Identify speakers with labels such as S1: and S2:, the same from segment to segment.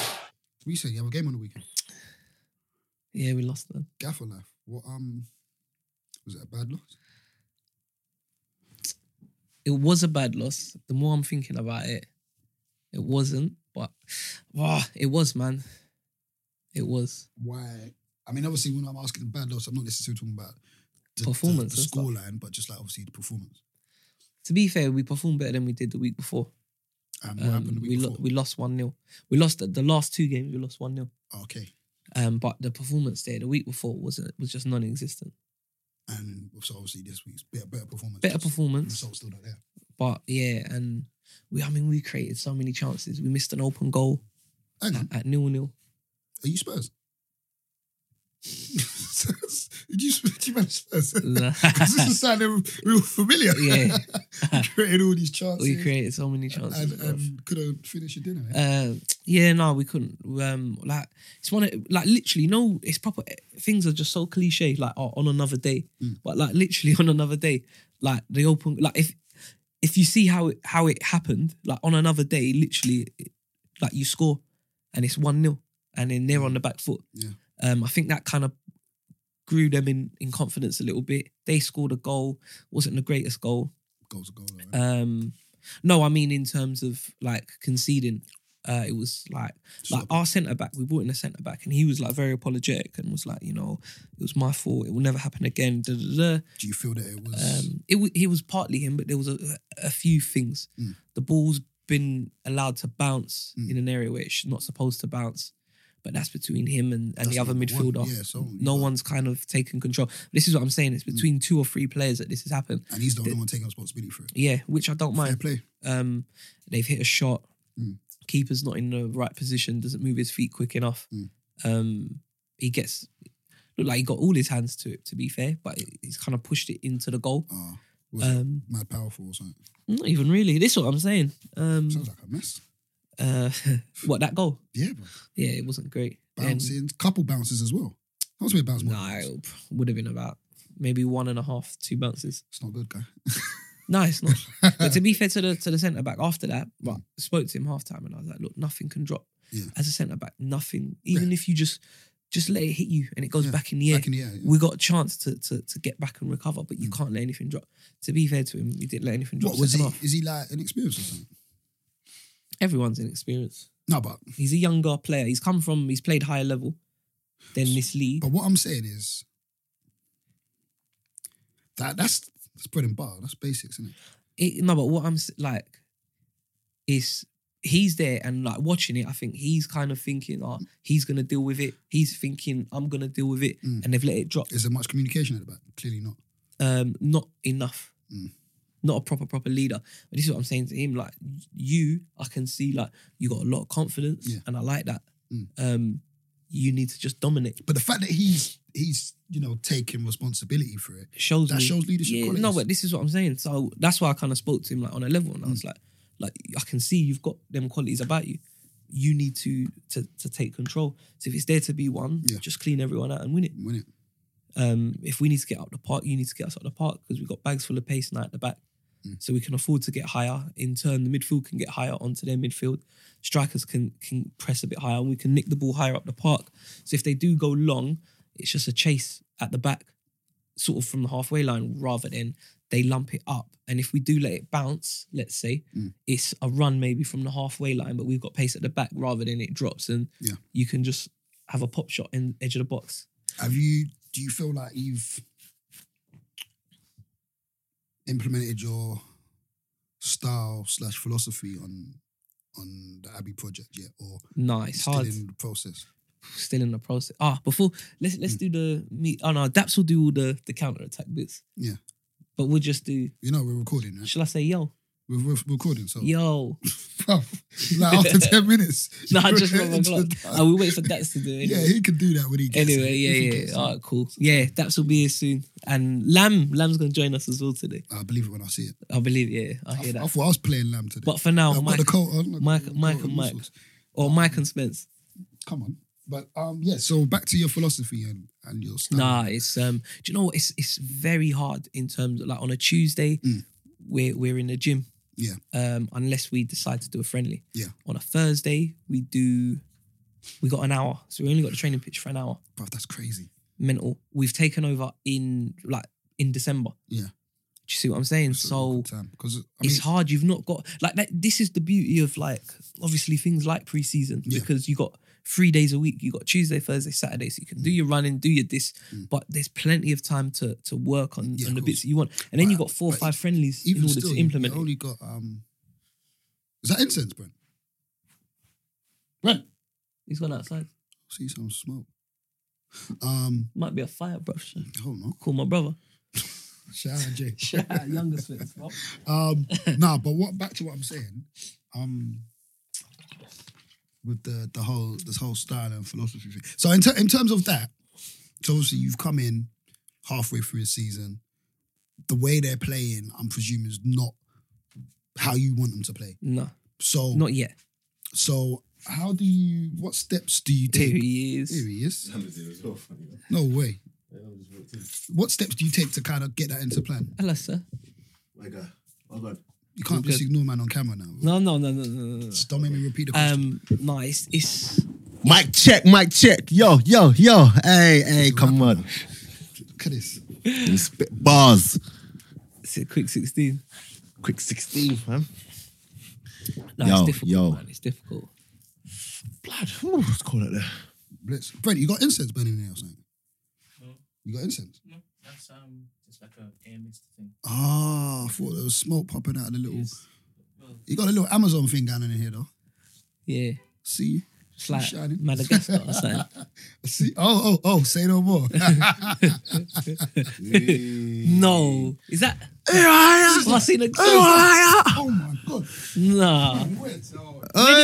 S1: What you say? You have a game on the weekend?
S2: Yeah, we lost then.
S1: Gaffer life. What um was it a bad loss?
S2: It was a bad loss. The more I'm thinking about it, it wasn't, but ah, it was, man. It was.
S1: Why? I mean, obviously, when I'm asking a bad loss, I'm not necessarily talking about the,
S2: Performance
S1: the, the
S2: and stuff.
S1: scoreline, but just like obviously the performance.
S2: To be fair, we performed better than we did the week before.
S1: And what happened the
S2: Um,
S1: week
S2: we, lo-
S1: before?
S2: we lost 1 0. We lost the, the last two games, we lost 1 0.
S1: okay,
S2: Um, but the performance day the week before was was just non existent.
S1: and so obviously this week's better, better performance.
S2: Better
S1: Just the
S2: performance.
S1: Results still not there.
S2: But yeah, and we I mean we created so many chances. We missed an open goal
S1: Hang on,
S2: at, at nil nil.
S1: are you Spurs? did you did you manage Spurs? 'Cause this is sounding real familiar.
S2: Yeah.
S1: You created all these chances.
S2: we created so many chances.
S1: and,
S2: bruv.
S1: and could have finished your dinner. eh?
S2: uh, yeah, no, we couldn't. Um, like it's one of like literally no, it's proper. Things are just so cliche. Like oh, on another day,
S1: Mm.
S2: but like literally on another day, like the open like if if you see how it how it happened, like on another day, literally, like you score and it's one 0 and then they're on the back foot.
S1: Yeah.
S2: Um, I think that kind of grew them in in confidence a little bit. They scored a goal, wasn't the greatest goal.
S1: Goals a goal. though, eh?
S2: Um, no, I mean in terms of like conceding. Uh, it was like like
S1: Stop.
S2: our centre back. We brought in a centre back, and he was like very apologetic and was like, you know, it was my fault. It will never happen again. Da, da, da.
S1: Do you feel that it was?
S2: Um, it wa- he was partly him, but there was a, a few things.
S1: Mm.
S2: The ball's been allowed to bounce
S1: Mm.
S2: in an area where it's not supposed to bounce, but that's between him and, and
S1: That's
S2: the other
S1: number one. Mm.
S2: midfielder.
S1: Yeah, so
S2: no one's kind of taken control. This is what I'm saying. It's between two or three players that this has happened.
S1: and he's the only one taking responsibility for it.
S2: Yeah, which I don't mind.
S1: Fair play.
S2: Um, they've hit a shot.
S1: Mm.
S2: Keeper's not in the right position. Doesn't move his feet quick enough.
S1: Mm.
S2: Um, he gets look like he got all his hands to it. To be fair, but he's kind of pushed it into the goal.
S1: Ah, was it
S2: Um,
S1: mad powerful or something?
S2: not even really. This is what I'm saying. Um,
S1: Sounds like a mess.
S2: uh, what that goal?
S1: Yeah, bro.
S2: Yeah, it wasn't great. And-
S1: Bouncing, couple bounces as well. That was me bounce more.
S2: Nah, it would have been about maybe one and a half, two bounces.
S1: It's not good, guy.
S2: No, it's not. but to be fair to the to the centre back, after that, but
S1: Mm.
S2: spoke to him half time and I was like, look, nothing can drop.
S1: Yeah.
S2: As a centre back, nothing. Even if you just just let it hit you and it goes
S1: Yeah,
S2: back in the air,
S1: Back in the air. yeah.
S2: we got a chance to to to get back and recover. But you
S1: Mm.
S2: can't let anything drop. To be fair to him, he didn't let anything drop.
S1: What was he?
S2: second half.
S1: Is he like inexperienced or something?
S2: Everyone's inexperienced.
S1: No, but
S2: He's a younger player. He's come from. He's played higher level than this league.
S1: but what I'm saying is that that's that's bread and butter. That's basics, isn't it?
S2: It, no, but what I'm s- like is he's there and like watching it. I think he's kind of thinking, oh, he's gonna deal with it. He's thinking, I'm gonna deal with it,
S1: Mm.
S2: and they've let it drop.
S1: Is there much communication at the back? Clearly not.
S2: Um, not enough.
S1: Mm.
S2: Not a proper proper leader. But this is what I'm saying to him. Like you, I can see like you got a lot of confidence,
S1: Yeah.
S2: and I like that.
S1: Mm.
S2: Um, you need to just dominate.
S1: But the fact that he's he's you know taking responsibility for it
S2: Shows
S1: that
S2: me.
S1: shows leadership
S2: yeah,
S1: qualities.
S2: no, but this is what I'm saying. So that's why I kind of spoke to him like on a level, and I was
S1: Mm.
S2: like, like I can see you've got them qualities about you. You need to to to take control. So if it's there to be one,
S1: Yeah.
S2: just clean everyone out and win it.
S1: win it.
S2: Um, if we need to get up the park, you need to get us up the park because we've got bags full of pace now at the back.
S1: Mm.
S2: So we can afford to get higher. In turn, the midfield can get higher onto their midfield. Strikers can can press a bit higher, and we can nick the ball higher up the park. So if they do go long, it's just a chase at the back, sort of from the halfway line, rather than they lump it up. And if we do let it bounce, let's say
S1: Mm.
S2: it's a run maybe from the halfway line, but we've got pace at the back rather than it drops, and
S1: Yeah.
S2: you can just have a pop shot in edge of the box.
S1: Have you? Do you feel like you've implemented your style slash philosophy on on the Abbey project yet, or
S2: No, it's
S1: still
S2: hard.
S1: in the process?
S2: still in the process. Ah, before let's
S1: Mm.
S2: let's do the meet. Oh no, Daps will do all the the counter attack bits.
S1: Yeah.
S2: but we'll just do.
S1: You know, we're recording. Right?
S2: Shall I say yo
S1: We're, we're recording, so
S2: yo?
S1: like after ten minutes,
S2: No,
S1: you're
S2: just from
S1: into
S2: o'clock.
S1: that.
S2: I will Ah, wait for Daps to do it.
S1: yeah,
S2: Anyway.
S1: he can do that when he gets
S2: Anyway,
S1: it,
S2: yeah,
S1: if he
S2: yeah.
S1: gets it.
S2: All right, cool. Yeah, Daps will be here soon. And Lamb, Lamb's going to join us as well today.
S1: I believe it when I see it.
S2: I believe, yeah, I
S1: I,
S2: hear
S1: I
S2: that.
S1: thought I was playing Lamb today.
S2: But for now,
S1: I've
S2: Mike,
S1: got the coat on. I've got
S2: Mike-
S1: the
S2: Mike
S1: coat
S2: and
S1: all
S2: Mike.
S1: sorts.
S2: or Mike and Spence.
S1: Come on. But um, yeah, so back to your philosophy and, and your style.
S2: Nah, it's um. Do you know what? It's it's very hard in terms of like on a Tuesday,
S1: Mm.
S2: we're we're in the gym.
S1: Yeah.
S2: Um, unless we decide to do a friendly.
S1: Yeah.
S2: On a Thursday, we do We got an hour, so we only got the training pitch for an hour.
S1: Bruv, that's crazy.
S2: Mental. We've taken over in like in December.
S1: Yeah.
S2: Do you see what I'm saying? So
S1: because I mean,
S2: it's hard. You've not got like that. This is the beauty of like obviously things like preseason
S1: Yeah.
S2: because you got three days a week. You got Tuesday, Thursday, Saturday, so you can do your running, do your this.
S1: Mm.
S2: But there's plenty of time to to work on,
S1: Yeah,
S2: on
S1: of
S2: the
S1: course.
S2: bits that you want, and then
S1: But-
S2: you got four or
S1: but
S2: five friendlies in
S1: even
S2: order
S1: still,
S2: to implement.
S1: You
S2: it.
S1: only got um. Is that incense, Brent? Brent,
S2: He's gone outside.
S1: see some smoke. Um,
S2: Might be a fire, bro.
S1: hold on.
S2: Call my brother.
S1: Shout out, Jay.
S2: Shout out younger Smith. bro.
S1: Um, nah, but what back to what I'm saying, um, with the the whole this whole style and philosophy thing. So in ter- in terms of that, so obviously you've come in halfway through the season. The way they're playing, I'm presuming, is not how you want them to play.
S2: No,
S1: So
S2: not yet.
S1: so how do you? What steps do you
S2: Who
S1: take?
S2: he is?
S1: Here he is.
S3: as well. funny enough.
S1: No way.
S3: Yeah, I just walked in.
S1: What steps do you take to kind of get that into plan?
S2: Hello, sir.
S3: My guy. Oh god.
S1: You can't
S2: Okay.
S1: just ignore man on camera now.
S2: No, no, no, no, no, no, no.
S1: Just don't make me repeat the question.
S2: Um, no, it's it's
S3: Mic check, mic check. Yo, yo, yo. Hey, hey, come on.
S1: Look at this.
S3: You spit bars.
S2: it's a quick sixteen.
S3: Quick 16, fam.
S2: No,
S3: Yo,
S2: it's difficult,
S3: yo.
S2: man. It's difficult.
S3: Blood. Ooh, it's cold out there.
S1: Blitz. Brent, you got incense burning in there or something?
S4: No.
S1: You got incense?
S4: No, that's um, it's like a air mist thing.
S1: Ah, I thought there was smoke popping out of the little.
S4: It's- well,
S1: You got a little Amazon thing going on in here though.
S2: Yeah,
S1: See?
S2: it's like
S1: Shining.
S2: Madagascar or something.
S1: See? Oh, oh, oh, say no more.
S2: No, is that? Have I seen a
S1: oh my god.
S2: Nah, nah.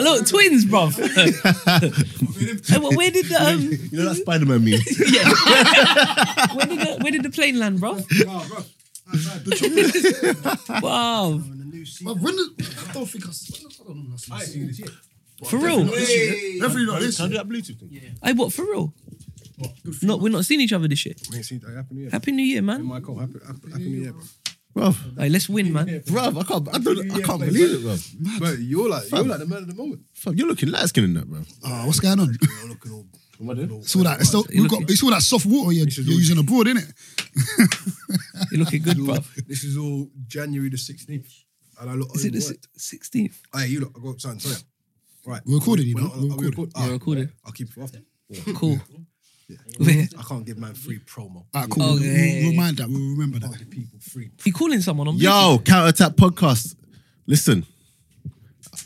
S2: Look, twins, bro. where did the um,
S3: You know that Spider Man meme?
S2: where did the, where did the plane land, bro? Wow,
S1: But when the, I don't think I, when the, I don't know when I seen this.
S2: for real.
S1: Definitely not this.
S3: Can I do
S1: year.
S3: that Bluetooth thing?
S2: Hey, what for real? Not we're not seeing each other this year.
S5: Mate, see, that happened here.
S2: Happy New Year, man.
S5: Michael, happy, happy, happy New Year, bro.
S3: Bro,
S2: Hey, let's win, man.
S3: bro, I can't, I don't, I can't believe it, bro.
S5: But you're like, you're like the man of the moment.
S3: Fam, you're looking light skinned in that, bro.
S1: Ah, what's going on?
S5: Am I doing?
S1: It's all that. It's all, we've got, it's all that soft water you're, you're using abroad, isn't it?
S2: You're looking good, bro.
S5: This is all January the 16th. And I look,
S2: Is it the sixteenth?
S5: Hey, you look, I got something, sorry. Right.
S1: We're recording, you
S5: We're
S1: know?
S5: not-
S1: We're
S5: are we
S1: recording.
S5: recording?
S2: Yeah, we're recording.
S5: I'll keep it for after.
S2: Cool.
S5: I can't give man free promo.
S1: All right, cool.
S2: Okay.
S1: We'll, we'll remind that. We'll remember
S5: Can't
S1: that.
S5: give people free.
S2: You calling someone on?
S3: Yo, Counter Attack Podcast. Listen,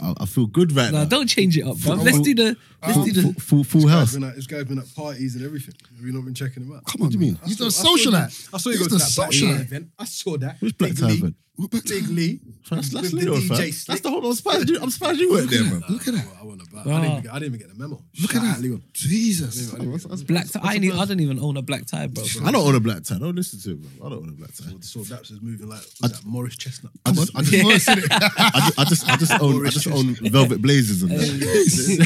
S3: I, I feel good right
S2: No,
S3: now.
S2: don't change it up, bro. Let's do the. Let's do
S3: full, full,
S2: the.
S3: full, full
S5: This guy's
S3: house.
S5: been at, this guy's been at parties and everything. Have you not been checking him out?
S1: Come on,
S3: do you
S1: man.
S3: mean?
S1: He's the
S5: I saw you-
S1: socialite.
S5: I saw you go
S1: He's
S5: to
S1: the
S5: that Black Tie
S1: socialite.
S5: event. I saw that.
S3: Which Black
S5: Big
S3: Tie
S5: Lee-
S3: event?
S1: What about
S5: Big Lee.
S3: That's, that's
S5: with the
S3: little, fam.
S5: DJ
S3: That's
S5: Slick.
S3: the whole. I'm surprised you. I'm surprised you weren't there, man.
S1: Look at that.
S5: I want to buy.
S2: Wow.
S5: I, didn't even get, I didn't even get the memo.
S1: Look at
S5: Shout
S1: that.
S5: out Leon.
S1: Jesus.
S5: I didn't even get the
S2: Black tie. I, need, I don't even own a black tie, bro.
S3: I don't own a black tie. Don't listen to it, bro. I don't own a black tie.
S5: memo. So Daps is moving like was that Morris Chestnut.
S3: I just, I just, I just, I just, I just own, I just own velvet blazers and that.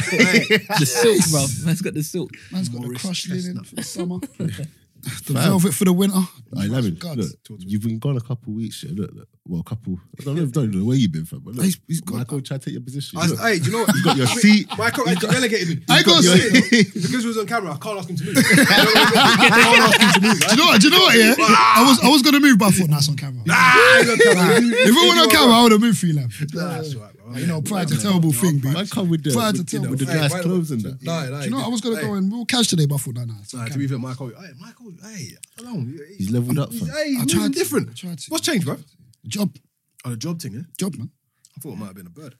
S2: the silk, bro. Man's got the silk.
S1: Man's got the
S5: Morris
S1: crushed linen
S5: Chestnut.
S1: for the summer. the velvet for the winter.
S3: I love it.
S1: God.
S3: Look, you've been gone a couple weeks. Yeah. Look, look, well, a couple. I don't know, don't know where you've been from. But look,
S1: He's- he's gone.
S3: Michael, try to take your position.
S5: I,
S3: Look,
S5: hey, do you know what? You
S3: got your seat.
S5: Michael actually relegated me.
S1: I ain't gonna
S5: Your-
S1: say it.
S5: because it was on camera. I can't ask him to move. I can't ask him to move.
S1: Do you know what? Do you know what? Yeah, I was I was gonna move, but I thought that's on camera.
S5: Ah, he's on camera.
S1: if it wasn't on camera, I would have moved free lab.
S5: Nah, that's all right, bro.
S1: You know, pride's a terrible thing,
S3: I
S1: but
S3: man, come with the,
S1: Prior to
S3: with,
S1: tell-
S3: with the
S5: Hey,
S3: nice
S5: why-
S3: clothes and that.
S5: Nah, nah,
S1: do you know what? I was gonna
S5: hey.
S1: go and we'll cash today, but I thought nah, nah. it's
S5: Nah,
S1: on
S5: to
S1: camera.
S5: be fair, Michael, hey, Michael, hey, I don't know.
S3: He's leveled up,
S5: He's,
S3: fam.
S5: hey, he's
S1: I
S5: moving
S1: tried to-
S5: different.
S1: I tried to.
S5: What's changed, bro?
S1: Job,
S5: Oh, the job thing, yeah?
S1: job, man.
S5: I thought it might have been a bird.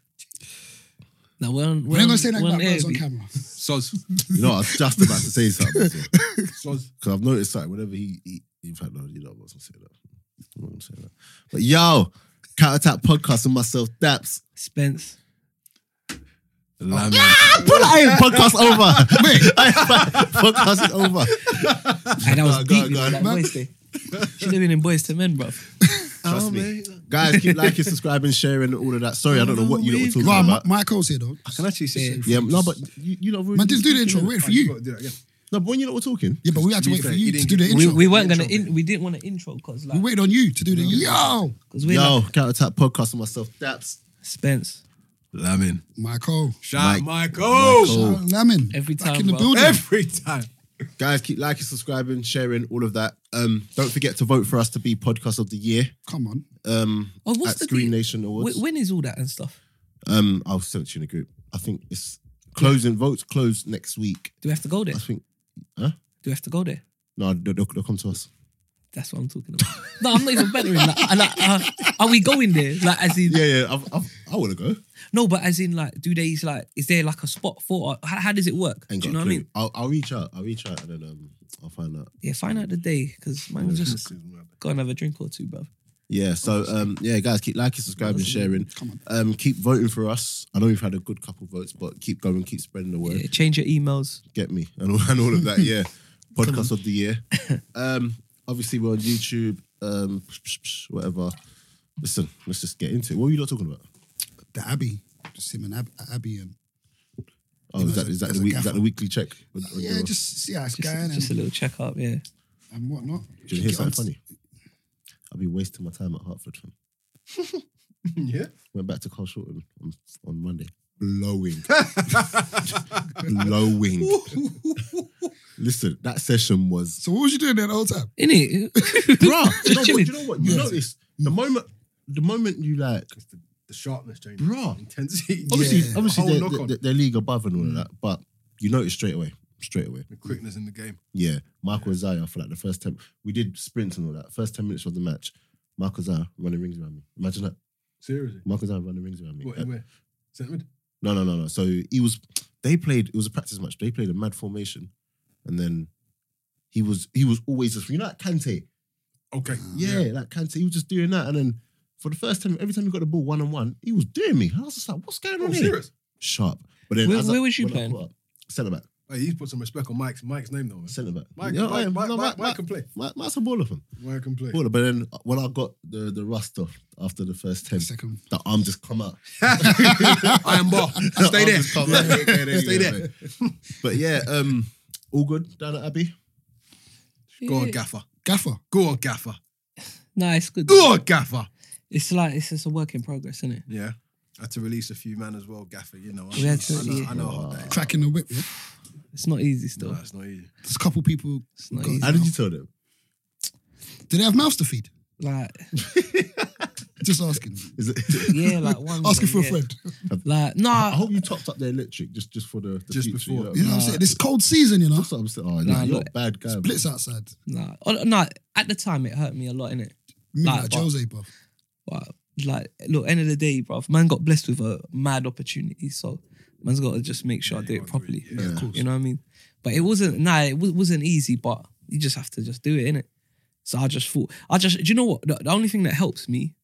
S2: Now we're on.
S1: We're
S2: We're
S1: not
S2: on,
S1: gonna say that
S2: we're
S1: about
S2: on air,
S1: man's on
S2: B.
S1: camera.
S5: Soz.
S3: You know, I was just about to say something because
S5: Soz.
S3: I've noticed that whenever he, he, in fact, no, you know, I wasn't saying that. I wasn't saying that. But yo, Counter Attack Podcast and myself, Daps.
S2: Spence.
S3: Lemon. Ah, pull it in. Podcast over. podcast is over.
S2: Hey, that was
S3: Go on, go
S2: deep.
S3: on,
S2: you
S3: go
S2: know,
S3: on.
S2: that Boys Day. Should have been in Boys to Men, bro.
S3: Trust me. Oh, Guys, keep liking, subscribing, sharing, all of that. Sorry, I don't know what you lot were talking
S1: Right,
S3: about.
S1: Mi- Michael's here though.
S5: I can actually say
S2: Yeah.
S3: Yeah, no, but you, you lot
S1: Man, just do the
S3: speaking,
S1: intro.
S3: innit?
S1: Wait for
S5: Right, you
S1: you.
S5: gotta do that again.
S3: No, but when you lot were talking,
S1: Yeah, but we had to
S5: be
S1: wait for
S5: fair,
S1: you
S5: you
S1: to
S5: didn't
S1: do the
S5: get-
S2: We,
S1: intro.
S2: we weren't gonna.
S5: Intro,
S2: In, we didn't want an intro because
S1: We
S2: like
S1: waited on you to do the yo.
S2: because we're
S3: yo,
S2: like
S3: Counter Attack Podcast and myself, Daps.
S2: Spence.
S3: Lamin.
S1: Michael.
S6: Shout
S3: Michael.
S6: Michael.
S3: Oh.
S1: Shout out Lamin.
S2: Every
S1: Back
S2: time,
S1: in the
S2: bro.
S1: building.
S6: Every time.
S3: Guys, keep liking, subscribing, sharing, all of that. Um, don't forget to vote for us to be podcast of the year.
S1: Come on.
S3: Um,
S2: Oh, what's
S3: at
S2: the
S3: Screen
S2: deal?
S3: Nation Awards.
S2: Wh- when is all that and stuff?
S3: um, I'll send it to you in a group. I think it's closing votes close next week.
S2: Do we have to go there?
S3: I
S2: Do
S3: think
S2: we have to go there?
S3: no, they'll, they'll- they'll come to us.
S2: That's what I'm talking about. no, I'm not even bettering that. And, Like, uh, are we going there? Like, as in,
S3: Yeah, yeah. I've, I've, I want to go.
S2: no, but as in, like, do they like? Is there like a spot for? How, how does it work?
S3: Ain't
S2: do
S3: got
S2: you
S3: a
S2: know what I
S3: clue.
S2: mean?
S3: I'll, I'll reach out. I'll reach out and then um, I'll find out.
S2: Yeah, find out the day because man, we just go and have a drink or two, bruv.
S3: Yeah. So um, yeah, guys, keep liking, subscribing, sharing.
S1: Come on.
S3: Um, keep voting for us. I know we've had a good couple votes, but keep going, keep spreading the word.
S2: Yeah, change your emails.
S3: Get me and all, and all of that. Yeah, podcast of the year. Um, obviously we're on YouTube. Um, whatever. Listen, let's just get into it. What were you not talking about?
S1: The Abbey. Just him and Ab- Abby and
S3: Oh, is that is that
S1: As
S3: the
S1: a
S3: week, is that
S1: gaffer.
S3: the weekly check? Or- or-
S1: yeah, just see how it's
S2: Oh, Just,
S1: going
S2: just a
S1: and,
S2: little checkup. Yeah,
S1: and whatnot.
S3: do you hear
S1: Get on
S3: something
S1: to-
S3: funny? I'll be wasting my time at Hartford. fam.
S6: Yeah.
S3: Went back to Carl Shorten on, on Monday. Blowing. Blowing. Listen, that session was.
S1: So what was you doing that whole time?
S2: in it.
S3: Bruh, do you, know
S2: Just
S3: what, do
S2: chilling.
S3: you know what? You notice the moment, the moment you like,
S6: It's the, the sharpness change.
S3: bruh,
S6: Intensity.
S3: obviously,
S1: Yeah.
S3: obviously
S6: The whole
S3: they're,
S6: knock-on.
S3: they're- they're league above and all of that, but you notice straight away, straight away.
S6: The quickness in the game.
S3: Yeah, Michael Zaya for like the first 10, we did sprints and all that. First 10 minutes of the match, Michael Zaya running rings around me. Imagine that.
S6: Seriously.
S3: Michael Zaya running rings around me.
S6: What,
S3: Uh,
S6: in where? Centre mid?
S3: No, no, no, no. So he was. They played. It was a practice match. They played a mad formation, and then he was. He was always just. You know, like Kante.
S6: Okay.
S3: Yeah, like Kante. He was just doing that, and then for the first time, every time he got the ball one on one, he was doing me. I was just like, "What's going on
S6: Oh,
S3: here?"
S6: serious.
S3: Sharp. But then,
S2: Where-
S3: as I-
S2: where was you
S3: when I
S2: playing?
S3: caught up, Centre back.
S6: Hey, he's put some respect on Mike's Mike's name though. Man.
S3: Centre back.
S6: Mike,
S3: Yeah,
S6: Mike,
S3: yeah,
S6: Mike,
S3: no,
S6: Mike, Mike
S3: Mike,
S6: can play.
S3: Mike- Mike's a baller, fam.
S6: Mike can play.
S3: Baller. But then when I got the the rust off after the first ten,
S1: The second.
S3: the arm just come out.
S6: Iron bar.
S3: No,
S6: Stay
S3: I'll
S6: there.
S3: just come back. Yeah, yeah, yeah,
S6: Stay
S3: yeah,
S6: there.
S3: yeah. But yeah, um, all good down at Abbey.
S6: Go on,
S2: Yeah.
S6: gaffer.
S1: Gaffer.
S6: Go on, gaffer.
S2: Nah, it's good.
S6: Go on, gaffer.
S2: It's like it's just a work in progress, isn't it?
S6: Yeah. I had to release a few man as well, gaffer. You know, I,
S2: We had to,
S6: I know,
S2: yeah.
S6: I know how that is.
S1: Cracking the whip. Yeah?
S2: It's not easy still.
S6: No, it's not easy.
S1: There's a couple people.
S2: It's not
S1: God,
S2: easy.
S3: How did you tell them?
S1: Do they have mouths to feed?
S2: Like
S1: Just asking.
S3: Is it?
S2: yeah, like one.
S1: asking
S2: day,
S1: for a
S2: yeah.
S1: friend.
S2: Like
S3: I
S2: nah,
S3: hope you topped up the electric just just for the, the
S6: Just
S3: future,
S6: before.
S3: You know?
S1: You know what I'm
S2: Nah.
S1: saying? This cold season, you know.
S3: That's what I'm saying. Oh,
S2: Nah,
S3: you're
S2: look.
S3: a bad guy. man.
S1: Blitz outside.
S2: nah, oh, nah. At the time, it hurt me a lot, innit? Nah,
S1: Nah, like
S2: but-
S1: Jose, bro.
S2: But like, look, end of the day, bruv, man got blessed with a mad opportunity, so man's got to just make sure I do it properly.
S6: Yeah,
S1: of course.
S2: You know what I mean? But it wasn't nah, it wa- wasn't easy, but you just have to just do it, innit? So I just thought I just do you know what? The, the only thing that helps me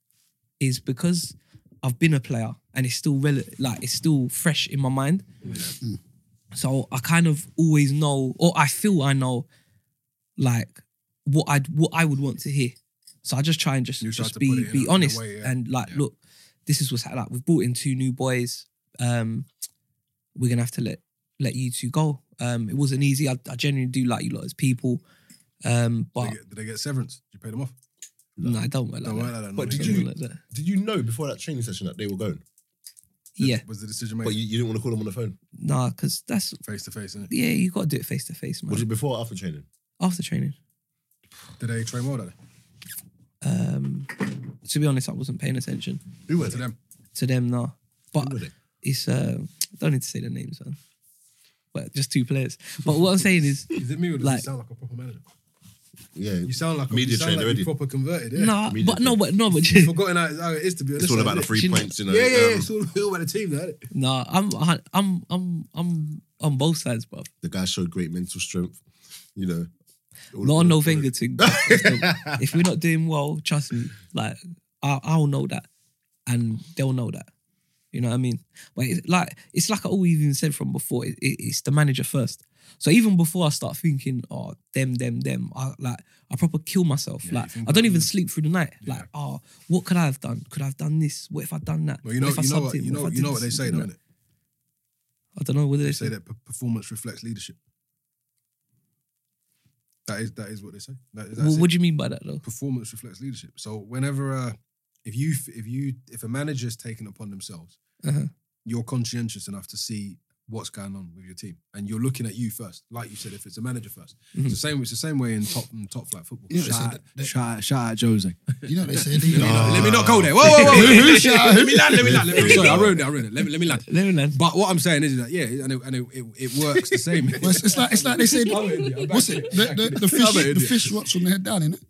S2: is because I've been a player and it's still rel- like it's still fresh in my mind. So I kind of always know, or I feel I know, like what I'd what I would want to hear. So I just try and just
S6: You try
S2: just
S6: to
S2: be
S6: put it in a-
S2: be
S6: in a
S2: honest
S6: way, yeah.
S2: and like,
S6: Yeah.
S2: look, this is what's ha- like. We've brought in two new boys. Um, we're gonna have to let let you two go. Um, it wasn't easy. I, I genuinely do like you lot as people. Um,
S6: Did
S2: but
S6: they, get, did they get severance? Did you pay them off?
S2: no, I don't work like
S6: Don't
S2: that.
S6: work like that, no,
S2: But
S6: you
S2: did
S3: don't.
S2: you like that?
S3: Did you know before that training session that they were going?
S6: Did-
S2: Yeah,
S6: Was the decision
S3: But
S6: made
S3: you, you didn't want to call them on the phone.
S2: nah, because that's
S6: face to face? innit?
S2: yeah, you gotta do it face to face, man.
S3: Was it before or after training?
S2: After training.
S6: Did they train well that day?
S2: Um, to be honest, I wasn't paying attention
S6: Who went to them?
S2: to them, nah. But
S3: Who were they?
S2: it's uh, don't need to say the names, man. But just two players. But what I'm saying is,
S6: Is it me or does
S2: Like-
S6: it sound like a proper manager?
S3: Yeah,
S6: You sound like a,
S3: Media
S6: you sound
S3: trained
S6: like
S3: already.
S6: You proper converted. Yeah.
S2: nah,
S3: me
S2: but
S3: neither.
S2: no, but no, but
S6: You've forgotten how, how it is to be honest.
S3: it's all about the
S6: hasn't it?
S3: three
S2: you know-
S3: points, you know.
S6: Yeah, yeah, yeah.
S3: um,
S6: It's all, all about the team, though. innit?
S2: nah. I'm I'm I'm I'm on both sides, bro.
S3: the guy showed great mental strength. You know, all-
S2: Not
S3: all-
S2: on no
S3: all-
S2: finger thing. bruv. It's the- if we're not doing well, trust me, like I, I'll know that, and they'll know that. You know what I mean? But it's like it's like I always even said from before. It, it- it's the manager first. So even before I start thinking, oh them, them, them, I like I proper kill myself.
S6: Yeah, you
S2: like
S6: think
S2: I don't
S6: about
S2: even
S6: it.
S2: sleep through the night.
S6: Yeah.
S2: Like oh, what could I have done? Could I have done this? What if I done that?
S6: Well, you know,
S2: if I
S6: you know,
S2: subbed
S6: what,
S2: him?
S6: you
S2: What if
S6: know,
S2: I
S6: you
S2: did
S6: know what they
S2: this?
S6: say, though, innit?
S2: I don't know whether
S6: They
S2: they
S6: say
S2: say.
S6: that per- performance reflects leadership. That is that is what they say. That is, that's
S2: Well,
S6: it.
S2: what do you mean by that though?
S6: performance reflects leadership. So whenever uh, if you if you if a manager's taken upon themselves
S2: Uh-huh.
S5: you're conscientious enough to see what's going on with your team, and you're looking at you first. Like you said, if it's a manager 1st it's the same. It's the same way in top in top flight football.
S1: Yeah, they
S5: shout,
S1: said
S5: out,
S1: that-
S5: shout, out- shout out Jose.
S1: You know what they said? You know,
S5: Let me not go there. Whoa, whoa, whoa!
S1: Who shout?
S5: let me land. Let me land. Let me, sorry, I ruined it. I ruined it. Let me let me land.
S2: Let me land.
S5: But what I'm saying is that yeah, and it, and it, it, it works the same.
S1: Well, it's, it's like it's like they said.
S5: I'm an idiot. I'm
S1: What's
S5: back
S1: it?
S5: to
S1: The,
S5: it.
S1: the, the
S5: I'm back to
S1: fish.
S5: it.
S1: The fish rots from the head down, innit?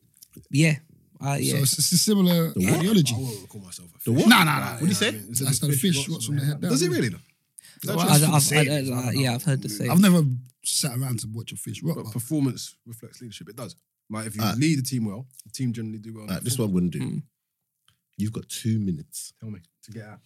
S2: Yeah. Uh,
S1: So
S2: yeah.
S1: it's, it's a similar ideology.
S5: I won't call myself a
S3: The
S5: fish.
S3: what?
S1: Nah, nah, nah.
S3: What do you say?
S1: That's the fish rots from the head down.
S5: Does it really? Though?
S1: Well,
S2: I,
S1: that's what
S2: have
S1: they say.
S2: yeah, I've heard the same.
S1: I've never sat around to watch a fish rot.
S5: But
S1: but-
S5: performance reflects leadership. It does. Like if you
S3: Ah.
S5: lead the team well, the team generally do well. in
S3: Alright, this
S5: football.
S3: one wouldn't do.
S2: Mm.
S3: You've got two minutes
S5: Tell me to get out.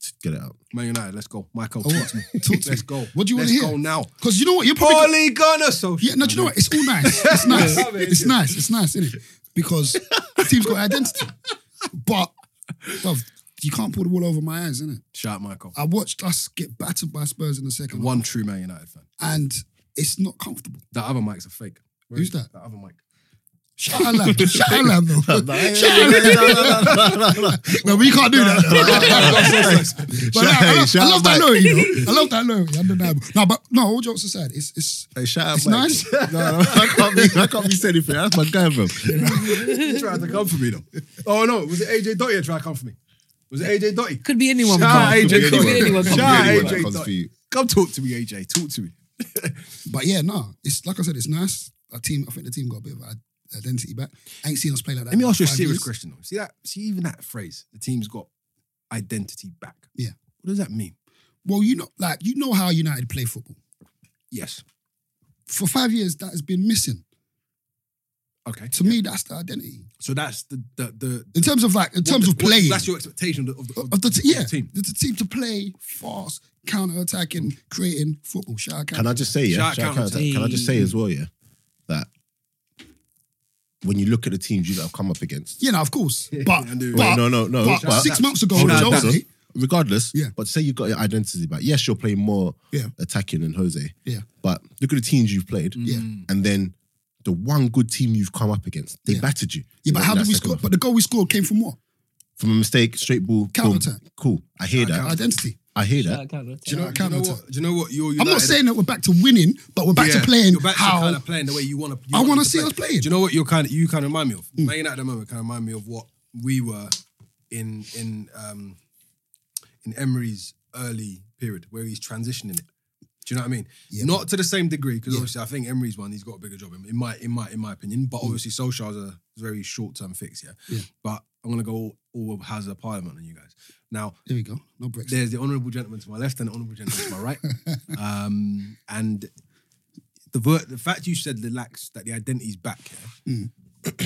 S3: to get it out.
S5: Man United, let's go. Michael,
S1: Oh,
S5: talk to me.
S1: Talk to
S5: Let's
S1: me.
S5: go.
S1: What do you wanna
S5: Let's
S1: hear?
S5: go now.
S1: Because you know what? You're probably. go-
S5: Holy Gunner social.
S1: Yeah, no, do you know what? It's all nice. It's nice.
S5: Yeah.
S1: it's nice. It's nice, isn't it? Because the team's got identity. But, bruv, you can't pull the wool over my eyes, innit?
S5: Shout out Michael.
S1: I watched us get battered by Spurs in the second half,
S5: One true Man United fan.
S1: and it's not comfortable.
S5: That other mic's a fake. Where
S1: Who's
S5: is it?
S1: that?
S5: That other mic.
S1: Shut up, lad. Shut up, lad, though. Shut up,
S3: Shout
S1: lad. No, we can't do that. But nah, I, love, I love that
S3: out
S1: low, you know. I love that low. Undeniable. No, but no, all jokes aside, it's it's
S3: Hey, shout out
S1: It's
S3: Mike.
S1: nice.
S3: No, no, I can't be, I can't be said anything. That's my guy, bro.
S5: He tried to come for me though. Oh no, was it AJ Dotty that tried to come for me? Was it AJ Dotty?
S2: Could be anyone.
S5: Shout
S2: Carl.
S5: out AJ
S2: Could be anyone.
S5: Shout
S2: Could be
S5: out
S2: anyone.
S5: AJ
S3: that comes for you.
S5: Come talk to me, AJ. Talk to me.
S1: but yeah, no, it's like I said, it's nice. Our team, I think the team got a bit of i- identity back. I ain't seen us play like that.
S5: Let me
S1: in
S5: ask you a
S1: five
S5: serious
S1: years.
S5: question though. See that? See even that phrase. The team's got identity back.
S1: Yeah.
S5: What does that mean?
S1: Well, you know, like you know how United play football.
S5: Yes.
S1: For five years, that has been missing.
S5: Okay.
S1: To me, that's the identity
S5: So that's the the the
S1: in terms of like in terms
S5: what-
S1: of playing.
S5: That's your expectation of the, of the,
S1: of the t- yeah,
S5: of the team.
S1: the, the team to play fast, counter attacking, creating football. Shout out,
S3: Can I just say, yeah?
S5: Shout
S3: Shout out
S5: counter.
S3: counter. Can I just say as well, yeah? That when you look at the teams you lot have come up against,
S1: Yeah, no, of course. But,
S5: And do-
S1: but
S3: Wait, no, no, no,
S1: But,
S3: but-
S1: six months ago,
S3: Hold on,
S1: Jose,
S3: hold on. regardless,
S1: Yeah.
S3: but say you've got your identity back. Yes, you're playing more
S1: Yeah.
S3: attacking than Jose.
S1: Yeah.
S3: But look at the teams you've played.
S1: yeah,
S3: And then the one good team you've come up against, they
S1: Yeah.
S3: battered you.
S1: yeah. But
S3: in
S1: how
S3: that
S1: did we
S3: second
S1: score?
S3: half.
S1: But the goal we scored came from what?
S3: From a mistake, straight ball. boom.
S1: Counter-attack.
S3: Cool. I hear
S1: Our
S3: that.
S1: Identity.
S3: I hear
S2: Shout
S3: that.
S2: out Carl.
S1: Do you know?
S5: Do you know
S1: counter
S5: what? Do you know what? You're
S1: I'm
S5: United-
S1: not saying that we're back to winning, but we're back
S5: Yeah,
S1: to playing
S5: You're back
S1: how.
S5: to kind of playing the way you want to.
S1: I wanna see us playing. Hmm.
S5: Do you know what you're kind of you kind of remind me of? Man United at the moment kind of remind me of what we were in in um in Emery's early period where he's transitioning it. Do you know what I mean?
S1: Yeah.
S5: Not to the same degree because
S1: Yeah.
S5: obviously I think Emery's one. He's got a bigger job in in my in my in my opinion. But obviously Solskjaer's a very short term fix. Yeah.
S1: Hmm. Yeah.
S5: But I'm gonna go all, all hazard parliament on you guys now.
S1: There we go. No breaks.
S5: There's the honourable gentleman to my left and the honourable gentleman to my right. Um, and the ver- the fact you said the lacks that the identity's back here.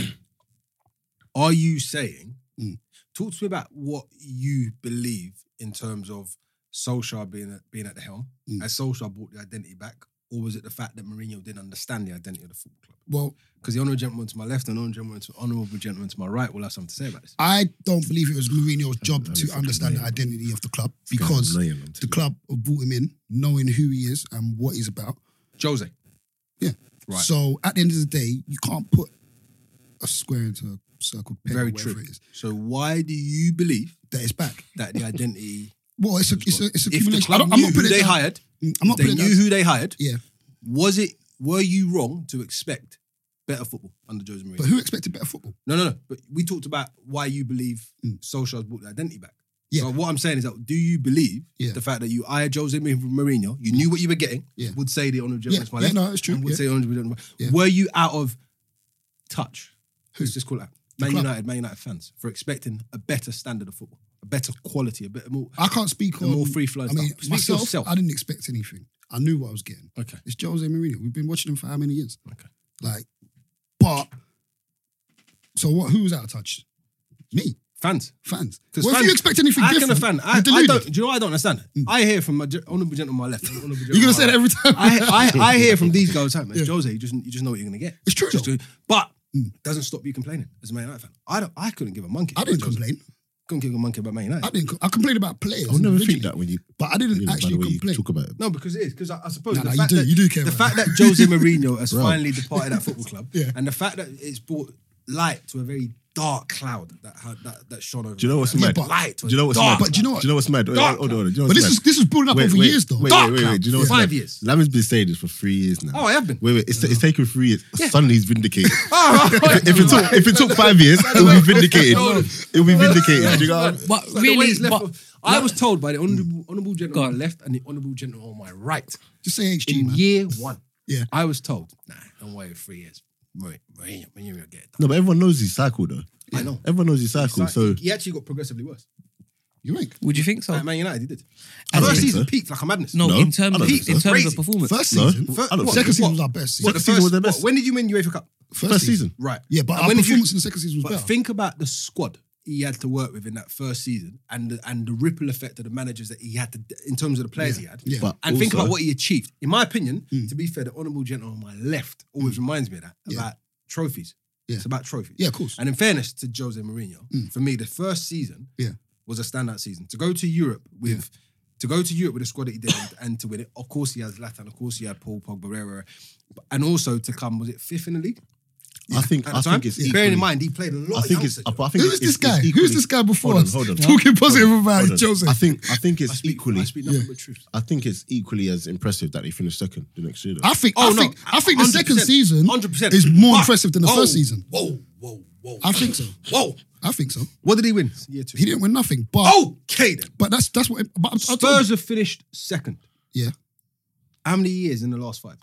S5: are you saying?
S1: Mm.
S5: Talk to me about what you believe in terms of Solskjaer being at, being at the helm.
S1: Mm.
S5: Has Solskjaer brought the identity back, or was it the fact that Mourinho didn't understand the identity of the football club?
S1: Well,
S5: Because the honourable gentleman to my left and the honourable gentleman to, honourable gentleman to my right will have something to say about this.
S1: I don't believe it was Mourinho's job
S3: That
S1: to
S3: was
S1: understand the
S3: annoying.
S1: identity of the club because
S3: Annoying, I'm telling
S1: the club have brought him in, knowing who he is and what he's about.
S5: Jose, Right.
S1: So at the end of the day, you can't put a square into a circle. peg or
S5: very
S1: whatever
S5: true.
S1: It is,
S5: So why do you believe
S1: that it's back.
S5: that the identity?
S1: Well, it's a it's a it's a
S5: if the
S1: combination. I
S5: club
S1: don't,
S5: knew
S1: I'm not
S5: who
S1: putting it
S5: they
S1: down-
S5: hired,
S1: I'm
S5: if
S1: not
S5: they
S1: putting it
S5: knew
S1: down.
S5: who they hired.
S1: Yeah,
S5: Was it? Were you wrong to expect better football under Jose Mourinho?
S1: but who expected better football?
S5: no, no, no. But we talked about why you believe
S1: Mm.
S5: Solskjaer's brought the identity back.
S1: Yeah.
S5: So what I'm saying is that do you believe
S1: Yeah.
S5: the fact that you hired Jose Mourinho, you knew what you were getting,
S1: Yeah.
S5: would say the honourable
S1: Yeah,
S5: gentleman to my
S1: yeah,
S5: left,
S1: no, it's true.
S5: and would
S1: Yeah.
S5: say the honourable gentleman.
S1: Yeah.
S5: Were you out of touch?
S1: Who?
S5: Let's just call it out. Man
S1: club.
S5: United, Man United fans for expecting a better standard of football, a better quality, a bit more.
S1: I can't speak
S5: The
S1: on
S5: more free-flow
S1: I mean,
S5: stuff. Speak for
S1: myself,
S5: yourself.
S1: I didn't expect anything. I knew what I was getting.
S5: Okay.
S1: It's Jose Mourinho. We've been watching him for how many years?
S5: Okay.
S1: Like, but so what? Who was out of touch? Me,
S5: Fans,
S1: fans.
S5: 'Cause
S1: Well, if
S5: fans-
S1: you expect anything
S5: I can
S1: different,
S5: offend. I,
S1: you're
S5: I
S1: deluded.
S5: don't. Do you know what I don't understand? I hear from my ge- honourable gentleman on my left. and honourable
S1: You're gonna
S5: gentleman
S1: say
S5: on
S1: that
S5: my
S1: every time.
S5: right. I, I, I hear from these guys all the time. It's
S1: Yeah.
S5: Jose, you just you just know what you're gonna get.
S1: It's true,
S5: Just
S1: though.
S5: do- but
S1: Mm.
S5: doesn't stop you complaining as a Man United fan. I don't. I couldn't give a monkey.
S1: I didn't
S5: about Jose.
S1: complain.
S5: Couldn't give a monkey about Man United.
S1: I didn't. co- I complained about players.
S3: I'll never
S1: individually,
S3: think that when you,
S1: But I didn't
S3: you know, by the
S1: actually
S3: way you
S1: complain.
S3: talk about it.
S5: no, because it is. Because I, I suppose
S1: Nah,
S5: the
S1: nah, you
S5: fact
S1: do-
S5: that
S1: you do care
S5: the
S1: about
S5: fact that Jose Mourinho has finally departed that football club,
S1: Yeah.
S5: and the fact that it's brought light to a very dark cloud that had, that that shone over.
S3: Do you know what's
S5: that
S3: mad?
S1: but-
S5: light?
S3: do you know what's mad?
S1: But do you know what?
S3: Do you know what's mad? Hold on,
S5: Dark
S3: hold on, hold on. Do you know
S1: But
S3: what's
S1: this
S3: mad?
S1: is this is building up over years though.
S3: Wait,
S5: Dark
S3: wait, wait, wait. Do you know
S5: cloud.
S3: what's
S5: Five
S3: mad?
S5: years.
S3: Lamin's been saying this for three years now.
S5: Oh, I have been.
S3: Wait, wait. It's, it's taken three years. Suddenly he's vindicated.
S5: Oh,
S3: if it took if it took five years, it'll be vindicated. It'll be vindicated. Do you know?
S2: But
S5: It's like the way
S2: really,
S5: it's left
S2: but,
S5: of- I was told by the honourable, honourable
S2: Go
S5: gentleman
S2: on.
S5: on my left and the honourable gentleman on my right
S1: Just say HG,
S5: in
S1: man.
S5: year one.
S1: Yeah.
S5: I was told, nah, don't wait three years. Wait, wait, when you're gonna get it. done.
S3: No, but everyone knows his cycle though.
S5: I know.
S3: Everyone knows his cycle.
S5: Like,
S3: So
S5: he actually got progressively worse.
S1: You think?
S2: would you think so?
S5: Like Man United, he did.
S2: I don't
S5: First
S3: think
S5: season
S3: so.
S5: peaked like a madness.
S2: no,
S3: No,
S2: in terms
S3: I don't
S2: of
S3: think so.
S2: in terms of
S5: Crazy.
S2: performance,
S1: First
S3: No.
S1: season.
S5: Fir-
S3: I don't
S5: what?
S1: Second season
S5: What?
S1: was our best
S3: What
S1: season.
S3: the season was their
S5: what-
S3: best.
S5: when did you win UEFA Cup?
S3: first season.
S5: Right.
S1: Yeah, but
S5: And
S1: our
S5: when did you-
S1: performance in the second season was
S5: But
S1: better.
S5: think about the squad he had to work with in that first season, and the, and the ripple effect of the managers that he had to, in terms of the players he had.
S1: yeah.
S3: But
S5: And think
S3: also-
S5: about what he achieved. In my opinion, to be fair, the honourable gentleman on my left always reminds me of that
S1: Hmm. Yeah.
S5: about trophies.
S1: Yeah.
S5: It's about trophies.
S1: yeah, of course.
S5: And in fairness to Jose Mourinho, for me, the first season
S1: Yeah.
S5: was a standout season. To go to Europe with to go to Europe with a squad that he did and- and to win it, of course he has Latin, of course he had Paul Pogba, rah, rah, rah. and also to come was it fifth in the league?
S3: I think
S5: At
S3: I
S5: the time?
S3: think it's
S5: bearing
S3: equally-
S5: in mind he played a lot.
S3: I think
S5: of
S3: it's.
S5: youngsters,
S3: I
S5: you know.
S3: think
S1: Who's
S3: it's-
S1: this
S3: it's
S1: guy?
S3: equally-
S1: Who's this guy before
S3: Hold on,
S1: us?
S3: hold on.
S1: Talking positive
S3: Hold
S1: about
S3: on.
S1: Joseph.
S3: I think I think it's
S5: Speak-
S3: equally.
S5: I speak nothing but truth.
S3: I think it's equally as impressive that they finished second the next year. Though.
S1: I think.
S5: Oh
S1: I
S5: no!
S1: think. I think the second season
S5: 100%.
S1: is more
S5: But-
S1: impressive than the
S5: whoa,
S1: first season.
S5: Whoa, whoa, whoa!
S1: I think so.
S5: Whoa!
S1: I think so.
S5: What did he win? Year two.
S1: He didn't win nothing, but
S5: Okay then.
S1: but that's that's what. But I'm, I told
S5: Oh! Spurs
S1: you-
S5: have finished second.
S1: Yeah.
S5: How many years in the last five?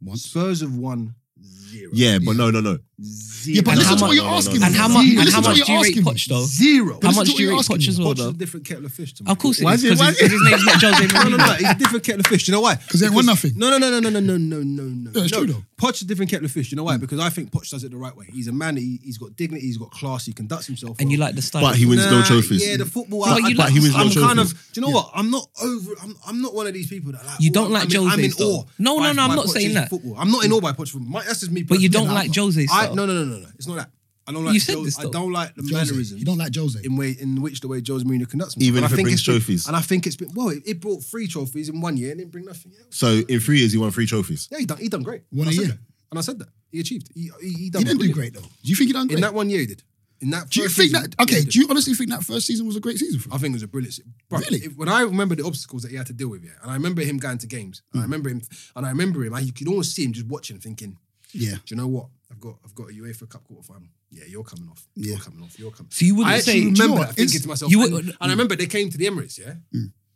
S1: Once.
S5: Spurs have won zero.
S3: Yeah, but no, no, no.
S5: Zero.
S1: Yeah, but
S3: And
S1: listen
S3: how
S1: to what
S3: much-
S1: you're
S3: no, no,
S1: asking.
S3: no,
S1: me.
S2: and how much
S1: Listen
S2: and
S1: to
S2: how
S1: what
S2: much
S1: you're
S2: do you rate
S1: asking me.
S2: Poch though?
S5: Zero.
S2: How
S1: Listen
S2: much
S1: to what
S2: do you
S1: you're
S2: rate
S1: asking
S2: Poch
S1: me.
S2: as well
S5: Poch is
S2: though?
S5: a different kettle of fish to me.
S2: Of course it
S3: Why
S2: is
S3: is it- why
S2: because
S3: is it-
S2: his name's not Jose
S5: No, no, no.
S2: Mourinho.
S5: He's a different kettle of fish. You know why?
S1: 'Cause they won nothing.
S5: No, no, no, no, no, no, no, no, no, no.
S1: Yeah, it's
S5: no.
S1: true though.
S5: Poch is a different kettle of fish. You know why? Because I think Poch does it the right way. He's a man. He, he's got dignity. He's got class. He conducts himself.
S2: And
S5: well.
S2: you like the style.
S3: But he wins no
S5: Nah,
S3: trophies.
S5: Yeah, the football.
S2: But
S5: I,
S2: you
S5: I,
S2: like- But he wins
S3: no
S5: I'm kind
S3: trophies.
S5: of. Do you know what? I'm not over. I'm, I'm not one of these people that like.
S2: You
S5: oh,
S2: don't
S5: I'm-
S2: like
S5: I'm in- I'm
S2: Jose's
S5: in
S2: stuff.
S5: awe.
S2: No, no,
S5: by-
S2: no, I'm
S5: by
S2: not saying
S5: Poch's
S2: that.
S5: Football. I'm not in awe by Poch football. My- That's just me.
S2: But you
S5: personally.
S2: don't like Jose's
S5: I,
S2: stuff.
S5: no, no, no, no, no. It's not that. I don't like.
S2: You said
S5: Jose-
S2: this,
S5: I
S2: though.
S5: don't like the
S1: Jose.
S5: mannerisms.
S1: You don't like Jose.
S5: in way in which the way Jose Mourinho conducts himself.
S3: Even
S5: And
S3: if
S5: I
S3: it
S5: think
S3: brings
S5: it's been-
S3: trophies.
S5: and I think it's been well, it, it brought three trophies in one year and it didn't bring nothing. else.
S3: So in three years, he won three trophies.
S5: Yeah, he done he done great.
S1: One
S5: And I
S1: a
S5: said
S1: year.
S5: that. and I said that he achieved. He, he, he, done
S1: He didn't do
S5: brilliant.
S1: great though. Do you think he done
S5: in
S1: great?
S5: that one year. He did. In that,
S1: Do you
S5: first
S1: think
S5: season,
S1: that? Okay.
S5: he did.
S1: Do you honestly think that first season was a great season for
S5: I
S1: him?
S5: think it was a brilliant. se- Bro,
S1: Really?
S5: if- when I remember the obstacles that he had to deal with, yeah, and I remember him going to games, and
S1: Hmm.
S5: I remember him, and I remember him, and you could almost see him just watching, thinking,
S1: Yeah.
S5: "Do you know what? I've got, I've got a UEFA Cup quarter final. Yeah, you're coming off.
S1: Yeah.
S5: You're coming off. You're coming."
S2: So you wouldn't
S5: I
S2: say
S5: actually
S1: you mm. know
S5: remember
S1: what?
S5: that thinking
S1: It's-
S5: to myself,
S2: you
S5: and,
S2: would-
S5: and I remember they came to the Emirates, yeah,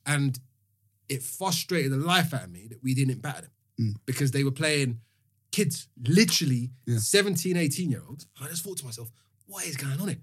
S5: and it frustrated the life out of me that we didn't batter them
S1: Mm.
S5: because they were playing kids, literally
S1: Yeah.
S5: 17, 18 year olds. And I just thought to myself, what is going on here?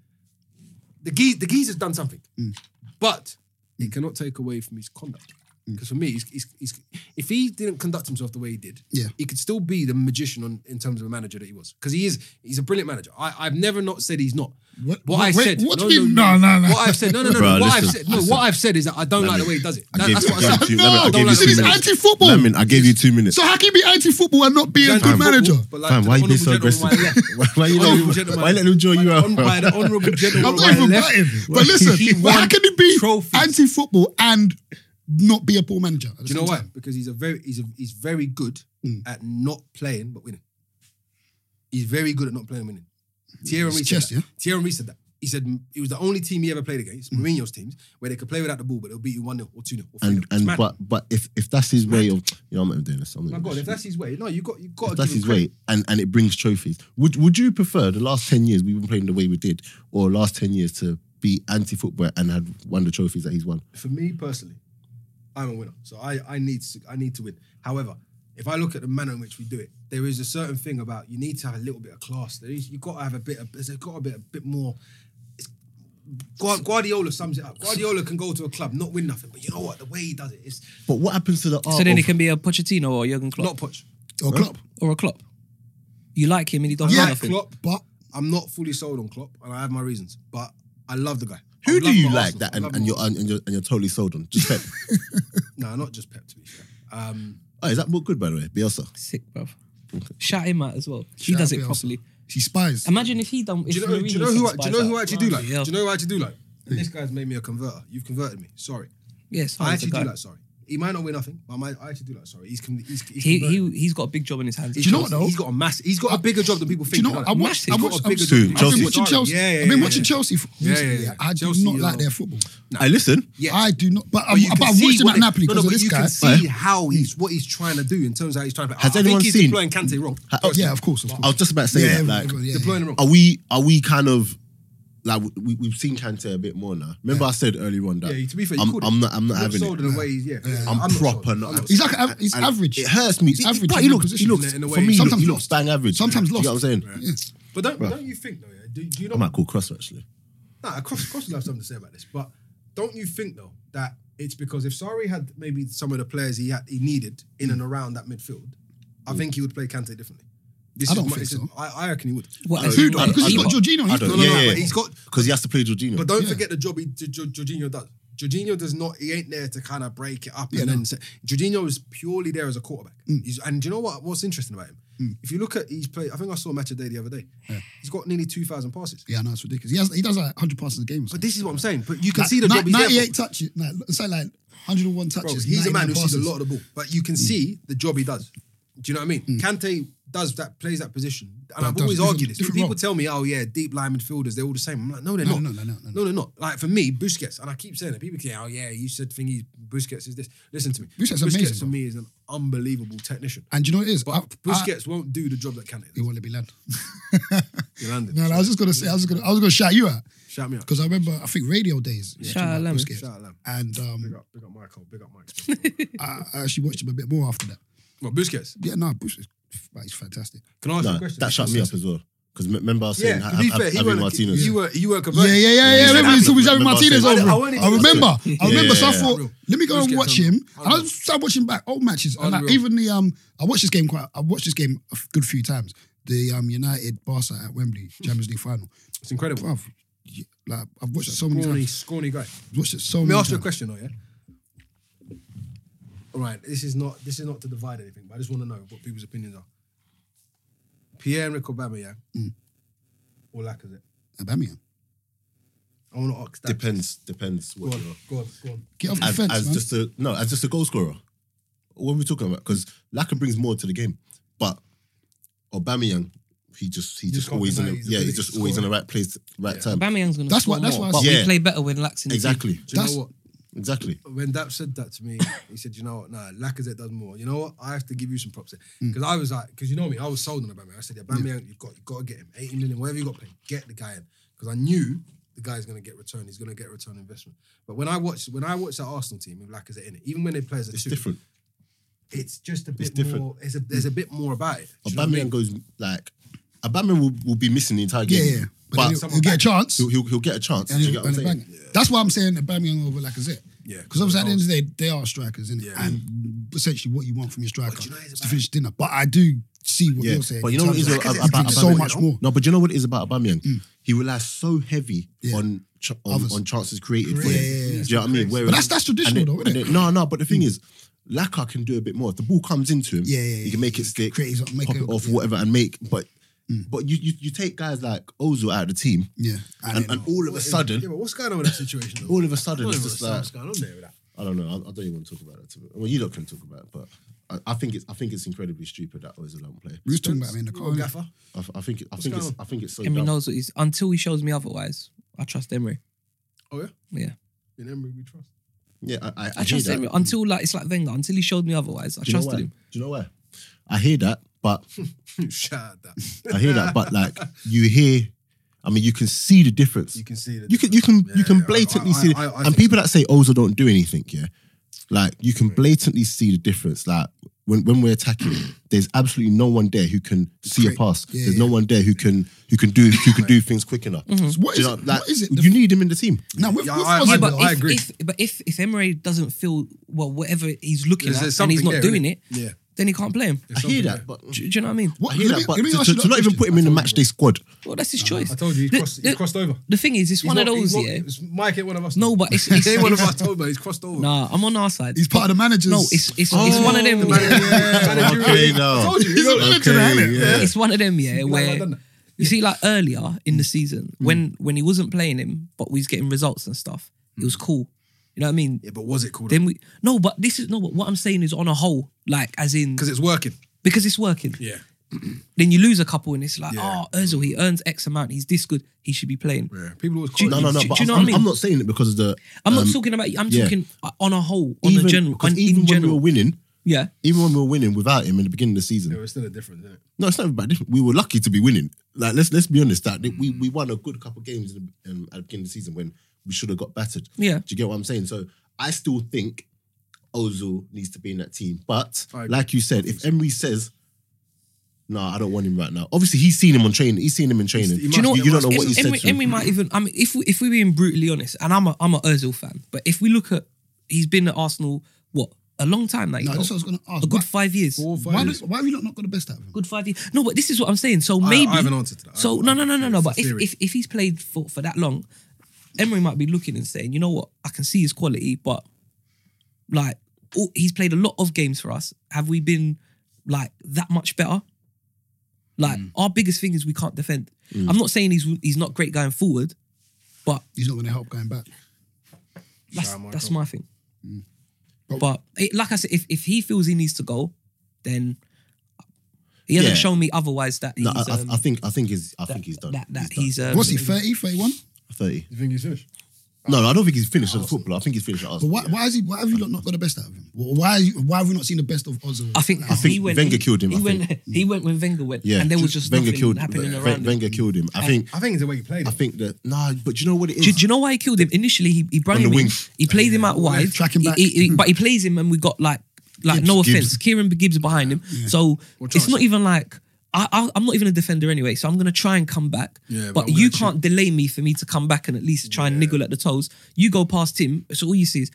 S5: The geese, the geese has done something,
S1: Mm.
S5: but it cannot take away from his conduct.
S1: Mm.
S5: Because for me, he's, he's, he's, if he didn't conduct himself the way he did,
S1: Yeah.
S5: he could still be the magician on, in terms of a manager that he was. Because he is, he's a brilliant manager. I, I've never not said he's not.
S1: What-
S5: What,
S1: what-
S5: I
S1: wait,
S5: said.
S1: what do you mean? No, no, no.
S5: What I've said. No, no, no.
S3: Bro,
S5: no. what I've
S3: listen,
S5: said. No,
S3: listen.
S5: what I've said is that I don't like the way he does it. That, that's what I said.
S3: you-
S1: No,
S3: Lamin, I
S1: I
S5: don't
S3: gave you
S5: like
S3: two
S5: this. It's
S3: minutes.
S1: anti-football.
S3: Lamin, I gave you two minutes.
S1: So how can you be anti-football and not be a
S5: Don't
S1: good
S5: do
S1: manager?
S5: football, but like
S3: Fam,
S5: the
S3: why you being so
S5: honourable
S3: aggressive?
S5: gentleman on my left-
S3: Why- Why you
S5: Honourable
S3: let-
S5: gentleman-
S3: why you let him draw you out?
S5: on- By the honourable gentleman
S1: I'm
S5: on
S1: not
S5: my
S1: even
S5: left.
S1: batting. But listen,
S5: He
S1: but how
S5: won
S1: can he be
S5: trophies.
S1: anti-football and not be a poor manager? at the
S5: Do you
S1: same
S5: know why?
S1: time?
S5: Because he's a very he's a, he's very good at not playing but winning. He's very good at not playing and winning. Thierry Henry
S1: It's
S5: said
S1: chess,
S5: that.
S1: yeah?
S5: Thierry Henry said that. He said mm, it was the only team he ever played against, Mourinho's teams, where they could play without the ball, but they'll beat you 1 0 or 2 0.
S3: And and but but if if that's his way of you know I'm not doing this. I'm not
S5: My
S3: doing
S5: God,
S3: this.
S5: if that's his way, no, you got you
S3: If
S5: got to
S3: that's
S5: give him
S3: his
S5: credit.
S3: way, and, and it brings trophies. Would would you prefer the last ten years we've been playing the way we did, or last ten years to be anti football and had won the trophies that he's won?
S5: for me personally, I'm a winner. So I, I need to, I need to win. However, if I look at the manner in which we do it, there is a certain thing about you need to have a little bit of class. There is, you got to have a bit of there's got a bit a bit more. it's- Gua- Guardiola sums it up. Guardiola can go to a club, not win nothing, but you know what? The way he does it is
S3: But what happens to the art?
S2: So then
S3: of,
S2: it can be a Pochettino or Jurgen
S5: not
S2: Klopp
S5: Poch.
S1: Or Klopp.
S2: or a Klopp. You like him and he doesn't
S5: I
S2: do
S5: like
S2: nothing.
S5: Klopp.
S1: But
S5: I'm not fully sold on Klopp, and I have my reasons, but I love the guy. I
S3: who do
S5: love
S3: you
S5: my
S3: like
S5: Arsenal.
S3: that
S5: I
S3: and,
S5: love
S3: and
S5: my
S3: you're and you're and you're totally sold on? Just Pep.
S5: Arsenal. no, not just Pep to be fair. Um,
S3: oh, is that book good by the way? Bielsa.
S2: Sick, bruv. Shout him out as well. He
S1: Shout
S2: does
S1: out
S2: it
S1: Bielsa.
S2: properly.
S1: he spies.
S2: Imagine if he done. If
S5: do you know, do you know
S2: Mourinho
S5: who? I,
S2: sent
S5: do you know
S2: spies
S5: who
S2: out.
S5: I actually do like?
S2: Bloody hell.
S5: Do you know who I actually do like? And this guy's made me a converter. You've converted me. Sorry,
S2: Yes,
S5: I actually do like. Sorry, He might not win nothing, but I, might, I actually do like sorry. He's, con- he's, he's
S2: He,
S5: converted.
S2: he, he's got a big job in his hands.
S1: Do you know what, though?
S5: He's got a mass. He's got a bigger job than people
S1: Do
S5: think.
S1: you know what? I watched. I
S5: He's got
S1: watched.
S5: a bigger
S1: I've
S5: job
S3: Dude,
S5: than
S1: been
S5: people
S3: Chelsea.
S5: think.
S1: watching Chelsea.
S5: Yeah, yeah,
S1: I've been
S5: yeah,
S1: watching
S5: yeah.
S1: Chelsea recently.
S5: yeah.
S1: I do
S5: Chelsea
S1: not
S5: are-
S1: like their football.
S3: I listen.
S5: Yes.
S1: I do not. But, I,
S5: But you
S1: but
S5: can
S1: I
S5: see
S1: watched them
S5: what
S1: at
S5: it-
S1: Napoli
S5: No,
S1: because
S5: no,
S1: of
S5: but
S1: this
S5: you
S1: guy.
S5: can see how he's what he's trying to do in terms of how he's trying to.
S3: Has
S5: I
S3: anyone
S5: think he's
S3: seen-
S5: deploying Kante wrong?
S1: Oh, yeah, of course, of
S3: I
S1: course.
S3: was just about to say
S1: Yeah,
S3: that.
S1: yeah,
S3: Like,
S1: yeah,
S5: Deploying him wrong.
S3: are we are we kind of like we, we've seen Kante a bit more now? Remember, I said earlier on that.
S5: Yeah, to be fair, you
S3: I'm,
S5: called
S3: I'm
S5: it.
S3: not. I'm not
S5: You're
S3: having
S5: sold
S3: it.
S5: in a way. Yeah,
S1: Yeah.
S3: I'm,
S5: not
S3: proper.
S5: sold.
S3: not
S5: I'm not
S1: He's
S5: sold.
S1: like av- he's
S3: and
S1: average.
S3: It hurts me. He's
S1: He's average
S3: average. But
S1: in
S3: he
S1: all
S3: looks. He
S1: positions.
S3: looks.
S5: In a- in a
S3: for
S5: way,
S3: me, he looks,
S1: sometimes
S3: he looks
S1: lost.
S3: bang average.
S1: Sometimes
S3: Do you know what I'm
S1: lost.
S3: saying?
S1: Yeah.
S5: But don't
S3: Bruh.
S5: don't you think though? Yeah, do, do
S3: I
S5: you not
S3: might call Crosser actually.
S5: Nah, across across will have something to say about this, but don't you think though that it's because if Sari had maybe some of the players he had, he needed in and around that midfield, I think he would play Kante differently. This
S1: I don't
S5: my-
S1: think
S5: this
S1: so.
S5: I, I reckon he would.
S2: What,
S3: don't
S2: he-
S1: Who though?
S3: I don't-
S1: Because he's
S3: I
S1: got
S3: don't-
S1: Jorginho.
S3: I
S1: He's
S3: don't.
S1: got
S5: no,
S3: yeah,
S5: no,
S3: yeah.
S5: but he's got-
S3: because he has to play Jorginho.
S5: But don't
S1: Yeah.
S5: forget the job he, J- J- Jorginho does. Jorginho does not, he ain't there to kind of break it up
S1: Yeah,
S5: and
S1: no. Mm.
S5: then say, Jorginho is purely there as a quarterback. He's, and do you know what? what's interesting about him? If you look at, he's played, I think I saw a match a day the other day. He's got nearly 2,000 passes.
S1: Yeah, no, it's ridiculous. He, has, he does like 100 passes a game. Or
S5: But
S1: something.
S5: this is what I'm saying. But you can
S1: Like,
S5: see the
S1: ni-
S5: job he's there for.
S1: 98 touches. No, it's like, like 101 touches.
S5: Bro, he's a
S1: 99
S5: man who sees a
S1: passes.
S5: lot of the ball, but you
S1: Mm.
S5: can see the job he does. Do you know what I mean? Kante does that, plays that position, and
S1: That
S5: I've
S1: Mm. does
S5: always
S1: different-
S5: argued this. When
S1: different
S5: people
S1: role.
S5: tell me, "Oh yeah, deep line midfielders, they're all the same," I'm like, "No, they're
S1: No,
S5: not.
S1: no, no, no, no, no.
S5: they're not." Like for me, Busquets, and I keep saying it. People say, "Oh yeah, you said thingy Busquets is this." Listen to me,
S1: Busquets is amazing,
S5: for
S1: bro.
S5: me is an unbelievable technician.
S1: And you know what it is? I-
S5: But
S1: I-
S5: Busquets won't do the job that Kante
S1: He
S5: does.
S1: won't let me land.
S5: You're landing.
S1: No, no, I was just gonna say, I was gonna, I was gonna shout you out
S5: Shout me out.
S1: because I remember, I think radio days. we were
S2: Shout
S1: talking
S2: out
S1: about
S2: Lemmy.
S1: Busquets.
S5: Shout out Lamb.
S1: And
S5: Big
S1: um,
S5: up, big up Michael. Big up Mike.
S1: I, I actually watched him a bit more after that.
S5: well, Busquets.
S1: Yeah, no, Bush is, like, he's fantastic.
S5: Can I ask you
S3: No,
S5: a question?
S3: that shut me up as well. Because remember, I was saying
S5: Yeah, to be
S3: ha- ha-
S5: fair, he
S3: having
S5: weren't.
S3: Martinez.
S5: You were you were
S1: Yeah,
S5: converted.
S1: yeah, yeah, yeah.
S3: Yeah,
S1: Remember, he's
S3: yeah.
S1: always having
S3: Remember I
S1: Martinez
S3: said-
S1: over. him.
S5: I wanted to
S1: I remember,
S5: say-
S1: I remember. So I
S3: Yeah.
S1: thought, let me go and
S5: Busquets
S1: watch him.
S5: unreal.
S1: And I
S5: Unreal.
S1: started watching back old matches, and like,
S5: Unreal.
S1: even the um, I watched this game quite. I watched this game a good few times. The um, United Barca at Wembley Champions League final.
S5: It's incredible.
S1: Bruv, yeah, like I've watched it so many
S5: Scrawny,
S1: times.
S5: scrawny guy.
S1: Watched it so
S5: Let me
S1: many
S5: ask you a
S1: times.
S5: question though, yeah? All right, this is not this is not to divide anything, but I just want to know what people's opinions are. Pierre Emerick Obama, yeah, or Lacazette.
S1: Aubameyang,
S5: I want to ask that.
S3: Depends. Depends
S5: Go
S3: what
S5: on,
S3: you're.
S5: go on, go on.
S1: get off the
S3: as,
S1: fence,
S3: as
S1: man.
S3: just a no, as just a goal scorer. What are we talking about? Because Laka brings more to the game, but Aubameyang, he just he
S5: You
S3: just
S5: can't
S3: always in
S5: deny
S3: the,
S5: his
S3: yeah he's
S5: ability
S3: just
S5: to
S3: always in
S5: score.
S3: the right place, right time.
S2: Aubameyang's going to
S1: That's
S2: score
S1: what- that's
S2: more,
S1: what I
S2: but
S3: said.
S2: we
S3: Yeah.
S2: play better when Lax in the team.
S3: Exactly,
S5: Do you
S1: That's-
S5: know what?
S3: exactly.
S5: when Dap said that to me, he said, "You know what? Nah, Lacazette does more. You know what? I have to give you some props there
S3: Mm.
S5: because I was like, because you know me, I was sold on Aubameyang. I said, yeah, Aubameyang, you've got, you've got to get him, eighty million, whatever you got to pay, get the guy in because I knew the guy's going to get return. He's going to get return on investment. But when I watched, when I watched that Arsenal team with Lacazette in it, even when they play as a
S3: It's
S5: two,
S3: different.
S5: It's just a bit
S3: different.
S5: more. It's a, there's a bit more about it. Do you know what I
S3: Aubameyang
S5: mean?
S3: goes like Aubameyang will, will be missing the entire
S1: yeah,
S3: game.
S1: yeah. But,
S3: But
S1: he'll, he'll get a chance.
S3: he'll, he'll he'll get a chance. Do
S1: and
S3: you
S1: he'll,
S3: get what I'm
S1: and he'll bang
S3: saying?
S1: it. That's why I'm saying Aubameyang over Lacazette.
S5: Yeah,
S1: because obviously at the end of the day, they are strikers, innit?
S5: Yeah.
S1: And essentially, what you want from your striker
S5: But you know it's
S1: is to
S5: about-
S1: finish dinner. But I do see what
S3: Yeah,
S1: you're saying.
S3: but you
S1: in
S3: know what
S1: terms
S3: is
S1: of-
S3: about,
S1: he
S3: about
S1: brings so
S3: Aubameyang?
S1: much more. Mm.
S3: No, but you know what it is about Aubameyang? He relies so heavy
S1: Yeah.
S3: on ch- on,
S1: Others.
S3: on chances created for
S1: Yeah,
S3: him.
S1: yeah, yeah.
S3: Do you know what I mean? Whereas-
S1: But that's that's
S3: and
S1: traditional,
S3: then-
S1: though,
S3: and
S1: isn't it? Mm.
S3: then- No, no. But the thing is, Laka can do a bit more. If the ball comes into him,
S1: Yeah, yeah, yeah.
S3: he can make it stick,
S1: Create his own- make
S3: pop
S1: a-
S3: it off,
S1: yeah. Mm.
S3: whatever, and make. But but you, you you take guys like Ozil out of the team,
S1: Yeah, I
S3: and,
S1: don't
S3: and
S1: know.
S3: all of a
S5: What is-
S3: sudden,
S5: yeah, but what's going on with that situation? though?
S3: all of a
S5: I
S3: sudden,
S5: don't
S3: it's
S5: even
S3: just
S5: understand
S3: like
S5: what's going on there with that.
S3: I don't know. I, I don't even want to talk about that. To be, well, you lot can talk about it, but. I- I think it's I think it's incredibly stupid that Ozil don't play.
S1: we was talking about him in the car.
S5: You're a
S1: innit?
S5: gaffer.
S3: I, I think it, I think
S5: going
S3: it's
S5: on?
S3: I think it's so
S2: Emery
S3: dumb.
S2: knows what he's until he shows me otherwise. I trust Emery.
S5: Oh yeah,
S2: Yeah,
S5: in Emery we trust.
S3: Yeah, I, I, I,
S2: I,
S3: hear
S2: trust
S3: that.
S2: Emery until like it's like Wenger. Until he showed me otherwise, I
S3: Do you know
S2: trusted
S3: why?
S2: him.
S3: Do you know why? I hear that, but
S5: Shout out that.
S3: I hear that, but like you hear, I mean, you can see the difference.
S5: You can see that.
S3: You can you can you can
S5: Yeah, I-
S3: blatantly
S5: I-
S3: see, the,
S5: I- I- I
S3: and
S5: think-
S3: people that say Ozil don't do anything, yeah, like you can blatantly see the difference. Like when, when we're attacking, there's absolutely no one there who can see a
S1: Create-
S3: pass.
S1: yeah,
S3: there's
S1: yeah.
S3: no one there who can who can do who can do things quick enough.
S2: Mm-hmm.
S1: So What
S3: Do
S1: is
S3: you know,
S1: it?
S3: like,
S1: What is it?
S3: You need him in the team.
S1: Now with,
S5: Yeah,
S1: with
S5: I- I-
S1: Ozil,
S5: but
S1: though,
S5: I
S2: if,
S5: agree.
S2: If, but if if Emery doesn't feel well, whatever he's looking
S5: There's- there's
S2: at, and he's
S5: something
S2: not
S5: there,
S2: doing
S5: innit?
S2: it,
S5: Yeah.
S2: then he can't play him.
S3: I hear
S5: something
S3: that,
S5: there.
S3: but
S2: Do,
S3: mm.
S2: do you know what I mean?
S1: what-
S3: I hear
S1: let me-
S3: that,
S1: let
S3: but to,
S1: me ask
S3: to-
S1: you
S3: to not
S1: that question.
S3: even put him in the match day squad.
S2: Well, that's his
S1: Uh,
S2: choice.
S5: I told you, he
S2: The-
S5: crossed, he
S2: the-
S5: crossed over.
S2: The thing is, it's
S5: He's
S2: one
S5: not-
S2: of
S5: he's
S2: those.
S5: not-
S2: yeah.
S5: it's- Mike ain't one of us.
S2: No, but it's, it's,
S5: he ain't one of
S2: it's-
S5: us. Told me he's crossed over.
S2: Nah, I'm on our side.
S1: He's part of the managers.
S2: No, it's it's, it's one of them.
S5: Oh, The manager-
S2: yeah.
S5: yeah, manager-
S3: Okay,
S5: I
S3: now.
S5: told you, you
S1: He's
S5: know
S1: a
S5: that.
S1: manager, innit?
S3: yeah.
S2: It's one of them. Yeah,
S5: like,
S2: where
S5: I don't know.
S2: you see, like
S3: Mm. Mm.
S2: earlier in the season, when when he wasn't playing him, but we was getting results and stuff, it was cool. You know what I mean?
S5: Yeah, but was it called?
S2: Then we no, but this is no. But what I'm saying is on a whole, like as in
S5: Because it's working.
S2: because it's working.
S5: Yeah.
S2: Then you lose a couple, and it's like,
S5: Yeah.
S2: oh, Özil, he earns X amount. He's this good. He should be playing.
S5: Yeah. People always
S2: Do
S5: call
S2: you-
S3: No, no,
S5: it.
S3: no.
S2: do
S3: but
S2: you know
S3: I'm,
S2: what I mean?
S3: I'm not saying it because of the.
S2: I'm not
S3: um,
S2: talking about. I'm
S3: yeah.
S2: talking uh, on a whole, on a general,
S3: because
S2: on, in
S3: even when
S2: general.
S3: we were winning,
S2: yeah,
S3: even when we were winning without him in the beginning of the
S5: Yeah,
S3: season,
S5: it's still a difference, isn't it?
S3: no, it's not about different. We were lucky to be winning. Like let's let's be honest, that we we won a good couple of games in the, um, at the beginning of the season when we should have got battered.
S2: yeah.
S3: Do you get what I'm saying? So I still think Ozil needs to be in that team. But
S5: I agree.
S3: like you said, if Emery says, "No, I don't want him right now," obviously he's seen him on training. He's seen him in training.
S5: he
S3: you,
S5: must-
S3: know,
S5: he
S3: you don't
S5: must-
S3: know
S2: Emery,
S3: what he said.
S2: Emery,
S3: to him.
S2: Emery might even. I mean, if we, if we're being brutally honest, and I'm a I'm a Özil fan, but if we look at, he's been at Arsenal what a long time now. you
S1: No,
S2: know?
S1: that's what I was going to ask.
S2: a good
S1: Why-
S2: five years.
S5: Four, five
S1: Why,
S5: years.
S1: do- why have you not, not got the best out of him?
S2: Good five years. No, but this is what I'm saying. So
S5: I-
S2: maybe
S5: I have an answer to that. I
S2: So
S5: have-
S2: no, no, no, no, no.
S5: it's a
S2: But if,
S5: theory.
S2: if if he's played for for that long, Emery might be looking and saying, you know what, I can see his quality, but like all, he's played a lot of games for us. Have we been like that much better? Like
S5: Mm.
S2: our biggest thing is we can't defend.
S3: Mm.
S2: I'm not saying he's he's not great going forward, but
S1: He's not going to help going back.
S2: that's
S5: Shout out
S2: that's
S5: Michael.
S2: my thing.
S3: Mm.
S1: But-
S2: But it, like I said, if, if he feels he needs to go, then he hasn't
S3: Yeah.
S2: shown me otherwise that
S3: No,
S2: he's.
S3: I,
S2: um,
S3: I, I think I think he's I
S2: that,
S3: think he's done.
S2: That, that
S3: done.
S2: he's, um,
S1: What's he, 30, 31?
S3: thirty.
S5: You think he's finished?
S3: No, no, I don't think he's finished
S2: Oh.
S3: as a footballer. I think he's finished at
S1: But
S3: Arsenal.
S1: why,
S3: yeah.
S1: why, is he, why have you not, not got the best out of him? Wh- Why, you- why have we not seen the best of Ozil?
S2: I think,
S1: Like,
S2: he
S3: think
S2: went,
S3: Wenger
S2: he,
S3: killed him,
S2: He
S3: I
S2: went.
S3: think.
S2: He went when Wenger went,
S3: Yeah,
S2: and there was just
S3: Wenger
S2: nothing
S3: killed
S2: happening
S3: Ven-
S2: around. him.
S3: Wenger killed him. I think
S5: I think it's the way he played.
S3: I
S5: it.
S3: think that nah, but do you know what it is?
S2: Do, do you know why he killed him? Initially, he, he brought
S3: On the
S2: him in,
S3: wing.
S2: He played him out wide.
S1: Track him
S2: He-
S1: back.
S2: he- he- but he plays him, and we got like, like no
S3: Gibbs.
S2: offense, Kieran Gibbs behind him. So it's
S5: Charles.
S2: not even like. I, I, I'm not even a defender anyway, so I'm gonna try and come back.
S5: Yeah, but
S2: but
S5: I'm
S2: you
S5: gonna
S2: can't delay me for me to come back and at least try and niggle at the toes. You go past him, so all you see is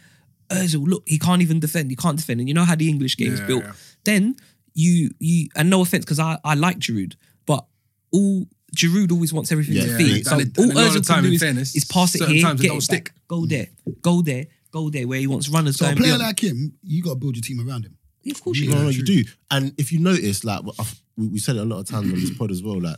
S2: Özil. Look, he can't even defend. He can't defend, and you know how the English game is
S5: Yeah,
S2: built.
S5: yeah.
S2: Then you you and no offense because I I like Giroud, but all Giroud always wants everything to
S3: Yeah.
S2: feed.
S3: And
S2: so
S5: it-
S2: all
S5: and a lot of
S2: Özil
S5: time,
S2: can do
S5: in
S2: is,
S5: fairness,
S2: is pass it
S5: certain
S2: here,
S5: times it
S2: get
S5: don't
S2: it
S5: stick.
S2: back, go there, go there, go there, where he wants runners
S1: so a
S2: going.
S1: player
S2: beyond.
S1: like him, you got to build your team around him.
S2: yeah, of course you
S3: No,
S2: do.
S3: no, you do. And if you notice, like well, I've- we, we said it a lot of times on this pod as well, like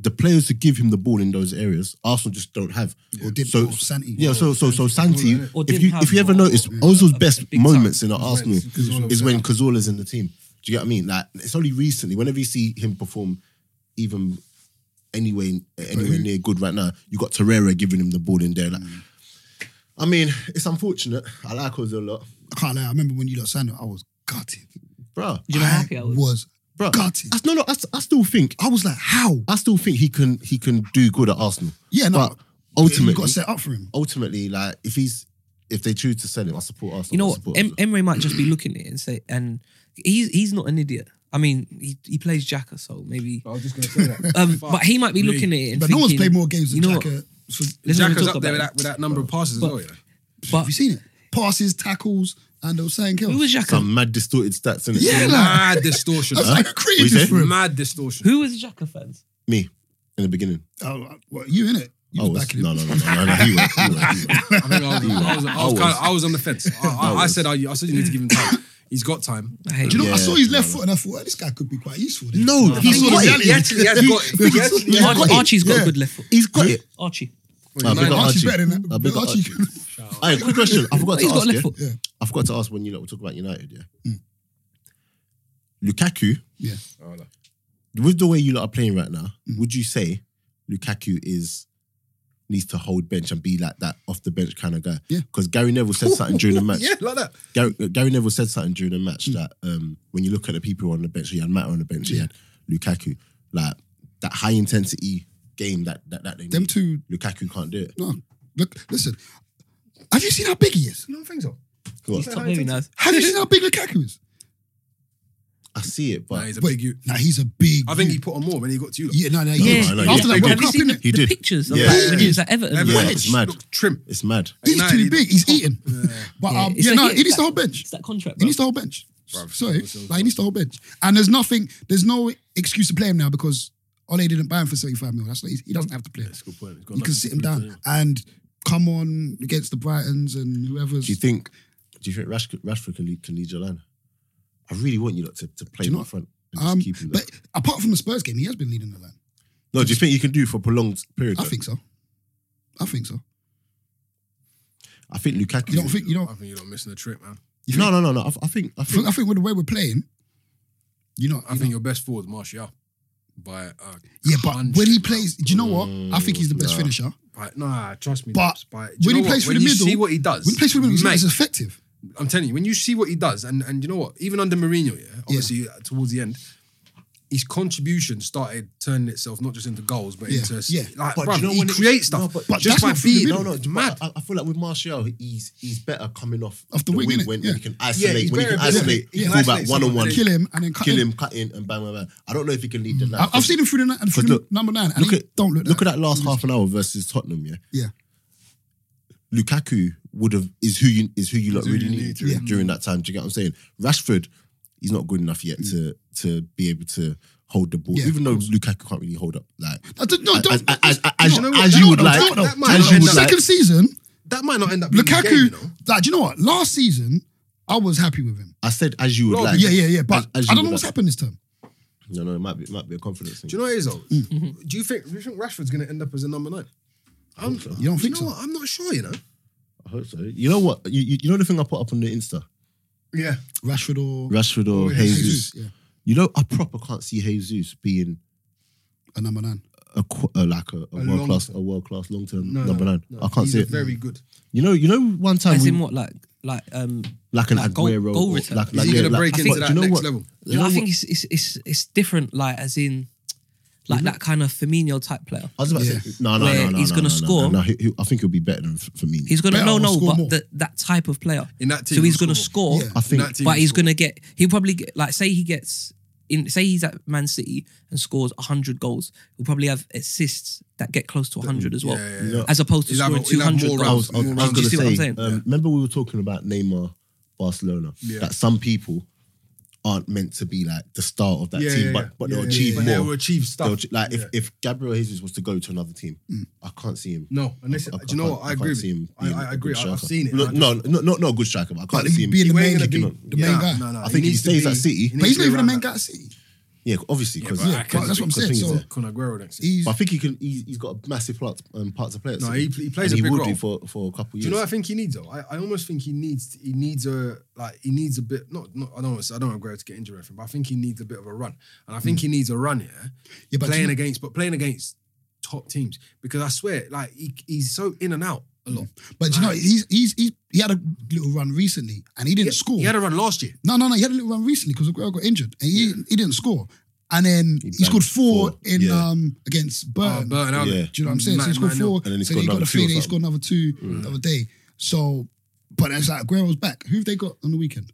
S3: the players who give him the ball in those areas, Arsenal just don't have.
S1: Or did
S3: so
S1: or Santi.
S3: yeah, so so so Santi.
S2: Or
S3: If
S2: didn't
S3: you
S2: have
S3: if you ever
S2: or-
S3: notice,
S2: or-
S3: Ozil's
S2: a- a
S3: best
S2: big
S3: moments in an Arsenal
S5: when
S3: is
S5: Cazorla was
S3: when
S5: out.
S3: Cazorla's in the team. Do you get what I mean? Like it's only recently, whenever you see him perform, even anywhere anywhere near good right now, you got Torreira giving him the ball in there. Like, I mean, it's unfortunate. I like Ozil a lot,
S1: I can't lie. I remember when you lot signed him, I was gutted.
S3: bro.
S2: Do you know how happy I was?
S3: Bro,
S1: gutted.
S3: I, no, no, I, s- I still think
S1: I was like, how?
S3: I still think he can he can do good at Arsenal.
S1: Yeah, no.
S3: but
S1: you got
S3: ultimately,
S1: to set up for him.
S3: ultimately, like if he's if they choose to sell him, I support Arsenal.
S2: You know
S3: I
S2: what?
S3: support
S2: Em-
S3: Arsenal.
S2: Emery might just be looking at it and say, and he's he's not an idiot. I mean, he, he plays Jacker, so maybe.
S5: I was just going to say that.
S2: Um,
S5: Fuck
S2: but he might be
S5: me.
S2: looking at it. And
S1: But no one's
S2: thinking,
S1: played more games
S2: you
S1: than
S2: know what?
S1: Xhaka. So,
S2: Let's not even
S5: Xhaka's
S2: talk
S5: up there with
S2: about
S5: that, with that number of passes as well. You know?
S2: it. But
S1: have you seen it? Passes, tackles, and those saying kills.
S2: who was Jacker?
S3: some mad distorted stats in it.
S1: Yeah, like-
S5: Mad distortion.
S1: I was like, who created
S3: We
S1: this
S3: said-
S1: for him?
S5: Mad distortion.
S2: Who was Jacker fans?
S3: me in the beginning.
S1: Oh, well, you in it? You
S3: I
S1: was
S3: was
S1: backing
S3: Oh, no,
S1: him.
S3: no, no, no, no, no, he was, he was, he was.
S5: I think I was, I was, I was,
S3: I was.
S5: kind of, I was on the fence. I, I, I
S3: was.
S5: said I, I said you need to give him time. He's got time.
S2: I hate
S1: Do you know? I
S3: Yeah,
S1: saw his
S3: no,
S1: left
S3: no.
S1: foot and I thought, oh, this guy could be quite useful. then.
S3: No,
S1: he
S3: he's
S1: saw the
S3: got
S1: reality.
S3: it.
S5: He actually has got it. He has-
S2: Archie- Archie's got a good left foot.
S3: He's got it.
S2: Archie.
S3: Ah, big
S5: Nine-
S3: up
S1: Archie's
S3: Archie.
S1: better than that.
S3: Ah, big up
S1: Archie-
S3: Hey, quick question. I forgot to
S2: He's got
S3: ask.
S2: left
S3: yeah?
S2: foot.
S1: Yeah.
S3: I forgot to ask when you lot were talking about United. Yeah, Lukaku.
S1: Mm. Yeah.
S5: Oh,
S1: Mm.
S3: with the way you lot are playing right now, would you say Lukaku is needs to hold bench and be like that off the bench kind of guy?
S1: Yeah.
S3: Because Gary Neville said something during the match.
S5: Yeah, like that.
S3: Gary, Gary Neville said something during the
S1: Mm.
S3: match that um, when you look at the people on the bench, he had Matt on the bench, he had Lukaku, like that high intensity game that that, that they
S1: Them
S3: need,
S1: two.
S3: Lukaku can't do it.
S1: No. Look, listen. Have you seen how big he is?
S5: You don't think so?
S2: He's
S3: What?
S2: top heavy now.
S1: Have you seen how big Lukaku is?
S3: I see it,
S5: Nah,
S3: but
S5: he's a
S1: Wait,
S5: big you.
S1: Nah, he's a big.
S5: I think he
S1: dude.
S5: put on more when he got to you.
S1: Yeah, no, no,
S2: Yeah,
S1: yeah.
S3: I know,
S1: After that
S3: yeah.
S2: Have
S1: World
S2: you
S1: Cup,
S2: seen the,
S1: innit?
S3: He
S2: the
S3: did.
S2: pictures of
S3: Yeah.
S2: like when he
S1: Yeah.
S2: was at Everton?
S5: Everton,
S3: Yeah,
S5: he
S3: it's
S5: looked-
S3: mad.
S5: looked Trim.
S3: it's mad.
S1: he's
S5: Nah,
S1: too
S5: he-
S1: big. He's eating. But um,
S2: it's
S1: yeah,
S2: like
S1: no,
S2: it-
S1: he needs the
S2: that-
S1: whole bench.
S2: It's that contract.
S1: He
S2: Bro.
S1: needs the whole bench.
S5: Bruv,
S1: Sorry,
S5: so- so-
S1: like he needs the whole bench, and there's nothing. There's no excuse to play him now because Ole didn't buy him for 75 mil. That's like, he doesn't have to play.
S5: That's a good point. He's got
S1: You can
S5: nothing
S1: sit
S5: to
S1: him
S5: prove to
S1: down and come on against the Brightons and whoever's.
S3: Do you think? Do you think Rash, Rashford can lead, can lead your line? I really want you lot to, to
S1: Do
S3: play
S1: you
S3: him
S1: know-
S3: up front and just
S1: um,
S3: keep him there.
S1: but apart from the Spurs game, he has been leading the line.
S3: No, do you think you can do it for a prolonged period?
S1: I
S3: though?
S1: think so. I think so.
S3: I think Lukaku.
S1: You don't think you don't?
S5: I think you're not missing a trick, man.
S3: no, no, no, no. I, I think I
S1: I think,
S3: think
S1: I think with the way we're playing, you know,
S5: I think your best forward is Martial. By uh,
S1: yeah. But when he
S5: country,
S1: plays, do you know what? I think he's the best
S3: Mm, nah.
S1: finisher.
S5: By, nah, trust me.
S1: But
S5: Naps, by, do
S1: when he
S5: you know
S1: plays
S5: what?
S1: through the
S5: when you
S1: middle-
S5: see what he does,
S1: When he plays for the middle,
S5: mate,
S1: he's effective.
S5: I'm telling you, when you see what he does, and and you know what, even under Mourinho, yeah, obviously uh, towards the end, his contribution started turning itself not just into goals, but
S1: Yeah,
S5: into
S1: yeah.
S5: like,
S3: But
S5: bruv,
S3: you know
S5: he
S3: when it-
S5: creates stuff.
S3: no, but-
S5: but,
S1: But
S5: just
S1: that's
S5: by
S1: not through the
S5: being,
S1: middle.
S3: No, no,
S5: it's
S3: but
S5: mad.
S3: I, I feel like with Martial, he's he's better coming off
S1: Off the wing, innit?
S3: when
S1: Yeah.
S3: he can
S5: Yeah,
S3: isolate,
S5: he's
S3: when he
S5: better
S3: can
S5: at the-
S3: isolate,
S5: yeah, he can
S3: full back
S5: isolate
S3: one on one,
S5: someone,
S1: Kill him and then cut
S3: kill
S1: him.
S3: him, cut in, and bang, bang, bang. I don't know if he can lead the line.
S1: I- I've seen him through the ni- and through
S3: look,
S1: number nine, and
S3: Look
S1: he
S3: at
S1: don't look.
S3: look
S1: that.
S3: at that last half an hour versus Tottenham. Yeah,
S1: Yeah,
S3: Lukaku would have is who you is who you lot
S5: who
S3: really
S5: you
S3: need
S5: need,
S3: during, during that time. Do you get what I'm saying? Rashford, he's not good enough yet to to be able to hold the ball,
S1: Yeah,
S3: even though Lukaku can't really hold up. Like
S1: I don't- no,
S3: as,
S1: don't.
S3: as, as,
S1: no,
S3: as,
S5: know
S3: you-
S5: what?
S3: as
S5: That-
S3: you would
S5: that-
S3: like,
S5: that- that might
S3: as
S5: not
S3: you
S5: end
S3: would
S5: up-
S3: like.
S1: Second season,
S5: That might not end up being the game, you
S1: Lukaku.
S5: know?
S1: like, do you know what? Last season, I was happy with him.
S3: I said as you would
S5: No,
S3: like.
S1: Yeah, yeah, yeah. But
S3: As- as
S1: I don't
S3: you
S1: know
S3: would
S1: what's
S3: like.
S1: happened this time.
S3: No, no, it might be it might be a confidence thing.
S5: Do you know what it is though?
S3: Mm.
S2: Mm-hmm.
S5: Do you think do you think Rashford's going to end up as a number nine? I'm, you
S1: You don't think
S5: know
S1: so?
S5: What? I'm not sure. You know.
S3: I hope so. You know what? You, you, you know the thing I put up on the Insta?
S5: Yeah.
S1: Rashford or
S3: Rashford or
S5: Oh, yeah,
S3: Jesus.
S1: yeah,
S3: You know, I proper can't see Jesus being
S1: a number nine.
S3: a, qu- a like a, a,
S5: A
S3: world class
S5: long-
S3: a world class long term
S5: No,
S3: number
S5: no,
S3: nine.
S5: no.
S3: I can't
S5: He's
S3: see
S5: a
S3: it.
S5: Very good.
S3: You know, you know, one time
S2: As
S3: we-
S2: in what, like, like, um,
S3: like an
S2: Like goal-
S3: Aguero,
S2: goal
S3: or
S2: return.
S3: like,
S2: Is
S5: Is
S3: like
S5: he
S3: yeah,
S5: going to
S3: like-
S5: break
S3: but
S5: into
S3: do
S5: that
S3: you know
S5: next
S3: what?
S5: level?
S3: Do you know
S2: I think
S3: what-
S2: it's, it's it's it's different. Like, as in,
S1: Mm-hmm.
S2: like that kind of Firmino type player.
S3: I was about
S1: Yeah.
S3: to say, no, no,
S2: Where
S3: no, no,
S2: he's
S3: no,
S2: gonna
S3: no, no,
S2: score.
S3: No, he, he, I think he'll be better than F- Firmino.
S2: He's gonna
S1: Better
S2: no
S1: or
S2: no,
S1: score
S2: but
S1: more.
S2: the, that type of player.
S5: In that team,
S2: so he's
S5: he'll
S2: gonna
S5: score
S2: score,
S1: Yeah.
S3: I think
S5: In that team,
S2: but
S5: he'll
S2: he's
S5: score.
S2: gonna get. He'll probably get like say he gets in. Say he's at Man City and scores hundred goals. He'll probably have assists that get close to hundred as well,
S5: Mm, Yeah, yeah, yeah.
S2: as opposed to
S5: He'll
S2: scoring
S5: have a-
S2: two
S5: he'll have
S2: hundred
S5: more
S2: goals.
S3: I was, I was,
S5: Rounds,
S3: I was
S2: Do you
S3: going
S2: see
S3: to
S2: what I'm
S3: say, um,
S2: saying?
S3: remember we were talking about Neymar, Barcelona,
S5: Yeah.
S3: that some people aren't meant to be like the star of that
S5: Yeah,
S3: team,
S5: yeah,
S3: but,
S5: yeah.
S3: but
S5: Yeah,
S3: they'll
S5: yeah,
S3: achieve
S5: yeah. But
S3: more.
S5: they'll achieve stuff.
S3: They'll ach- like if,
S5: Yeah. Mm.
S3: if Gabriel Jesus was to go to another team, I can't see him.
S5: No, and this,
S3: I- I
S5: do you know
S3: can't-
S5: what?
S3: I
S5: I
S3: can't
S5: agree. with
S3: see him
S5: you. I,
S3: being
S5: I
S3: a
S5: agree.
S3: good
S5: I- I've
S3: striker.
S5: seen it.
S3: No,
S5: I just-
S3: no, no, not not a good striker. But I can't
S1: But
S3: see him
S1: being the
S5: He ain't
S1: main,
S5: gonna
S1: the
S5: be
S3: the
S1: main
S5: Nah,
S1: guy.
S5: nah, nah,
S3: I think he
S5: needs to
S3: stays at
S5: be-
S3: City.
S5: he
S3: But
S5: needs
S1: But he's
S5: to
S1: not
S5: be
S1: even a
S5: around
S1: main
S5: that.
S1: guy at City.
S3: Yeah, obviously. Cause,
S5: but I
S3: yeah,
S5: can-
S1: that's what I'm
S3: because
S1: saying,
S3: things
S1: so-
S3: there.
S5: Kun Aguero next season.
S1: He's
S3: But I think he can. He's, he's got a massive part um, part to play. At
S5: No,
S3: City.
S5: he pl- he plays
S3: and
S5: a
S3: he
S5: big
S3: will
S5: role.
S3: do for for a couple
S5: Do
S3: years.
S5: you know what I think he needs though? I, I almost think he needs he needs a like he needs a bit not not I don't want to, I don't want Aguero to get injured or anything, but I think he needs a bit of a run, and I think he needs a run here.
S1: Hmm. Yeah, but do
S5: playing
S1: you-
S5: against but playing against top teams because I swear like he, he's so in and out a lot.
S1: But you know,
S5: Like,
S1: he's, he's he's he had a little run recently, and he didn't
S5: he,
S1: score.
S5: He had a run last year.
S1: no, no, no. He had a little run recently because Aguero got injured, and he he didn't score. And then he, scored
S3: banked
S1: four,
S3: four.
S1: in
S3: Yeah.
S1: um against
S5: Oh,
S1: Burton.
S5: Burton Albion.
S3: Yeah.
S1: Do you know what I'm saying? so he
S5: Man-
S1: scored
S5: man,
S1: four,
S5: no.
S3: And then he
S1: so
S3: scored
S1: he got
S3: another
S1: a
S3: two or
S1: three, then he
S3: something.
S1: scored another two the other day. So, but it's like Aguero's back. Who have they got on the weekend?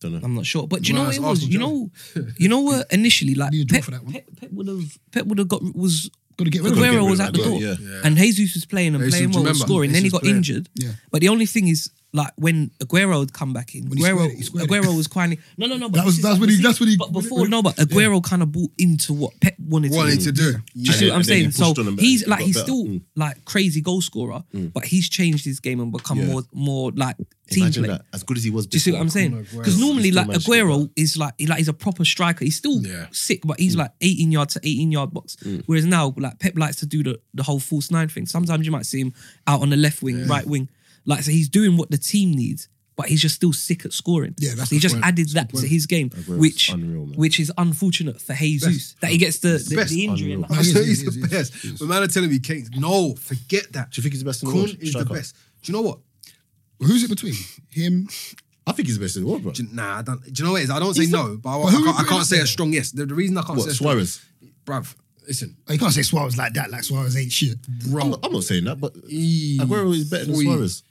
S3: Don't know.
S2: I'm not sure, but do you
S5: Well,
S2: know what
S5: that's
S2: it was?
S5: Arsenal
S2: You know, you know what initially like
S1: Need a draw
S2: Pep,
S1: for that one.
S2: Pep, Pep would have Pep would have got was
S1: Got to get rid of him.
S3: rid
S2: Aguero
S3: of
S2: was at the
S3: Aguero,
S2: door,
S3: yeah.
S5: Yeah.
S2: and Jesus was playing and
S5: Jesus,
S2: playing well,
S5: remember,
S2: scoring. Then he
S5: Jesus
S2: got
S5: playing.
S2: injured.
S1: Yeah.
S2: But the only thing is, like when Aguero would come back in,
S1: he
S2: Aguero,
S1: squared it, he squared it.
S2: Aguero was kind of no, no, no. But
S1: That was-
S2: this is-
S1: that's when he- that's when he-
S2: But before no, but Aguero kind of bought into what Pep wanted to
S5: Wanted
S2: do.
S5: to do.
S2: Do you see
S3: Yeah,
S2: what I'm
S3: and then he
S2: saying? So
S3: pushed on him back
S2: he's
S3: and
S2: like
S3: got
S2: he's
S3: better.
S2: still
S3: Mm.
S2: like crazy goal scorer,
S1: Mm.
S2: but he's changed his game and become
S3: Yeah.
S2: more more like team
S3: Imagine
S2: player.
S3: that. As good as he was.
S2: Do you see what I'm
S3: before.
S2: saying?
S5: Aguero.
S2: Because normally,
S3: He's still
S2: like
S3: managed to get
S2: Aguero is like he, like he's a proper striker. He's still
S5: Yeah.
S2: sick, but
S1: Mm.
S2: he's like 18 yard to 18 yard box. Whereas now, like Pep likes to do the, the whole false nine thing. Sometimes you might see him out on the left wing, right wing. Like so, he's doing what the team needs, but he's just still sick at scoring.
S1: Yeah, that's
S2: so he
S1: the
S2: just
S1: point.
S2: added that to his game, which
S3: unreal, man.
S2: which is unfortunate for Jesus that he gets the the,
S5: best.
S2: the injury.
S3: Unreal.
S2: And
S1: No,
S2: that.
S1: he is,
S5: he's,
S1: he is, he
S5: the
S1: is, he
S5: best. But man are telling me, Kane, no, forget that.
S3: Do you think he's the best in the
S5: Kun
S3: world?
S5: is the
S3: Striker?
S5: best. Do you know what?
S1: Who's it between him?
S3: I think he's the best in the world, bro.
S5: Do you- Nah, I don't. Do you know what it is? I don't say
S1: He's the-
S5: no, but I,
S1: But who
S5: I
S1: would
S5: can't, I
S1: bring
S5: can't
S1: up
S5: say
S1: there?
S5: a strong yes. The, the reason I can't
S3: What
S5: say a strong-
S3: Suarez?
S5: bruv. Listen,
S1: Oh, You can't say Suarez like that. Like Suarez ain't shit.
S3: I'm not, I'm not saying that, but
S5: he-
S3: Aguero is better than
S5: we-
S3: Suarez.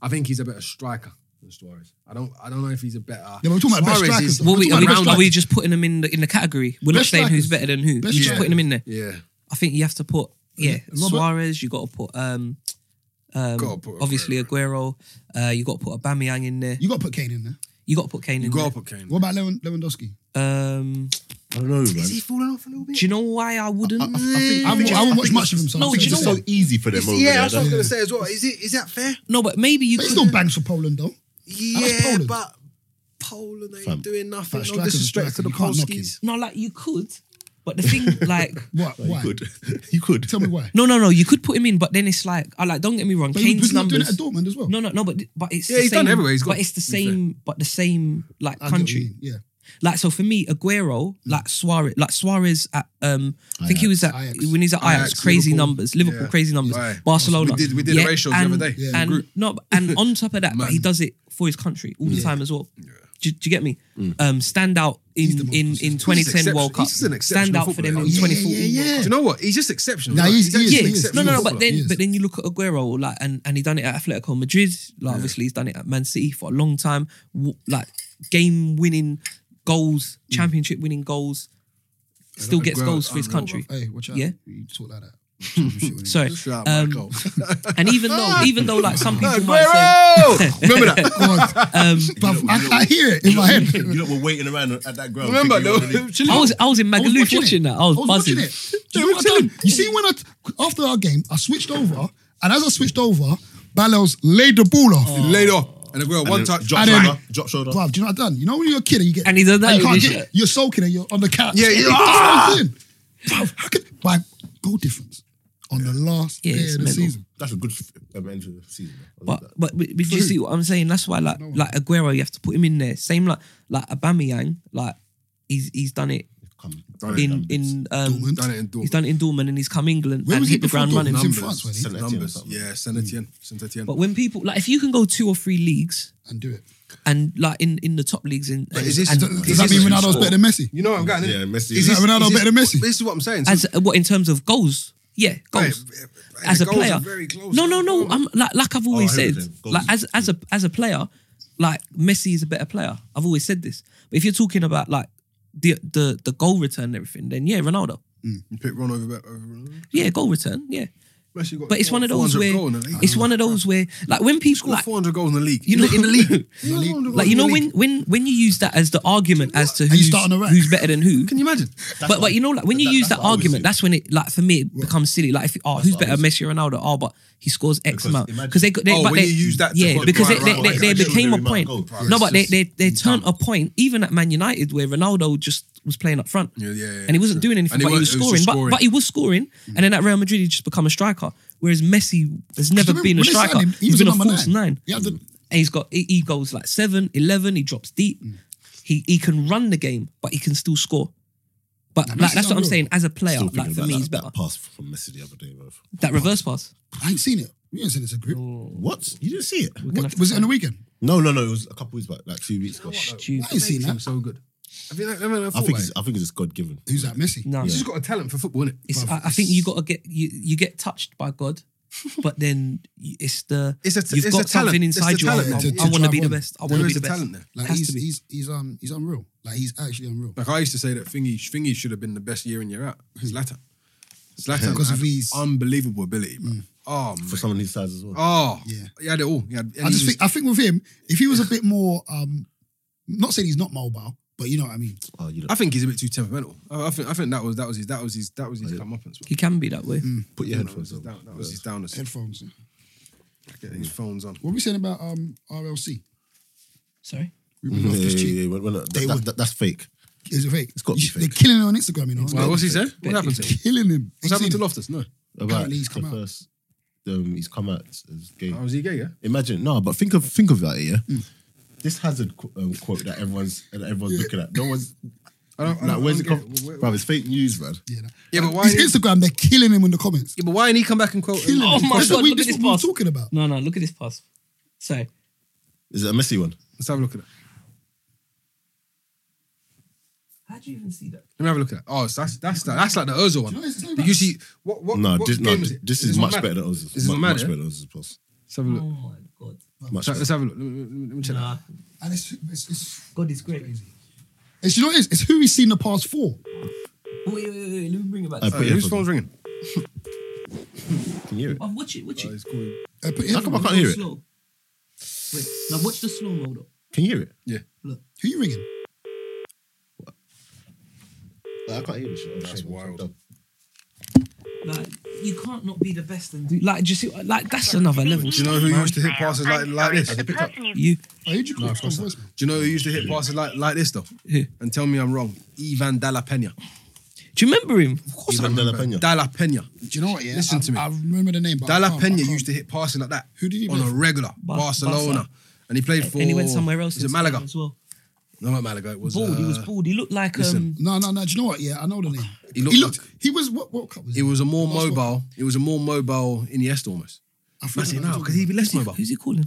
S5: I think he's a better striker than Suarez. I don't. I don't know if he's a better.
S1: Yeah, but we're talking about best strikers, though.
S2: What we, are, we,
S1: Best
S2: are
S1: strikers.
S2: we just putting him in the in the category? We're not
S1: Best
S2: saying who's
S1: strikers.
S2: better than who.
S1: Best
S2: You're just
S1: strikers.
S2: putting him in there.
S5: Yeah.
S2: I think you have to put yeah
S1: Robert-
S2: Suarez. You got to put um, um
S5: Gotta put
S2: obviously Aguero. Uh, you got to put Aubameyang in there.
S1: You got to put Kane in there.
S2: You got to put Kane
S5: You
S2: in
S5: got
S2: there.
S5: up at Kane.
S1: What about Lewand- Lewandowski?
S2: Um,
S3: I don't know, man.
S5: Is he falling off a little bit?
S2: do you know why I wouldn't?
S1: I won't, I won't watch much of him. So
S2: No,
S1: I'm
S2: do
S1: saying
S2: you
S3: It's
S1: this.
S2: know
S3: so easy for them.
S5: It's-
S3: over
S5: yeah,
S3: there,
S5: that's what I
S3: that-
S5: was gonna say as well. Is it is that fair?
S2: no, but maybe you
S1: But
S2: could.
S1: he still bangs for Poland though. That's
S5: Yeah,
S1: Poland.
S5: but Poland ain't
S3: Fam.
S5: doing nothing.
S1: Fam,
S5: No
S1: strikers are
S5: disrespect to
S1: strikers.
S5: the
S1: You can't knock him.
S5: Polskis.
S2: No, like you could, But the thing, like,
S1: What?
S3: You
S1: why?
S3: could. You could.
S1: Tell me why.
S2: no, no, no, you could put him in, but then it's like, I like. Don't get me wrong,
S1: But
S2: Kane's
S1: he's not doing
S2: numbers.
S1: it at Dortmund as well.
S2: No, no, no, but but it's
S5: Yeah,
S2: the
S5: he's
S2: same,
S5: done everywhere. He's
S2: but
S5: got-
S2: it's the
S5: to be
S2: same, but the same like
S1: I get what you
S2: country.
S1: mean, Yeah.
S2: Like so for me, Aguero,
S5: Hmm.
S2: like Suarez, like Suarez at um, I think he was at
S1: Ajax.
S2: when he's at Ajax,
S5: Ajax,
S2: crazy
S5: Liverpool.
S2: numbers, Liverpool
S5: Yeah.
S2: crazy numbers,
S5: Right.
S2: Barcelona.
S5: We did- we did the ratios the
S2: and,
S5: other day. Yeah, in the
S2: and
S5: group.
S2: no, but- and on top of that, but he
S5: Man.
S2: does it for his country all the time as well. Do, do you get me?
S5: Mm.
S2: Um, stand out
S1: the
S2: in
S1: most
S2: in in
S1: consistent.
S2: twenty
S5: He's
S2: ten
S5: an
S2: World
S5: exception-
S2: Cup.
S5: he's an
S2: Stand
S5: exceptional
S2: out for them
S5: footballer.
S2: in
S5: Yeah, yeah,
S2: twenty fourteen.
S1: yeah, yeah.
S5: Do you know what? He's just exceptional.
S1: Nah,
S5: Like,
S1: he's- he is,
S5: actually
S1: he
S2: Yeah,
S1: is.
S2: no, no, no.
S1: He's
S2: But
S1: a
S2: then,
S1: footballer.
S2: but then you look at Aguero, like, and and he done it at Atletico Madrid. Like, obviously, he's done it at Man City for a long time. W- Like, game winning goals, championship winning goals, still gets
S5: Aguero-
S2: goals for his
S5: unreal,
S2: country.
S1: Hey, watch out.
S2: Yeah.
S1: You talk like that. Championship winning.
S2: Sorry,
S5: Shout out
S2: Um,
S5: Michael.
S2: and even though, even though, like some people might
S5: Aguero! Remember that?
S1: God,
S2: say, um,
S1: bruv, I, I hear it in my head.
S3: You know, we're waiting around at that ground.
S5: Remember,
S3: thinking,
S5: though?
S3: "Oh,
S5: Chilling.
S2: I was I was in
S1: I was
S2: Magaluf watching, that. I was, buzzing.
S1: watching it. Do you know what I done? You see, when I after our game, I switched over, and as I switched over, Ballos laid the ball off.
S2: Oh,
S5: Laid off. And Aguero, one
S3: then
S5: touch.
S3: drop
S1: And then-
S3: shoulder, drop shoulder.
S1: Bruv, do you know what I done? You know when you're a kid and you get
S2: And he does that
S1: you can't
S2: with his
S1: get,
S2: shirt.
S1: you're soaking and you're on the couch.
S5: Yeah, Ah! yeah.
S1: That's what I'm doing. Bruv, how could by goal difference on the last
S2: Yeah,
S1: day
S2: it's
S1: of the
S2: mental.
S1: season?
S3: That's a good f- um, end to the season. I love
S2: But
S3: that.
S2: but, but, but you see what I'm saying? That's why like like Aguero, you have to put him in there. Same like like Aubameyang, like he's he's done it
S3: Come.
S2: in in um,
S1: Dortmund.
S5: Done it in Dortmund.
S2: he's done it in Dortmund and he's come England
S1: Where
S2: and
S1: was he
S2: hit the
S1: before
S2: ground running.
S1: Dortmund? He was in
S5: Numbers.
S1: France, wasn't he?
S3: Saint-Etienne or
S5: Numbers.
S3: something. Hmm.
S5: Yeah, Saint Etienne. Saint Etienne.
S2: But when people like, if you can go two or three leagues
S1: and do it.
S2: and like in in the top leagues in,
S5: is this-
S2: and,
S5: Does
S1: Does
S5: Is
S1: that
S5: this
S1: mean
S5: a
S1: Ronaldo's better than Messi?
S5: You know what I'm getting
S3: Yeah,
S5: at?
S3: Messi
S5: Is
S3: is-
S5: this-
S1: Is Ronaldo
S5: is this-
S1: better than Messi?
S5: This is what I'm saying. So-
S2: as what in terms of goals? Yeah,
S5: Right,
S2: goals.
S5: right,
S2: as a
S5: goals are
S2: player,
S5: very close.
S2: no, no, no.
S5: Goals are-
S2: I'm like, like I've always
S3: Oh, I hear
S2: said,
S3: what you're saying.
S2: like
S3: Goals.
S2: as as a as a player, like Messi is a better player. I've always said this. But if you're talking about like the the the goal return and everything, then yeah, Ronaldo.
S5: You pick Ron over. over Ronaldo.
S2: Yeah, goal return. Yeah,
S5: Messi got
S2: but it's one of those
S5: 400
S2: where
S5: goal in the league.
S2: it's one of those where like when people
S5: scored
S2: like,
S5: 400 goals in the league.
S2: you know in the league.
S5: He was 400
S2: Like
S5: goals
S2: you
S5: in
S2: know
S5: the
S2: when
S5: league.
S2: when when you use that as the argument as to
S1: you
S2: who's,
S1: start on a rack.
S2: who's better than who.
S5: Can you imagine?
S2: but but you know like when you
S3: that-
S2: use that
S3: that's what I always
S2: argument,
S3: do.
S2: that's when it like for me it becomes silly. Like if oh who's
S3: what I
S2: better, Messi or Ronaldo? Oh, but he scores X
S3: Because
S2: amount
S3: imagine-
S2: because they got they,
S5: Oh,
S2: but
S5: when
S2: they,
S5: you use that to
S2: yeah
S5: put-
S2: because
S5: right,
S2: they,
S5: right,
S2: they,
S5: right,
S2: they,
S5: right.
S2: they became a
S3: Extraordinary
S2: point.
S3: amount of goals.
S2: No, but they
S5: Yes,
S2: they they turned a point even at Man United where Ronaldo just was playing up front
S5: Yeah, yeah, yeah,
S2: and he wasn't
S5: true.
S2: doing anything,
S5: And he
S2: but he
S5: wa-
S2: was
S5: it was
S2: scoring.
S5: just
S2: But
S5: scoring.
S2: but he was scoring, and then at Real Madrid he just become a striker. Whereas Messi has never
S1: Remember
S2: been a
S1: when they signed
S2: striker.
S1: him, he
S2: He's
S1: was
S2: been a
S1: number
S2: false
S1: nine.
S2: nine.
S1: He had the-
S2: And he's got he he goes like 7, 11, he drops deep.
S5: Mm.
S2: He he can run the game, but he can still score. But like,
S1: Messi's
S2: that's what I'm
S1: unreal.
S2: saying. As a player,
S3: Still thinking
S2: like for
S3: about
S2: me,
S3: that,
S2: he's better.
S3: That pass from Messi the other day, bro.
S2: That reverse pass.
S1: I ain't seen it. You ain't seen it's a group.
S3: What? You didn't see it?
S1: What, was it on the weekend?
S3: No, no, no. It was a couple weeks back, like two weeks ago.
S2: Stupid.
S1: I ain't seen
S5: I'm
S1: that.
S5: so good. I mean, I, I, mean, I,
S3: I
S5: thought,
S3: think
S5: like,
S3: it's, I think it's God given.
S1: Who's that? Messi.
S2: No,
S5: he's just got a talent for football, innit?
S2: it's,
S1: bruv,
S2: I, I think you got to get you you get touched by God, but then you- it's the
S5: It's a t-
S2: you've
S5: it's
S2: got
S5: a talent.
S2: something
S5: It's the
S2: inside you.
S5: talent
S2: I-
S1: to- to
S2: I, want to
S1: drive
S2: be the
S1: on.
S2: best. I want
S5: There
S2: to
S5: is
S2: be the
S5: a
S2: best.
S5: talent there.
S1: Like
S2: Has
S1: he's,
S2: to be.
S1: he's he's um he's unreal. Like he's actually unreal.
S5: Like I used to say that Thingy, Thingy should have been the best year in year out. Zlatan, Zlatan,
S1: Because of
S5: had
S1: his- Mm.
S5: unbelievable ability, man. Oh, man.
S3: For someone his size as well.
S5: oh,
S1: Yeah.
S5: He had it all. He had, and
S1: I
S5: he
S1: just
S5: was-
S1: think I think with him, if he was a bit more um not saying he's not mobile, but you know what I mean.
S3: Oh, you know,
S5: I think he's a bit too temperamental. I, I think I think that was that was his that was his that was his come up and
S2: He can be that way.
S5: Mm.
S3: put your
S5: That
S3: headphones
S5: was his
S3: on.
S5: down- that was his downers.
S1: Headphones.
S5: Get his phones on.
S1: What were we saying about um RLC?
S2: Sorry.
S1: Ruben
S3: Yeah, yeah,
S1: Loftus
S3: yeah,
S1: Cheek.
S3: yeah. We're- we're not-
S1: They
S3: that-
S1: would.
S3: that- That's fake.
S1: Is it fake?
S3: It's gotta
S1: You
S3: be
S1: sh-
S3: fake.
S1: They're killing him on Instagram, you know.
S5: Well, what's he
S1: They're
S5: said? What happened to him?
S1: Killing him.
S5: What's
S1: Ain't
S5: happened to
S1: seen him.
S5: Loftus? No.
S3: About
S1: Apparently he's
S3: the
S1: come out.
S3: first, um, he's come out as gay.
S5: Oh, Hmm. was he gay? Yeah.
S3: Imagine no, but think of think of that. Yeah, this Hazard qu- um, quote that everyone's that everyone's looking at. No one's
S5: I don't, I
S3: like,
S5: don't-
S3: where's
S5: I
S3: it
S5: don't
S3: come?
S5: get it. Where-
S3: Bro, it's fake news, man.
S1: Yeah, nah.
S5: Yeah, but why
S1: His
S5: didn't-
S1: Instagram, they're killing him in the comments.
S5: Yeah, but why didn't he come back and quote?
S1: Killing
S2: Oh
S1: him.
S2: my
S1: That's
S2: God,
S1: what we,
S2: look
S1: this
S2: at
S1: is
S2: this
S1: what we were
S2: pass.
S1: talking about.
S2: No, no. Look at this pass. So
S3: Is it a messy one?
S5: Let's have a look at that.
S2: how do you even see that?
S5: Let me have a look at that. Oh, so that's that's that, that's like the Ozil one.
S1: you know it's the same
S5: Did you see what what?
S3: No,
S5: what
S3: this, no,
S5: game was
S3: this,
S5: it?
S3: is,
S5: one
S3: much
S5: mad?
S3: better than Oz's.
S5: This is
S3: Mu-
S5: mad,
S3: much
S5: yeah?
S3: better than Oz's pass.
S5: Let's have a look.
S2: Oh my God.
S3: Much
S5: So,
S3: better.
S5: let's have a look. Let me, let me- let me check that.
S1: And it's, it's, it's,
S2: God is great.
S1: it's you know what it is? It's who he's seen the past four.
S2: Wait, wait, wait, wait. Let me bring it back.
S3: I
S5: Uh,
S3: put your
S5: whose
S3: headphones
S5: phone's ringing?
S3: on. Can you hear it?
S2: Oh, watch it. Watch
S5: Oh, it's cool.
S1: Uh, put
S3: How come I
S1: him-
S3: can't hear it?
S2: Slow. Wait. Now watch the slow mode.
S3: Can you hear it?
S5: Yeah.
S2: Look.
S1: Who you ringing?
S3: Oh, I can't hear it.
S5: That's wild.
S2: Like you can't not be the best and do like just like that's another level.
S5: Do you know who used to hit passes like like this? Have you picked up?
S2: You
S1: Oh, who'd you call?
S5: No, of
S1: It's on
S5: course not.
S1: voicemail.
S5: Do you know who used to hit passes like like this though?
S2: Who?
S5: And tell me I'm wrong. Ivan Dalla Pena.
S2: Do you remember him?
S3: Ivan De La Peña.
S5: Dalla Pena.
S1: Do you know what? Yeah,
S5: Listen
S1: I,
S5: to me.
S1: I remember the name. But I
S5: Dalla
S1: can't- I
S5: Pena
S1: can't.
S5: used to hit passing like that.
S1: Who did he
S5: on
S1: play
S5: a
S1: for?
S5: regular
S2: Bar-
S5: Barcelona,
S2: Barca.
S5: and he played for.
S2: and he went somewhere else.
S5: Was
S2: in
S5: it Malaga?
S2: Spain as well.
S5: No, not Malaga. It was.
S2: Bald. he was
S5: uh,
S2: bald. He looked like
S5: listen.
S2: um.
S1: No, no, no. Do you know what? Yeah, I know the name.
S5: He
S1: He
S5: looked
S1: looked. He, was what? What cup was
S5: It was a more
S1: Last World Cup.
S5: mobile. It was a more mobile Iniesta almost.
S1: I
S5: That's
S1: forgot
S5: it
S1: what
S5: now
S1: I'm
S5: because he'd be less mobile.
S2: Who's he calling?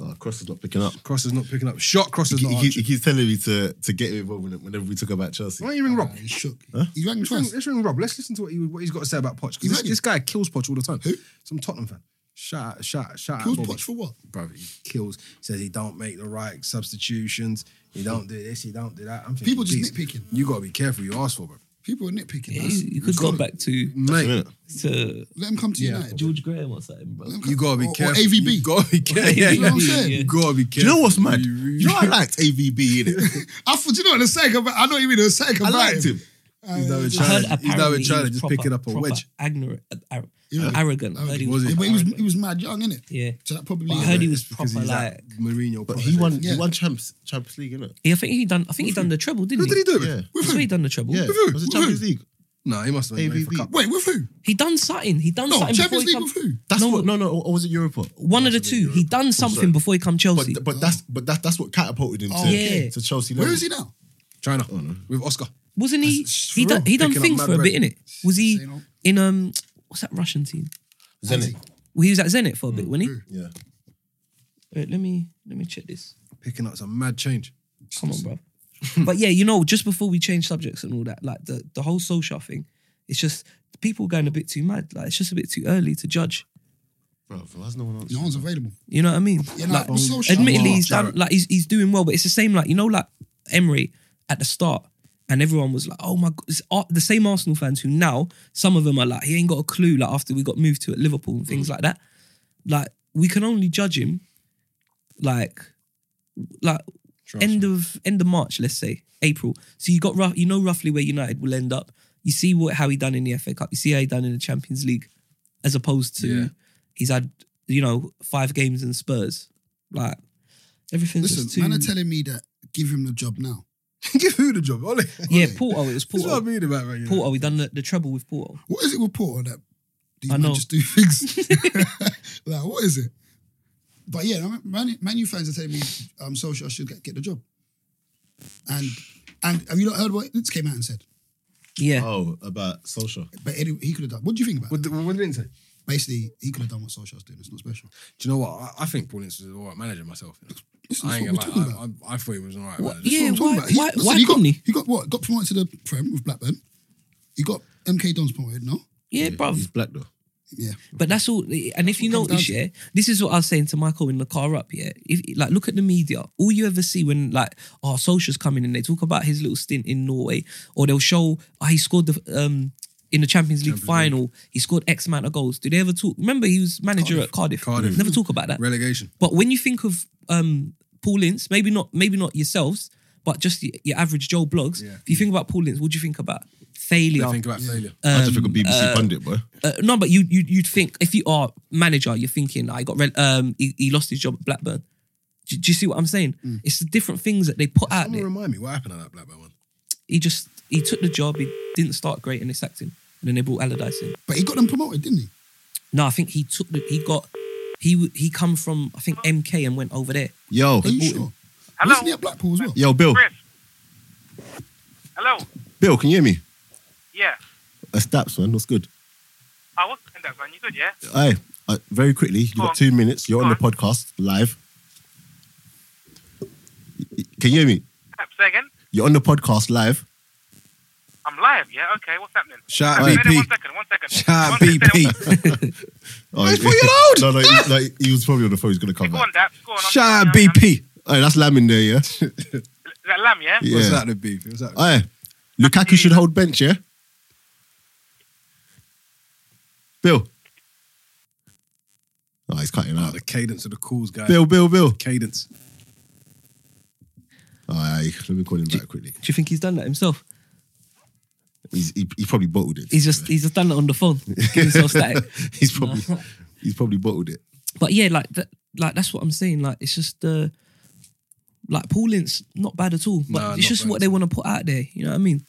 S3: Oh, Cross is not picking up.
S5: Cross is not picking up. Shot cross is
S3: He,
S5: not.
S3: he,
S5: answering.
S3: he keeps telling me to, to get involved in it whenever we talk about Chelsea.
S5: Why don't you ring Rob?
S1: talking about. He shook.
S3: Huh?
S1: He rang
S5: Let's ring,
S1: twice.
S5: let's ring Rob. Let's listen to what, he, what he's got to say about Poch. 'cause
S1: You
S5: This,
S1: reckon?
S5: this guy kills Poch all the time.
S1: Who?
S5: Some Tottenham fan. Shout out, shout out, shout
S1: He was
S5: out.
S1: poached for what?
S5: Bro, he kills. Says he don't make the right substitutions. He don't do this. He don't do that. I'm thinking,
S1: People just
S5: "Geez,
S1: nitpicking.
S5: You got to be careful. You ask for, bro.
S1: People are nitpicking.
S2: Yeah,
S1: That's-
S2: you could go back to
S5: Mate,
S2: to
S1: Let him come to United.
S2: George Graham or something, bro.
S1: Let him come-
S5: you got to be
S1: or,
S5: careful.
S1: Or AVB.
S5: You got to be careful.
S1: You know what I'm saying?
S2: Yeah.
S5: You got to be careful.
S3: Do you know what's mad?
S5: You really-
S3: You know I liked AVB in it.
S1: I thought, do you know what the second about? I know what you mean the second Uh,
S3: I
S1: about
S3: liked him.
S5: He's now in
S2: I heard
S5: China. He's now
S2: apparently
S5: in
S2: he
S5: China
S2: was
S5: just
S2: proper-
S5: picking up a
S2: proper
S5: wedge.
S2: Ignorant, ar-
S1: Yeah.
S2: arrogant. I heard he was,
S5: Was he?
S1: Yeah, but he was
S2: proper
S1: he was mad young, innit?
S2: arrogant. Yeah.
S1: So that probably.
S2: But I heard he
S5: It's
S2: was
S5: because
S2: proper
S5: he's
S2: like.
S5: that Mourinho.
S3: But
S5: proper
S3: he won.
S1: Yeah.
S3: He won Champs Champions League, innit?
S2: Yeah, I think he done. I think he done the treble, didn't he?
S5: Who did he do it?
S3: Yeah,
S5: with?
S2: That's where he done the treble.
S3: yeah.
S1: who?
S3: Was it
S1: With
S3: Champions
S1: who?
S3: League?
S5: No, he must have been made for
S3: AVB.
S5: cup.
S1: Wait, with who?
S2: He done something. He done
S1: No,
S2: something before
S1: Champions
S2: he
S1: League
S2: come.
S1: with who?
S3: That's
S2: No,
S3: what. No, no. Or was it Europa?
S2: One of the two. He done something before he come Chelsea.
S3: But but that's but that's that's what catapulted him
S1: Oh,
S3: to,
S2: yeah.
S3: to Chelsea.
S1: Where
S3: level.
S1: is he now?
S5: China with Oscar.
S2: Wasn't he?
S5: That's-
S2: He
S5: for
S2: done.
S5: real,
S2: He done
S5: picking up
S2: things
S5: mad
S2: for a bit
S5: rate.
S2: in it. Was he
S1: Zeno.
S2: in um? What's that Russian team?
S3: Zenit.
S2: Well, he was at Zenit for a bit, wasn't he?
S3: Yeah.
S2: Wait, let me let me check this.
S5: Picking up some mad change.
S2: Come on, bro. but yeah, you know, just before we change subjects and all that, like the the whole social thing, it's just people going a bit too mad. Like it's just a bit too early to judge.
S3: Bro, why's no one
S1: No one's available.
S2: You know what I mean?
S1: Yeah, no,
S2: like,
S1: but Solskjaer-
S2: admittedly, he's done
S5: Jarrett.
S2: like he's he's doing well, but it's the same. Like you know, like Emery at the start, and everyone was like, "Oh my god!" It's Ar- the same Arsenal fans who now some of them are like, "He ain't got a clue." Like after we got moved to at Liverpool and things like that, like we can only judge him, like, like end of end of March, let's say April. So you got rough, you know roughly where United will end up. You see what how he done in the FA Cup. You see how he done in the Champions League, as opposed to
S5: Yeah.
S2: he's had you know five games in Spurs. Like everything's just
S1: Listen,
S2: too.
S1: man are telling me that give him the job now.
S5: Give who the job? Ole.
S2: yeah,
S5: Ole.
S2: Porto. It was
S5: This is what I
S2: Porto.
S5: mean about right
S2: Porto. We done the, the treble with Porto.
S1: What is it with Porter that these
S2: I
S1: men
S2: know.
S1: just do things? like, what is it? But yeah, Man- Man, Man U fans are telling me um, Solskjaer should get, get the job. And and have you not heard what Itz came out and said?
S2: Yeah,
S3: Oh, about social.
S1: But anyway, he could have done. What do you think about? it?
S5: What, did- what did it say? Do
S1: Basically, he could have done what Solskjaer's doing. It's not special.
S5: you know what? I, I think Paul Ince is an alright manager myself. you know.
S1: Listen,
S5: I
S1: that's
S5: ain't
S1: what we're
S5: gonna
S1: talking
S5: lie.
S1: about.
S5: I, I, I thought he was an alright
S2: What-
S5: manager.
S1: That's
S2: yeah.
S1: what I'm
S2: Why?
S1: talking about. He-
S2: Why?
S1: listen,
S2: Why
S1: he got
S2: couldn't he?
S1: he got what? Got promoted to the Prem with Blackburn. He got MK Don's promoted. No,
S2: Yeah, bruv.
S3: He's black though.
S1: yeah.
S2: But that's all. And if you
S1: what it comes
S2: notice,
S1: down
S2: yeah, this is what I was saying to Michael in the car up. Yeah, if like look at the media, all you ever see when like oh socials coming and they talk about his little stint in Norway, or they'll show oh, he scored the um in the Champions League final, he scored X amount of goals. Do they ever talk? Remember, he was manager at Cardiff.
S5: Cardiff.
S2: Never talk about that.
S5: Relegation.
S2: But when you think of um, Paul Ince, maybe not maybe not yourselves, but just your, your average Joe blogs.
S5: Yeah.
S2: If you think about Paul Ince, what do you think about? Failure.
S5: I think about failure.
S1: Uh,
S3: I just think of BBC pundit, boy.
S2: Uh, no, but you you you'd think if you are manager, you're thinking I got re- um he, he lost his job at Blackburn. Do, do you see what I'm saying? It's the different things that they put out
S5: Someone
S2: there.
S5: remind me what happened at that Blackburn one.
S2: He just he took the job. He didn't start great in his acting, and then they brought Allardyce in.
S1: But he got them promoted, didn't he?
S2: No, I think he took the, he got he w- he come from I think MK and went over there.
S3: Yo,
S1: Are you sure? Wasn't he at Blackpool as well?
S3: yo, Bill.
S7: Chris. Hello.
S3: Bill, can you hear me?
S7: Yeah. Oh,
S3: That's Daps, man. What's good?
S7: I was in that man. You good? Yeah.
S3: Hey, uh, very quickly, you
S7: Go
S3: got
S7: on.
S3: two minutes. You're on the
S7: Go
S3: podcast live. Y- y- Can you hear me?
S7: Yep, Say again.
S3: You're on the podcast live.
S7: I'm live. Yeah. Okay. What's happening?
S5: Shout
S7: Wait,
S5: out
S7: wait, One
S5: BP.
S7: second. One second.
S5: Shout out
S7: One second, one second.
S5: BP.
S3: Oh,
S5: That's
S3: he-
S5: for your
S3: no, no, he, no, he was probably on the phone. He's gonna come
S7: Go
S3: back.
S7: on, Dap. Go on. I'm-
S5: Shout out
S7: I'm- I'm-
S5: BP.
S3: Hey, that's Lam in there, yeah.
S7: Is that Lam? Yeah.
S5: What's
S3: yeah.
S5: that the beef? What's that?
S3: Hey, Lukaku should hold bench, yeah. Bill. Oh, he's cutting
S5: Oh,
S3: out.
S5: the cadence of the calls, guys.
S3: Bill, Bill, Bill.
S5: Cadence.
S3: All right, Ah, let me call him back quickly.
S2: Do you think he's done that himself?
S3: He's, he, he probably bottled it.
S2: He's just he's just done it on the phone. Give himself static.
S3: he's probably he's probably bottled it.
S2: But yeah, like that, like that's what I'm saying. Like it's just uh, like Paul Ince, not bad at all. But
S5: Nah,
S2: it's
S5: not
S2: just
S5: bad
S2: what
S5: at
S2: they want to put out there. You know what I mean?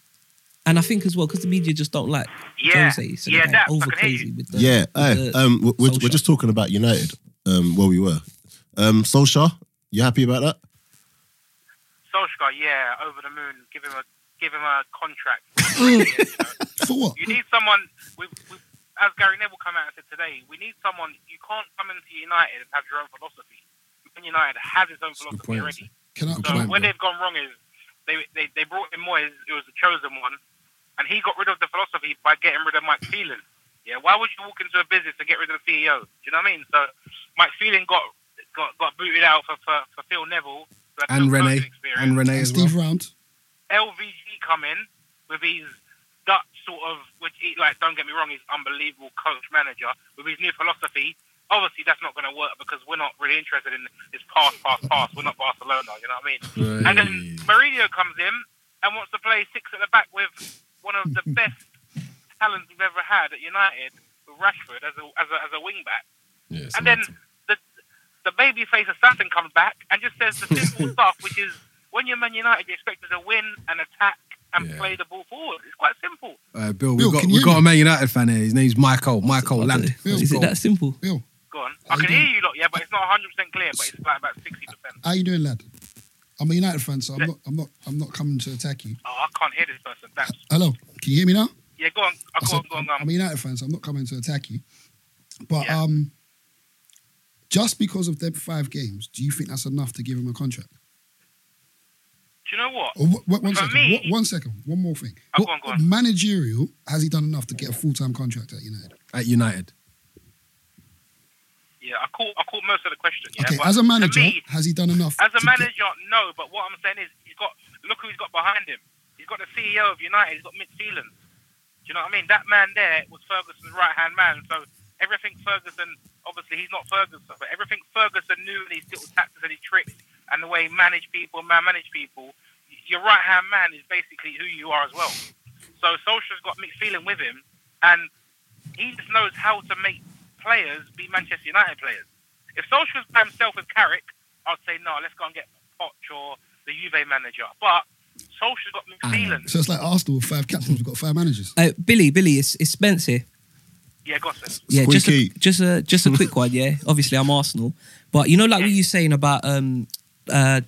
S2: And I think as well, because the media just don't like
S7: Yeah,
S2: Jose, so
S7: yeah,
S2: they're like
S7: that.
S2: over
S7: I can hear you.
S2: crazy with the
S3: Yeah,
S2: with
S3: aye.
S2: the-
S3: um, we're, we're
S2: Solskjaer.
S3: just talking about United. Um, where we were. Um, Solskjaer, you happy about that?
S7: Solskjaer, yeah, over the moon. Give him a give him a contract.
S1: For what?
S7: You need someone. We, we, as Gary Neville come out and said today, we need someone. You can't come into United and have your own philosophy. Man United has its own
S5: good
S7: philosophy
S5: point,
S7: already.
S1: Can I?
S7: So
S1: Can
S7: where
S1: I
S7: they've gone wrong is they, they they brought in Moyes, who was the chosen one, and he got rid of the philosophy by getting rid of Mike Phelan. Yeah, why would you walk into a business and get rid of the CEO? Do you know what I mean? So Mike Phelan got got, got booted out for, for, for Phil Neville. who had
S5: And
S7: no coaching
S5: Rene.
S7: experience.
S5: And Renee
S1: and
S5: as well.
S1: Steve Round.
S7: LVG come in with his Dutch sort of, which he, like, don't get me wrong, he's unbelievable coach manager with his new philosophy. Obviously, that's not going to work because we're not really interested in this pass, pass, pass. We're not Barcelona, you know what I mean? And then
S1: Mm.
S7: Mourinho comes in and wants to play six at the back with one of the best talents we've ever had at United, with Rashford as a, as a, as a wing back
S3: Yes.
S7: and then the the baby face assassin comes back and just says the simple stuff, which is when you're Man United, you're expected to win and attack and
S5: Yeah.
S7: play the ball forward. It's quite simple.
S5: Uh, Bill, we've
S1: Bill,
S5: got,
S1: can you
S5: we've
S1: hear
S5: got a Man United fan here. His name's Michael. Michael
S2: I don't
S5: Land.
S2: know. Is it that simple?
S1: Bill,
S7: Go on. I can hear you lot, yeah, but it's not 100% clear, but it's like about 60%.
S1: how you doing, lad? I'm a United fan, so I'm not. I'm not. I'm not coming to attack you.
S7: Oh, I can't hear this person. That's,
S1: Hello, can you hear me now?
S7: yeah, go on.
S1: I
S7: Oh, go
S1: said,
S7: on, go on, go on.
S1: I'm a United fan, so I'm not coming to attack you. But
S7: Yeah.
S1: um, just because of them five games, do you think that's enough to give him a contract?
S7: Do you know what?
S1: Or wh- wh- one
S7: For
S1: second,
S7: me-
S1: wh- one second, one more thing.
S7: Oh,
S1: What-
S7: go on, go on.
S1: Managerial has he done enough to get a full time contract at United?
S5: At United.
S7: Yeah, I caught, I caught most of the question, yeah.
S1: okay,
S7: but
S1: as a
S7: to
S1: manager,
S7: me,
S1: has he done enough?
S7: As
S1: to
S7: a
S1: get-
S7: manager, no. But what I'm saying is, he's got look who he's got behind him. He's got the CEO of United. He's got Mick Phelan. Do you know what I mean? That man there was Ferguson's right hand man. So everything Ferguson, obviously he's not Ferguson, but everything Ferguson knew and his little tactics and his tricks and the way he managed people, man managed people. y- Your right hand man is basically who you are as well. So Solskjaer's got Mick Phelan with him, and he just knows how to make players be Manchester United players. If Solskjaer's by himself with Carrick, I'd say no. Let's go and get Poch or the Juve manager. But Solskjaer's got Mick Phelan.
S1: so it's like Arsenal with five captains, we've got five managers.
S2: Uh, Billy, Billy, it's, it's Spence here.
S7: Yeah, Gossip.
S2: Yeah, just a,
S3: Squeaky.
S2: just a just a quick one. Yeah, obviously I'm Arsenal, but you know, like what you saying about um uh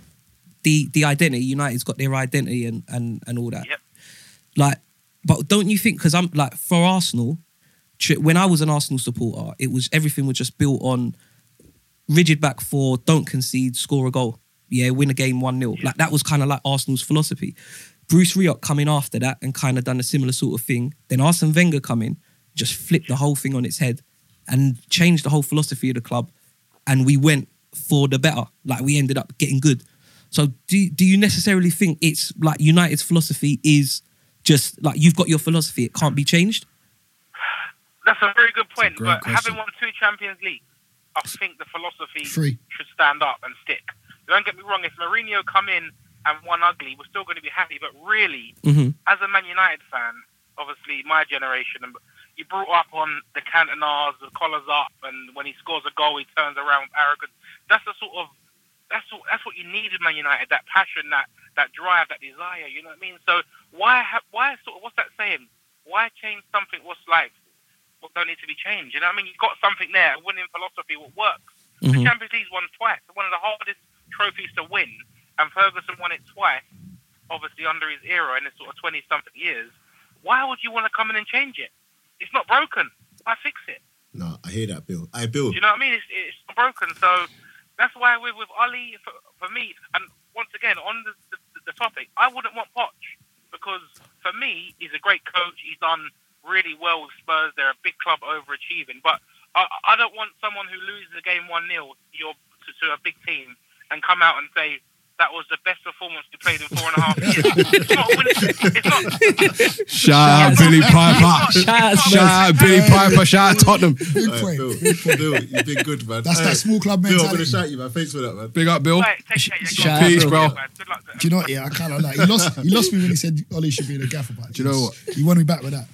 S2: the the identity. United's got their identity and and and all that.
S7: Yep.
S2: Like, but don't you think? Because I'm like for Arsenal, tr- when I was an Arsenal supporter, it was everything was just built on rigid back four, don't concede, score a goal. Yeah, win a game 1 0. Like that was kind of like Arsenal's philosophy. Bruce Rioch coming after that and kind of done a similar sort of thing. Then Arsene Wenger come in, just flipped the whole thing on its head and changed the whole philosophy of the club. And we went for the better. Like we ended up getting good. So do, do you necessarily think it's like United's philosophy is just like you've got your philosophy, it can't be changed?
S7: That's a very good point.
S5: great
S7: But
S5: question.
S7: having won two Champions League, I think the philosophy
S1: Three.
S7: should stand up and stick. Don't get me wrong. If Mourinho come in and won ugly, we're still going to be happy. But really,
S2: Mm-hmm.
S7: as a Man United fan, obviously my generation, and you brought up on the Cantonars, the collars up, and when he scores a goal, he turns around with arrogance. That's the sort of that's what that's what you needed, Man United. That passion, that that drive, that desire. You know what I mean? So why ha- why sort of what's that saying? Why change something? What's like what don't need to be changed? You know what I mean? You got something there, a winning philosophy, what works.
S2: Mm-hmm.
S7: The Champions League's won twice, one of the hardest trophies to win, and Ferguson won it twice obviously under his era in his sort of 20 something years, why would you want to come in and change it? It's not broken. Why fix it?
S3: No, I hear that, Bill. I Bill.
S7: Do you know what I mean? It's, it's not broken. So that's why we're with Ali for, for me. And once again, on the, the, the topic, I wouldn't want Poch because for me, he's a great coach. He's done really well with Spurs. They're a big club overachieving. But I, I don't want someone who loses a game 1 0 to, to a big team and come out and say, that was the best performance we played in four and a half years. it's not winning. It's not,
S5: Shout out Ah, Billy Piper.
S2: Shout out
S5: Shout out Billy Piper. Shout out Tottenham.
S1: Big
S3: Aye,
S1: point.
S3: Bill, Bill, you've been good, man.
S1: That's
S3: Aye,
S1: that small club
S3: Bill, I'm gonna
S1: mentality.
S3: shout you, man. Thanks for that, man.
S5: Big up, Bill.
S7: Right, take care, yeah,
S2: Shout
S7: go on.
S5: Peace, bro.
S7: Good luck.
S1: Do you know what? Yeah, I kind of like. He lost. He lost me when he said Ollie should be in a gaffer. But
S5: Do you know what?
S1: He won me back with that.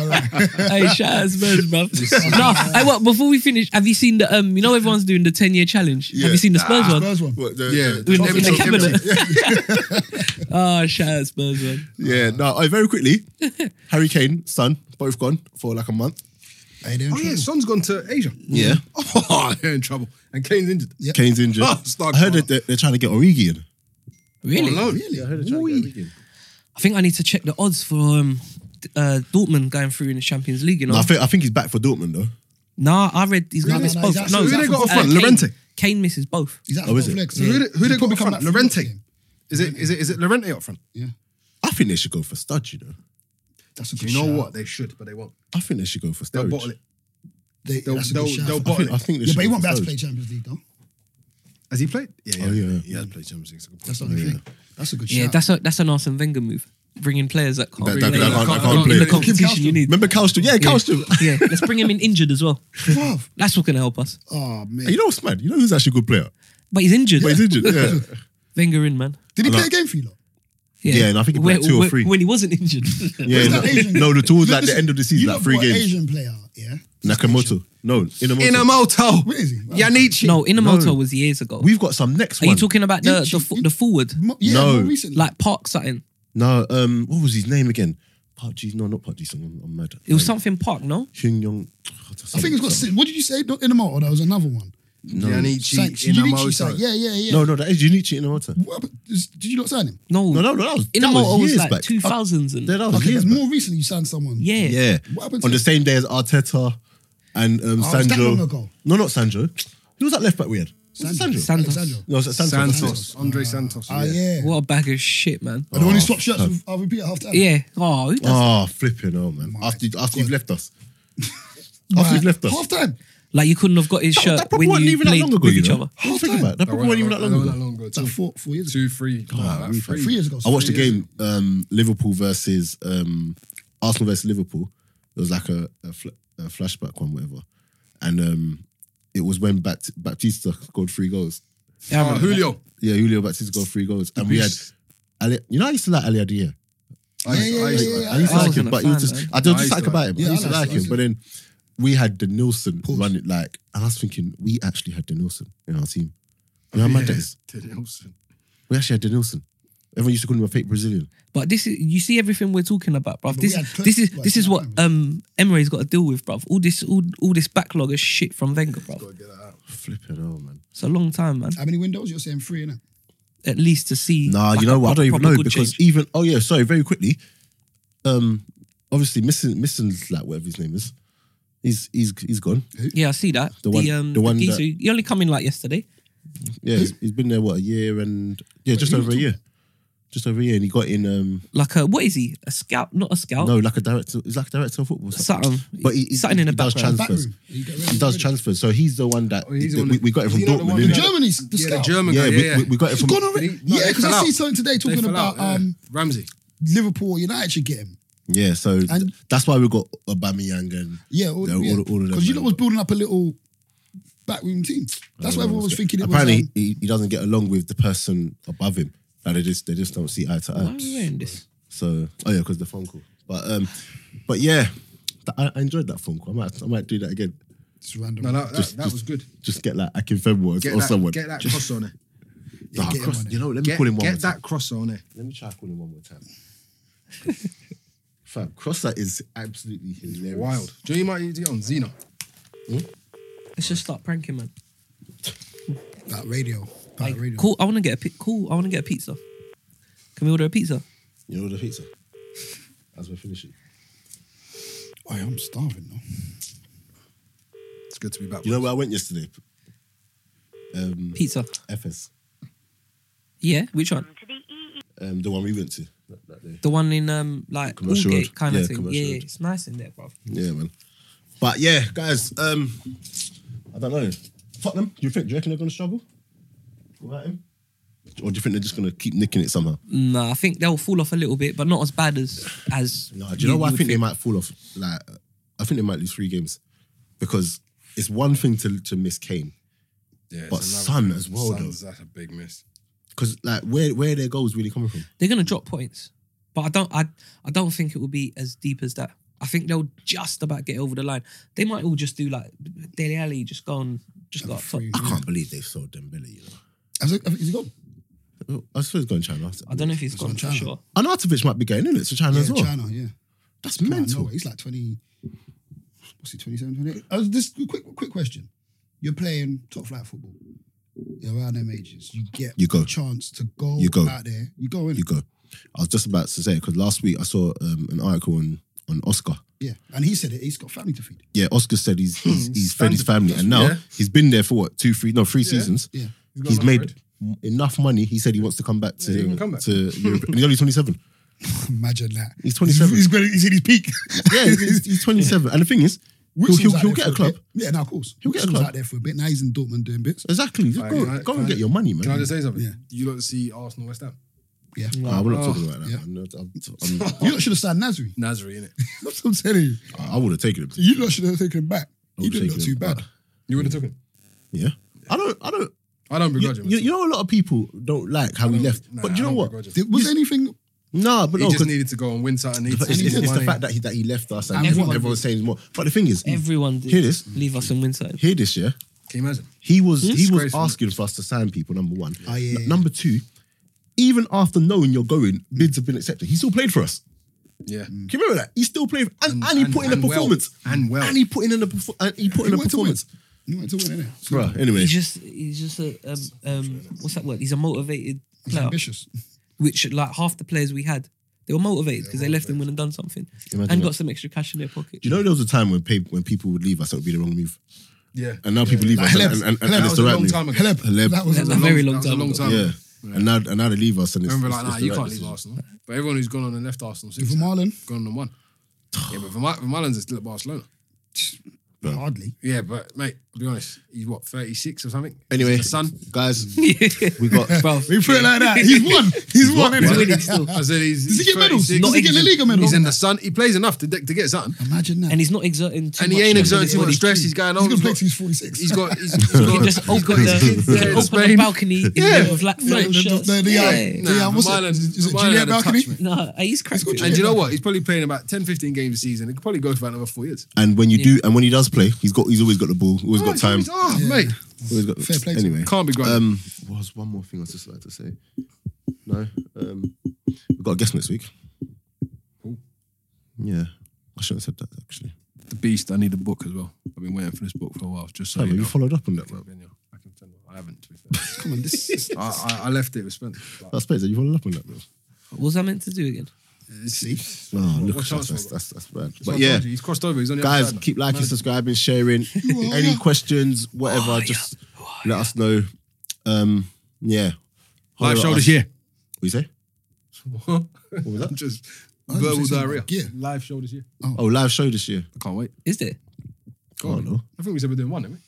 S1: All right.
S2: hey, shout out Spurs, bruv. no, hey, what? Before we finish, have you seen the um? You know, everyone's doing the ten year challenge.
S3: Yeah.
S2: Have you seen the Spurs one?
S1: Spurs one.
S3: What, the,
S5: Yeah,
S2: in the, in the
S3: Chelsea took him
S2: cabinet. Ah, shout out Spurs, man.
S3: Yeah, no, oh, very quickly. Harry Kane, son, both gone for like a month.
S1: Hey, they're in
S5: Oh yeah,
S1: trouble.
S5: Son's gone to Asia.
S3: Yeah.
S5: Oh, they're in trouble. And Kane's injured.
S1: Yep.
S3: Kane's injured.
S5: Oh, start
S3: I heard
S5: corner.
S3: that they're, they're trying to get Origi in.
S2: Really?
S5: Oh, no.
S3: Really? I heard
S5: they're trying to get Origi
S2: I think I need to check the odds for um, d- uh, Dortmund going through in the Champions League. You know,
S3: No, I think I think he's back for Dortmund though.
S2: nah, I read he's gonna
S1: Really?
S2: miss
S1: No, he's
S2: both.
S1: out- so
S2: No,
S1: who
S2: he's
S1: they
S2: out
S1: got up
S2: for- uh,
S5: front?
S2: Kane-
S5: Lorente?
S2: Kane misses both.
S1: He's out
S3: Oh,
S1: for
S3: is it?
S1: legs.
S5: So who they, who they got up front? Lorente.
S1: Game.
S5: Is it is it is it Lorente up front?
S1: Yeah,
S3: I think they should go for Studge, you know.
S1: that's a
S5: Do
S1: good
S5: you know
S1: shout.
S5: what? They should, but they won't.
S3: I think they should go for
S5: They'll
S3: Sturridge.
S5: bottle it.
S1: They,
S5: They'll-
S1: that's a good
S5: they'll-
S1: shout.
S5: they'll
S3: I
S5: bottle
S3: think,
S5: it.
S3: I think they
S1: yeah,
S3: should
S1: but he
S3: go
S1: won't
S3: for
S1: be able to
S3: Sturridge.
S1: play Champions League though.
S5: Has he played? Yeah,
S3: Oh, yeah.
S5: He has played Champions League.
S1: That's the only thing. That's a good
S2: Yeah,
S1: shout.
S2: that's a that's an Arsene Wenger move. Bringing players that can't
S3: That-
S2: really
S3: that-
S2: play,
S3: that can't-
S2: can't-
S3: that can't
S2: in the
S3: play.
S2: competition you need.
S3: Remember Kalstrom? Yeah, Kalstrom.
S2: Yeah, let's bring him in injured as well.
S1: Bruv.
S2: That's what's gonna help us.
S1: Oh man,
S3: You know what's mad? You know who's actually a good player?
S2: But he's injured.
S3: But he's injured. Yeah.
S2: Wenger in, man.
S1: did he
S3: I
S1: play
S3: know.
S1: a game for you lot?
S3: Yeah, and I think he
S2: Where-
S3: played two or
S2: where-
S3: three.
S2: when he wasn't injured.
S3: yeah,
S1: Where's
S3: no,
S1: that Asian-
S3: no, the towards like
S1: Listen,
S3: the end of the
S1: you
S3: season,
S1: lot
S3: like three
S1: brought
S3: games.
S1: Asian player, yeah.
S3: Nakamoto. No, Inamoto.
S5: Inamoto.
S1: Where is he?
S5: Yanichi.
S2: no, Inamoto
S3: No.
S2: was years ago.
S3: We've got some next
S2: Are
S3: one.
S2: you talking about the the,
S1: Injured.
S2: f- the forward,
S1: Mo- yeah,
S3: No.
S1: more recently.
S2: like Park Sutton?
S3: No, um, what was his name again? Park Ji? No, not Park Ji. Sung, I'm, I'm mad.
S2: It was
S3: um,
S2: something Park, no?
S3: Hyun Young.
S1: I think it's got. six- What did you say? Not in the motor. There was another one.
S3: No,
S5: Yanichi
S1: Sanks- Junichi Sanks.
S5: Inamoto.
S1: Yeah, yeah, yeah.
S3: no, no, that is Junichi Inamoto.
S1: What, but is- did you not sign him?
S2: No,
S3: No, no, no, that was, that
S2: Inamoto
S3: was
S2: was
S3: years
S2: like
S3: back. Oh,
S2: two thousands and
S3: Yeah, that was
S1: Okay, there's
S3: years back.
S1: more recently you signed someone.
S2: yeah.
S3: Yeah.
S1: What happened to
S3: On the
S1: him?
S3: same day as Arteta and um,
S1: Oh, was that
S3: Sandro.
S1: long ago?
S3: No, not Sandro. Who was that left back we had? Was it Sandro.
S2: Sandro.
S1: Alexandro.
S3: No, it's Santos.
S5: Santos. Andre Santos.
S1: Ah, yeah.
S2: What a bag of shit, man.
S1: I don't want
S3: Oh,
S1: to swap shirts
S3: fuck.
S1: with RVP at half time.
S2: Yeah. Oh, who does-
S3: Oh, flipping oh man.
S1: My
S3: After, after you've
S1: God.
S3: left us. after you've left us.
S1: Half time.
S2: like you couldn't have got his shirt
S3: That probably
S2: when
S3: wasn't
S2: you
S3: even that
S2: played
S3: long ago,
S2: with
S3: you
S2: each
S3: know?
S2: other.
S3: Half time. That probably wasn't even that long ago.
S1: It's like four, four years ago.
S5: Two, three. no, about
S3: we
S5: three.
S3: fucked.
S1: Three years ago.
S3: I watched the
S1: Three years
S3: game, um, Liverpool versus um, Arsenal versus Liverpool. It was like a, a, fl- a flashback one, whatever, and um, it was when Bat- Baptista scored three goals. Oh.
S2: Yeah, I
S5: Ah,
S2: remember that.
S5: Julio.
S3: Yeah, Julio Baptista scored three goals, and we had. Ali, you know, I used to like Ali Adia.
S1: Yeah,
S5: I used- I
S1: yeah,
S5: used-
S1: yeah, yeah,
S3: I used to
S2: I
S3: like
S2: wasn't
S3: him,
S2: a
S3: but he was
S2: fan,
S3: just
S2: man.
S3: I don't
S5: I
S3: just
S5: used
S3: like
S5: to
S3: about
S5: like
S1: him.
S3: him. I used to
S1: Yeah, I
S3: like
S1: liked
S3: him,
S1: him.
S3: but then we had the Nilsson
S1: Pause.
S3: run it like, and I was thinking we actually had the Nilsson in our team. You know how mad that is?
S5: to Nelson.
S3: We actually had the Nilsson. Everyone used to call him a fake Brazilian.
S2: But this is you see everything we're talking about, bruv.
S1: But
S2: This
S1: we had Klopp,
S2: this is
S1: like,
S2: this is
S1: you know
S2: what
S1: what I
S2: um Emery's got to deal with, bruv. All this all, all this backlog of shit from Wenger, bruv.
S5: Gotta get that out.
S3: Flipping hell, man.
S2: It's a long time, man.
S1: ago. How many windows? You're saying three, innit?
S2: At least to see.
S3: Nah,
S2: like,
S3: you
S2: a
S3: know what?
S2: pro-
S3: I don't even
S2: proper
S3: know
S2: good
S3: because
S2: change.
S3: even oh yeah, sorry, very quickly. Um, obviously missing missing like whatever his name is, he's he's he's gone.
S2: yeah, I see that. The,
S3: The one-
S2: um,
S3: the
S2: the
S3: one
S2: geezer-
S3: that-
S2: he only come in like yesterday.
S3: Yeah, he's- he's been there what a year and yeah, just
S1: who
S3: over a
S1: you
S3: year, just over a year, and he got in. um
S2: Like a what is he? A scout? Not a scout.
S3: No, like a director. He's like a director of football. or something.
S2: Oh. Something.
S3: But he, he,
S2: Something in the
S3: he does
S2: background.
S1: Back
S3: transfers.
S1: room. You get rid of
S3: He does
S1: him.
S3: transfers. So he's the one that
S5: Oh, he's the one
S3: we,
S5: that-
S3: we got it from
S5: is he not the
S3: Dortmund.
S5: one
S3: innit?
S5: who-
S1: Germany's the
S5: Yeah, the
S1: scout.
S5: German
S3: Yeah,
S5: guy.
S3: we,
S5: Yeah,
S3: we, we got it
S1: He's
S3: from.
S1: gone already.
S5: Did he- no,
S1: yeah,
S5: they
S1: because
S5: fell
S1: I see
S5: out.
S1: something today
S5: They
S1: talking
S5: fell
S1: about
S5: out, yeah.
S1: um,
S5: Ramsey.
S1: Liverpool United should get him.
S3: Yeah, so th-
S1: And-
S3: that's why we got Aubameyang and
S1: Yeah, all,
S3: They're all-
S1: yeah.
S3: all of them,
S1: Because you
S3: man.
S1: know was building up a little backroom team. That's why everyone was thinking. It
S3: Apparently,
S1: was, um,
S3: he, he doesn't get along with the person above him. Like they just they just don't see eye to
S2: Why are
S3: eye.
S2: we wearing this?
S3: So oh yeah, because the phone call. But um, but yeah, th- I, I enjoyed that phone call. I might I might do that again.
S1: it's random.
S5: No, that, that,
S3: Just-
S5: that
S3: just-
S5: was good.
S3: Just get like Akin Fenwa or
S5: Get that,
S3: someone.
S5: get that
S3: Just-
S5: cross on it.
S3: Nah,
S1: get him
S3: cross-
S1: on it.
S3: you know, let me
S5: Get,
S3: call him one more
S5: get
S3: time.
S5: that cross on it.
S3: Let me try calling one more time. Fam, cross that is absolutely hilarious.
S5: Wild. Do you know what you might need to get on Zeno?
S2: Let's just start pranking, man.
S1: That radio. That
S2: Like,
S1: radio.
S2: cool. I want to get a pi- cool. I want to get a pizza. Can we order a pizza?
S3: You know the pizza. As we're finishing.
S1: Oh, I'm starving now.
S5: It's good to be back.
S3: You know where I went yesterday? Um,
S2: Pizza.
S3: FS.
S2: Yeah. Which one?
S3: Um, the one we went to that, that day.
S2: The one in um like
S3: Commercial
S2: Aldgate
S3: Road.
S2: kind of
S3: Yeah,
S2: thing.
S3: Commercial
S2: Yeah,
S3: Road.
S2: it's nice in there, bro.
S3: Yeah, man. But yeah, guys, um, I don't know. Fuck them. Do you think? Do you reckon they're gonna struggle? Without him? Or do you think they're just gonna keep nicking it somehow?
S2: Nah, I think they'll fall off a little bit, but not as bad as as.
S3: No, do you know what? I
S2: would
S3: think they might fall off. Like, I think they might lose three games because it's one thing to to miss Kane.
S5: Yeah, it's
S3: But
S5: another-
S3: Son as well, though.
S5: Son's- That's a big miss.
S3: Because like where where are their goals really coming from?
S2: They're gonna drop points, but I don't. I I don't think it will be as deep as that. I think they'll just about get over the line. They might all just do like Dele Alli, just go and just go. Up top.
S1: Free.
S3: I can't believe they've sold Dembele. You know,
S1: Has it, has it got
S3: I suppose it's going China.
S2: I don't know if he's
S1: It's
S2: gone
S1: on
S2: for
S1: China.
S2: sure.
S3: I know Artovich might be going in it, so China
S1: yeah,
S3: as well.
S1: China, yeah.
S3: That's
S1: Come on, no
S3: mental.
S1: way. He's like 20, what's he, 27, 28? Uh, this quick, quick question. You're playing top flight football. You're around them ages. You get
S3: You go.
S1: a chance to go,
S3: You go.
S1: out there. You go in.
S3: you go. I was just about to say because last week I saw um, an article on on Oscar.
S1: Yeah. And he said it. He's got family to feed.
S3: Yeah, Oscar said he's he's,
S2: Hmm.
S3: he's fed his
S5: Standard.
S3: family, and now
S5: Yeah.
S3: he's been there for what two, three, no, three seasons.
S1: Yeah.
S5: He's got
S3: He's
S5: enough
S3: made
S5: bread.
S3: m- enough money. He said he wants to come back
S5: Yeah, he
S3: to
S5: can come back.
S3: to Europe. And he's only twenty seven.
S1: Imagine that.
S3: He's 27.
S1: He's, he's, he's in his peak.
S3: Yeah, he's, he's twenty seven. And the thing is, he'll,
S1: Wilson
S3: he'll,
S1: was out
S3: he'll
S1: there
S3: get
S1: for
S3: a club.
S1: bit. Yeah, no, of course.
S3: He'll get a
S1: Wilson was
S3: club. Uh,
S1: out there for a bit. Now he's in Dortmund doing bits.
S3: Exactly. Just
S5: Right,
S3: go,
S5: right,
S3: go and
S5: right.
S3: get your money, man.
S5: Can I just say something?
S1: Yeah.
S5: You lot see Arsenal West Ham.
S1: Yeah.
S3: Nah, we're not talking about that.
S1: Yeah.
S3: man. No, I'm- I'm-
S1: You lot should have signed Nasri.
S5: Nasri, innit?
S1: That's what I'm telling you.
S3: i would have taken him.
S1: You lot should have taken him back.
S3: I
S1: He
S3: would've
S1: didn't look
S3: taken
S1: too
S3: him,
S1: bad.
S3: but-
S5: You would have took him.
S3: Yeah. I don't. I don't.
S5: I don't
S3: You,
S5: begrudge him.
S3: you-
S5: at
S3: you
S5: all.
S3: know, a lot of people don't like how we
S5: I don't-
S3: left.
S5: nah,
S3: but you
S5: I
S3: know
S5: don't
S3: what?
S5: begrudge him.
S1: Did- was anything?
S3: Nah, but
S5: he
S3: no,
S5: just
S3: 'cause-
S5: needed to go and win something. He
S3: But
S5: he
S3: it's, it's,
S5: needed
S3: it's the
S5: money.
S3: fact that he that he left us and,
S1: And
S3: everyone,
S1: what-
S3: everyone's saying more. But the thing is,
S2: Mm. Everyone did.
S3: Hear this?
S2: Leave us in winter.
S3: here this year
S5: Can you imagine?
S3: he was he was
S5: Disgraceful.
S3: asking for us to sign people. Number one,
S1: Oh, yeah,
S3: N-
S1: yeah.
S3: number two, even after knowing you're going, bids have been accepted. He still played for us.
S5: Yeah.
S1: Mm.
S3: Can you remember that? He still played, and, and, he put in a
S5: and well.
S3: performance,
S5: And well.
S3: and he put in a perfo- and he put in
S1: He
S3: a
S1: went to win.
S3: performance.
S1: He went to win, innit? So
S3: Bruh, anyway,
S2: He's just he's just a um, um what's that word? He's a motivated
S1: he's
S2: player.
S1: ambitious.
S2: Which like half the players we had, they were motivated because they left and went and done something
S3: Imagine
S2: and
S3: that.
S2: got some extra cash in their pocket.
S3: do you know there was a time when people when people would leave us, that would be the wrong move,
S5: Yeah.
S3: and now people leave
S1: Like
S3: us, and,
S1: Haleb.
S3: and, and, and
S1: Haleb, that
S3: it's
S1: was
S3: the
S1: a
S3: right
S5: long
S3: move.
S5: time ago.
S3: Haleb.
S1: That was
S2: That's
S1: a
S2: a
S1: long-
S2: very
S5: that
S2: long
S5: was a
S2: time.
S5: long
S2: ago.
S5: time.
S3: yeah, and now and now they leave us, and it's,
S5: Remember,
S3: it's,
S5: like, nah,
S3: it's the
S5: you
S3: right
S5: can't
S3: decision.
S5: leave Arsenal. But everyone who's gone on and left Arsenal since
S1: Vermaelen?
S5: gone on and won. Yeah, but Verma- Vermaelen's is still at Barcelona.
S1: Hardly.
S5: Yeah, but mate, I'll be honest, he's what, 36 or something?
S3: Anyway,
S5: His son.
S3: guys, we got
S2: Bro,
S1: We put it like that. He's won. He's won,
S2: he's
S1: innit?
S2: winning still.
S5: I said he's.
S1: Does he
S5: he's
S1: get medals?
S5: 36.
S1: Does he get La Liga medals?
S5: He's in the sun. He plays enough to, to get something.
S1: Imagine that.
S2: And he's not exerting too
S5: And
S2: much.
S5: he ain't
S2: stress on
S5: exerting
S2: his
S5: too much
S2: body
S5: stress.
S2: too.
S5: He's going on.
S1: He's going to play
S5: got-
S1: till he's 46.
S5: He's got. He's he's
S2: He
S5: got.
S2: can just open the,
S5: there in
S2: open the
S5: Spain.
S2: balcony in
S5: Yeah.
S2: the middle of like
S1: No,
S2: flannel
S1: the- the-
S2: shirts.
S1: the- uh, the-
S2: yeah.
S1: Yeah, what's it?
S5: Vermaelen-
S1: Is it
S5: Vermaelen
S1: Julian
S5: had a touch,
S1: Balcony?
S5: mate.
S2: Nah, he's cracked.
S1: got
S2: it.
S5: And you know what? He's probably playing about 10, 15 games a season. It could probably go for about another four years.
S3: And when you do, and when he does play, he's got he's always got the ball, always got time.
S5: Oh, mate.
S3: Always got,
S1: Fair play to
S3: Anyway,
S5: Can't be grinding.
S3: um, what was one more thing I was just about to say. No, um, we've got a guest next week. Yeah, I shouldn't have said that actually.
S5: the Beast, I need a book as well. I've been waiting for this book for a while, just so
S3: Damn,
S5: you
S3: have
S5: know.
S3: you followed up on that, bro?
S5: Been, yeah, I can tell you, I haven't, to be fair.
S1: Come on, this is.
S5: I, I, I left it with Spencer. Like,
S3: That's Spencer. You followed up on that, bro.
S2: What was I meant to do again?
S1: See?
S3: Oh, look,
S5: Watch
S3: that's,
S5: out,
S3: that's,
S5: bro.
S3: that's that's bad.
S5: so I
S3: But
S5: told
S3: yeah,
S5: you, he's crossed over. He's on the other
S3: guys,
S5: side now.
S3: keep liking, subscribing, sharing. Any questions, whatever, just let us know. Um, yeah,
S5: Live
S3: Holler at
S5: show
S3: us.
S5: this year.
S3: What you say?
S5: what was
S3: that?
S5: Just
S1: I was gonna
S5: verbal
S1: say something
S5: diarrhea.
S1: about gear.
S5: Live show this year.
S3: Oh, live show this year.
S5: I can't wait.
S2: Is there?
S3: Oh no,
S5: I think we said we're doing one, didn't we?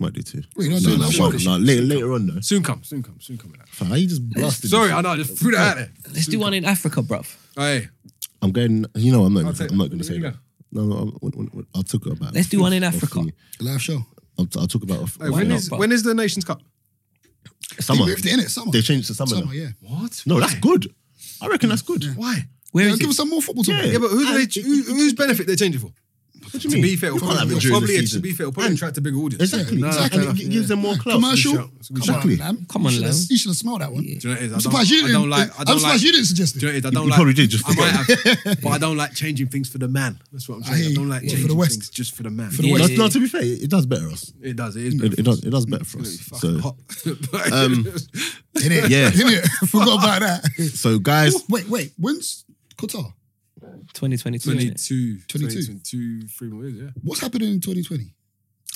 S3: might do two.
S1: Wait, don't
S3: No,
S1: do
S3: no,
S1: that.
S3: one- no, later, later on though.
S5: Soon come, soon come, soon come. in that.
S3: Fam, you just blasted.
S5: Sorry,
S3: this.
S5: I know. I just threw that out there.
S2: Let's do one in Africa, bruv.
S5: Hey,
S3: I'm going. You know, I'm not.
S5: take-
S3: I'm not going to
S5: there
S3: say
S5: you
S3: that.
S5: go.
S3: No, no. I'm, when, when, when, I'll talk about.
S2: Let's do one in Africa.
S1: Live show.
S3: I'll, I'll talk about. Off,
S5: hey
S3: off
S5: when
S3: air.
S5: is when is the Nations Cup?
S3: summer?
S1: They moved it, innit? Summer.
S3: They changed to summer. now.
S1: Summer, yeah.
S5: What?
S3: No, that's good. I reckon that's good.
S5: Why?
S2: Where
S1: Yeah,
S2: is
S1: give
S2: it?
S1: us some more football talk.
S5: Yeah, but who do they, who, whose benefit they change it for?
S3: What do you
S5: To
S3: mean?
S5: be fair,
S3: You
S5: it'll
S3: can't have
S5: probably,
S3: it
S5: it'll
S3: during the
S5: probably,
S3: season.
S5: to be fair, it'll probably
S3: And-
S5: attract a bigger audience.
S3: Exactly.
S1: Yeah, fair
S3: and it
S1: enough,
S3: gi- gives them more clout.
S1: Commercial.
S5: Good shout. It's a good
S1: Come
S3: shout.
S1: on, man.
S2: Come on,
S1: You should have-
S2: Lam.
S1: You should have smelled that one.
S5: Do you know what it is? I
S1: I'm
S5: don't-
S1: surprised you
S5: I
S1: didn't.
S5: don't like. I don't
S1: I'm surprised
S5: like-
S1: you didn't suggest
S5: Do you know
S1: it.
S5: what it is? I
S3: You-
S5: don't
S3: you
S5: like.
S3: probably did, just
S5: I might
S3: forget.
S5: have, but I don't like changing things for the man. That's what I'm
S1: I
S5: saying.
S1: hear
S5: I,
S1: you.
S5: don't like
S1: Yeah, for the
S5: changing
S1: West.
S5: things just for the man.
S1: For the West.
S3: No, no, to be fair, it, it does better us.
S5: It does. It is. better
S3: It,
S5: for
S3: it
S5: us.
S3: does. It does better for
S5: It's
S3: us.
S5: fucking
S3: So,
S5: hot. But-
S3: um,
S1: Innit?
S3: Yeah.
S1: Innit? Forgot about that.
S3: so guys,
S1: Wait, wait. When's Qatar?
S2: 2022. innit?
S5: 22,
S1: 22.
S5: 22, three more years. Yeah.
S1: What's happening in 2020?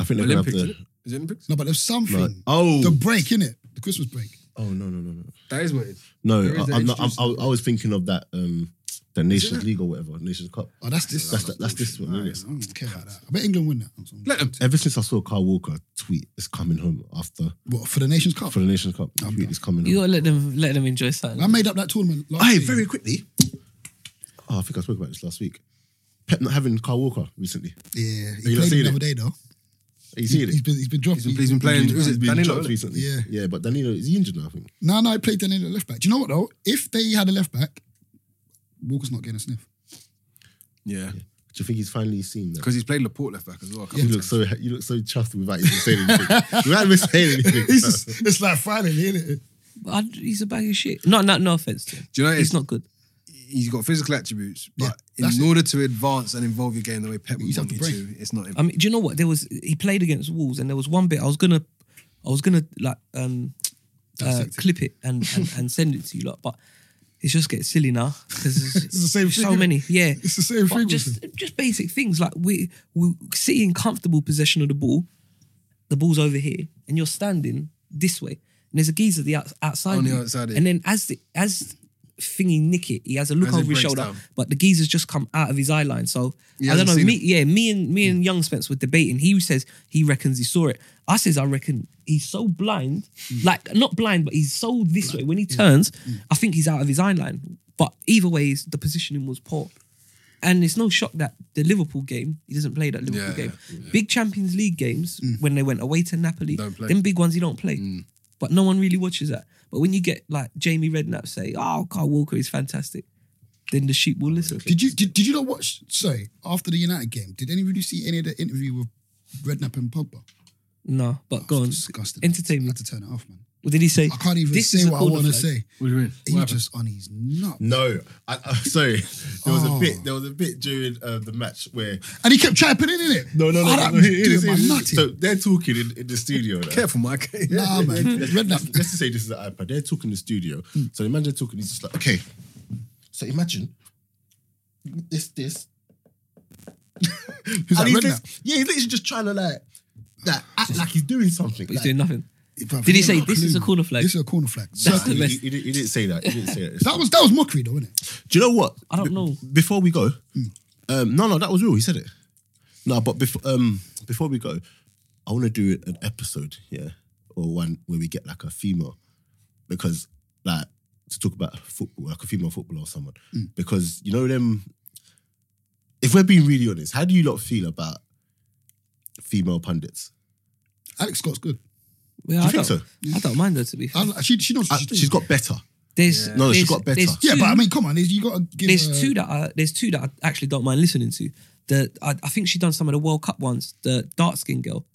S3: I think they're gonna have
S5: Olympics.
S3: the.
S5: innit? Is it Olympics?
S1: No, but there's something.
S3: No. Oh,
S1: The break, innit? The Christmas break.
S3: oh no, no, no, no.
S5: That is what it is.
S3: No,
S5: There is
S3: I,
S5: the
S3: I'm not, I'm,
S5: introducing-
S3: I, I was thinking of that um, the Nations League or whatever, Nations Cup.
S1: Oh, that's this.
S3: That's that, that's this one.
S1: I
S3: isn't it?
S1: don't care about that. I bet England win that. I'm sorry.
S5: Let them.
S3: Ever since I saw Carl Walker tweet, it's coming home after
S1: What for the Nations Cup?
S3: for the Nations Cup. Tweet is coming
S2: You
S3: home.
S2: gotta let them let them enjoy
S1: I
S2: something.
S1: made up that tournament. Last
S3: Hey,
S1: year.
S3: very quickly. Oh, I think I spoke about this last week. Pep not having Carl Walker recently.
S1: Yeah,
S3: you
S1: he
S3: not
S1: played
S3: seen
S1: the
S3: it?
S1: other day though.
S3: Are you seeing
S1: He's
S3: it?
S1: been he's been dropped.
S5: He's been playing. Who's it?
S3: He's been
S5: Danilo.
S3: dropped
S5: innit?
S3: recently.
S1: Yeah.
S3: yeah, but Danilo is he injured now. I think.
S1: No, no, he played Danilo at left back. Do you know what though? If they had a left back, Walker's not getting a sniff.
S5: Yeah.
S3: Do you think he's finally seen that?
S5: Because he's played Laporte left back as well. a couple
S3: You
S5: of
S3: look
S5: times.
S3: so you look so chuffed without even saying anything. without even saying anything.
S1: It's, just- it's like finally, isn't it?
S2: I, he's a bag of shit. No, no, no offense to him.
S5: Do you know what it
S2: He's
S5: is?
S2: not good.
S5: He's got physical attributes,
S1: Yeah,
S5: but
S1: that's
S5: in
S1: it.
S5: order to advance and involve your game the way Pep
S1: You
S5: would
S1: just have
S5: want
S1: to
S5: you to, Uh, it's not him.
S2: I mean, do you know what? There was he played against Wolves, and there was one bit I was gonna, I was gonna like um, uh,
S1: Dissect it.
S2: clip it and, and and send it to you lot, but it's just getting silly now because
S1: It's the same
S2: so
S1: thing, innit?
S2: many. Yeah,
S1: It's the same
S2: But
S1: thing. with
S2: Just just basic things like we we sitting in comfortable possession of the ball, the ball's over here, and you're standing this way, and there's a geezer the outs outside,
S5: On the
S2: you.
S5: outside, yeah.
S2: and then as the as thingy nick it, he has a look
S5: As it
S2: over his
S5: breaks
S2: shoulder,
S5: down.
S2: but the geezer's just come out of his eye line, so
S5: He
S2: I don't
S5: hasn't
S2: know.
S5: seen
S2: Me, yeah, me and me
S5: Hmm.
S2: and young Spence were debating. He says he reckons he saw it. I says I reckon he's so blind,
S5: Hmm.
S2: like not blind, but he's so this way. When he turns, I think he's out of his eye line. But either way, he's- the positioning was poor. And it's no shock that the Liverpool game, he doesn't play that Liverpool
S5: Yeah, Hmm.
S2: game. Big Champions League games, when they went away to Napoli,
S5: Don't play. Hmm.
S2: them big ones he don't play. But no one really watches that. But when you get like Jamie Redknapp say, oh, Carl Walker is fantastic, then the sheep will listen.
S1: Did you did, did you not watch? Sorry, after the United game, did anybody see any of the interview with Redknapp and Pogba?
S2: No,
S5: Oh,
S2: but
S1: It
S2: go
S1: was
S2: on.
S1: disgusting.
S2: Entertain
S1: I
S2: me.
S1: had to turn it off, man.
S2: What did he say?
S1: I can't even
S2: This is
S1: say
S2: a
S1: what I
S2: corner
S1: want to
S2: flag.
S1: say.
S5: What do you mean?
S1: He just on his nut,
S3: No, I, I, sorry. There was
S1: Oh.
S3: a bit. There was a bit during uh, the match where
S1: and he kept chirping in it.
S3: no, no,
S1: I
S3: no.
S1: don't
S3: no, it is-
S1: do
S3: it
S1: my
S3: is-
S1: nutting.
S3: so they're talking in, in the studio. Now.
S5: Careful, Mike.
S1: Nah, Ah, man.
S3: let's,
S1: Redknapp.
S3: let's just say this is an iPad. They're talking in the studio. So imagine they're talking. He's just like, okay. So imagine this, this.
S1: Who's that,
S3: And he's
S1: Redknapp?
S3: just- yeah, he's literally just trying to like, like act like he's doing something.
S2: But he's
S3: like-
S2: doing nothing.
S1: Bruv,
S2: Did he
S1: got
S2: say,
S1: no
S2: "This
S1: clue,
S2: is a
S1: man.
S2: corner flag"?
S1: This is a corner flag.
S3: Nah,
S2: That's the
S3: he-
S2: best.
S3: He, he didn't- he didn't say that. He didn't say that.
S1: that was that was mockery, though, wasn't it?
S3: Do you know what?
S2: I don't
S3: Be-
S2: know.
S3: before we go,
S1: Hmm.
S3: um, no, no, that was real. He said it. No, but before um, before we go, I want to do an episode, yeah, or one where we get like a female, because like to talk about football, like a female footballer or someone,
S1: Hmm.
S3: because you know them. If we're being really honest, how do you lot feel about female pundits?
S1: Alex Scott's good.
S2: Yeah,
S3: Do
S2: I
S3: you think
S2: don't- I don't mind her to be fair.
S1: I, she she knows.
S3: Uh,
S1: what she's doing.
S3: she's got better.
S2: There's
S3: No, she
S2: there's-
S3: got better.
S2: there's
S1: Yeah,
S2: two-
S1: but I mean, come on, you got to give.
S2: there's
S1: her-
S2: two that I, there's two that I actually don't mind listening to. The I, I think she done some of the World Cup ones. The dark skinned girl.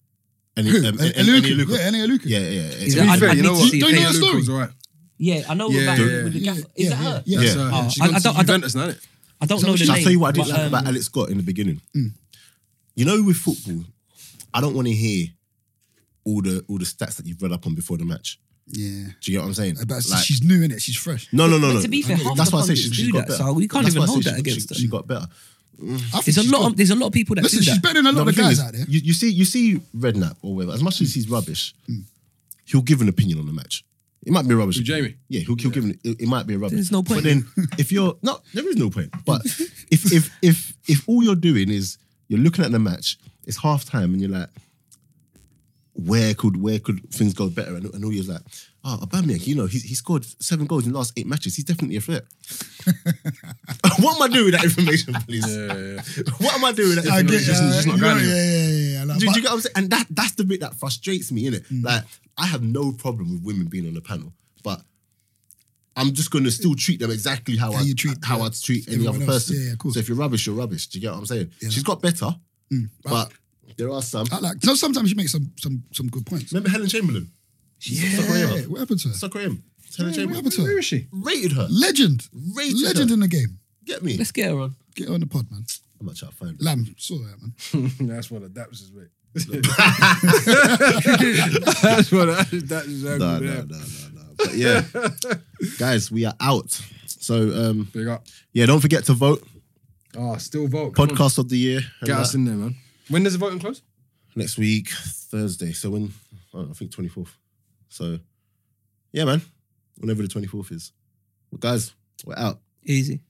S3: And,
S1: Who?
S3: um,
S1: Eh,
S3: and- and- and
S1: Eluku.
S3: Iluka.
S1: Yeah, Eni Eluku.
S3: yeah, yeah, yeah.
S2: Is
S5: To be
S2: I-
S5: fair,
S2: I
S5: you
S2: need
S5: know
S2: to
S5: what?
S2: see a
S1: Don't you know
S2: picture.
S1: the story?
S5: Lukaku's all right.
S2: Yeah, I know
S5: Yeah,
S2: about
S5: yeah,
S2: her with the
S1: yeah,
S2: gaff.
S1: yeah,
S2: Is that
S1: yeah,
S2: her?
S1: yeah.
S5: That's
S3: Yeah.
S5: her.
S2: Oh, I-
S5: She
S2: I
S5: gone to
S2: don't- I don't-
S5: Juventus, isn't it?
S2: I don't
S1: So
S2: know the
S1: should
S3: Shall
S2: name.
S3: I tell you what I
S2: but,
S3: didn't like
S2: um,
S3: about Alex Scott in the beginning?
S1: Mm.
S3: You know, with football, I don't want to hear all the all the stats that you've read up on before the match.
S1: Yeah,
S3: Do you get what I'm saying?
S1: but
S3: Like-
S1: she's new in it. She's fresh.
S3: no, no, no,
S2: But
S3: no.
S2: to be fair, half
S3: that's
S2: the
S3: why I say
S2: pundits
S3: she,
S2: do
S3: she got
S2: that,
S3: better.
S2: so we can't
S3: That's
S2: even
S3: why I say
S2: hold
S3: she
S2: that
S3: got-
S2: against
S3: she,
S2: her.
S3: She got better.
S1: I think
S2: There's
S1: she's
S2: a lot.
S1: good.
S2: Of, there's a lot of people that
S1: Listen,
S2: do that.
S1: she's better than a lot
S3: No,
S1: of
S3: the
S1: the
S3: thing
S1: guys
S3: is,
S1: out there.
S3: You, you see, you see Redknapp or whatever. As much as he's rubbish,
S1: Mm.
S3: he'll give an opinion on the match. It might be rubbish.
S5: Who, Jamie?
S3: Yeah, he'll, he'll give an. It, it might be a rubbish.
S2: There's no
S3: But
S2: point.
S3: then, if you're no, there is no point. But if if if if all you're doing is you're looking at the match, it's half time, and you're like, where could where could things go better? And, and all you're like, oh, Aubameyang, you know, he, he scored seven goals in the last eight matches. He's definitely a threat. what am I doing with that information, please? What am I doing with that
S1: I
S3: information?
S1: get,
S3: It's
S1: uh,
S3: just not
S1: you know,
S3: going
S1: yeah, yeah,
S3: anywhere.
S1: yeah, yeah. Like,
S3: Do, do
S1: but- Mm.
S3: you get what I'm saying? And that that's the bit that frustrates me, innit? Like, I have no problem with women being on the panel, but I'm just gonna still treat them exactly how,
S1: How
S3: I
S1: you treat-
S3: how
S1: yeah,
S3: I'd treat any
S1: everyone
S3: other
S1: else.
S3: person.
S1: Yeah, yeah, of course.
S3: So if you're rubbish, you're rubbish. Do you get what I'm saying?
S1: Yeah. Mm. uh,
S3: She's got better, but there are some.
S1: I like. No, sometimes she makes some some some good points.
S3: Remember Helen Chamberlain?
S1: Yeah, what happened to her?
S3: Sucker him. Helen
S1: Yeah, what
S3: Chamberlain.
S1: happened to her?
S5: is she?
S3: Rated her.
S1: Legend,
S3: Rated
S1: legend
S3: her.
S1: in the game.
S3: Get me.
S2: Let's get her on.
S1: Get her on the pod, man.
S3: I'm not trying to find her.
S1: Lamb, saw that, man.
S5: That's what that was his way. That's what that that is.
S3: No, no, no, no, no. But yeah, guys, we are out. So um,
S5: Big up.
S3: yeah, don't forget to vote.
S5: Ah, still vote. Come on.
S3: Podcast of the year. and
S5: Get
S3: that.
S5: us in there, man. When does the voting close?
S3: next week, Thursday. So when I, don't know, I think twenty fourth. So yeah, man. Whenever the twenty fourth is, well, guys, we're out.
S2: Easy.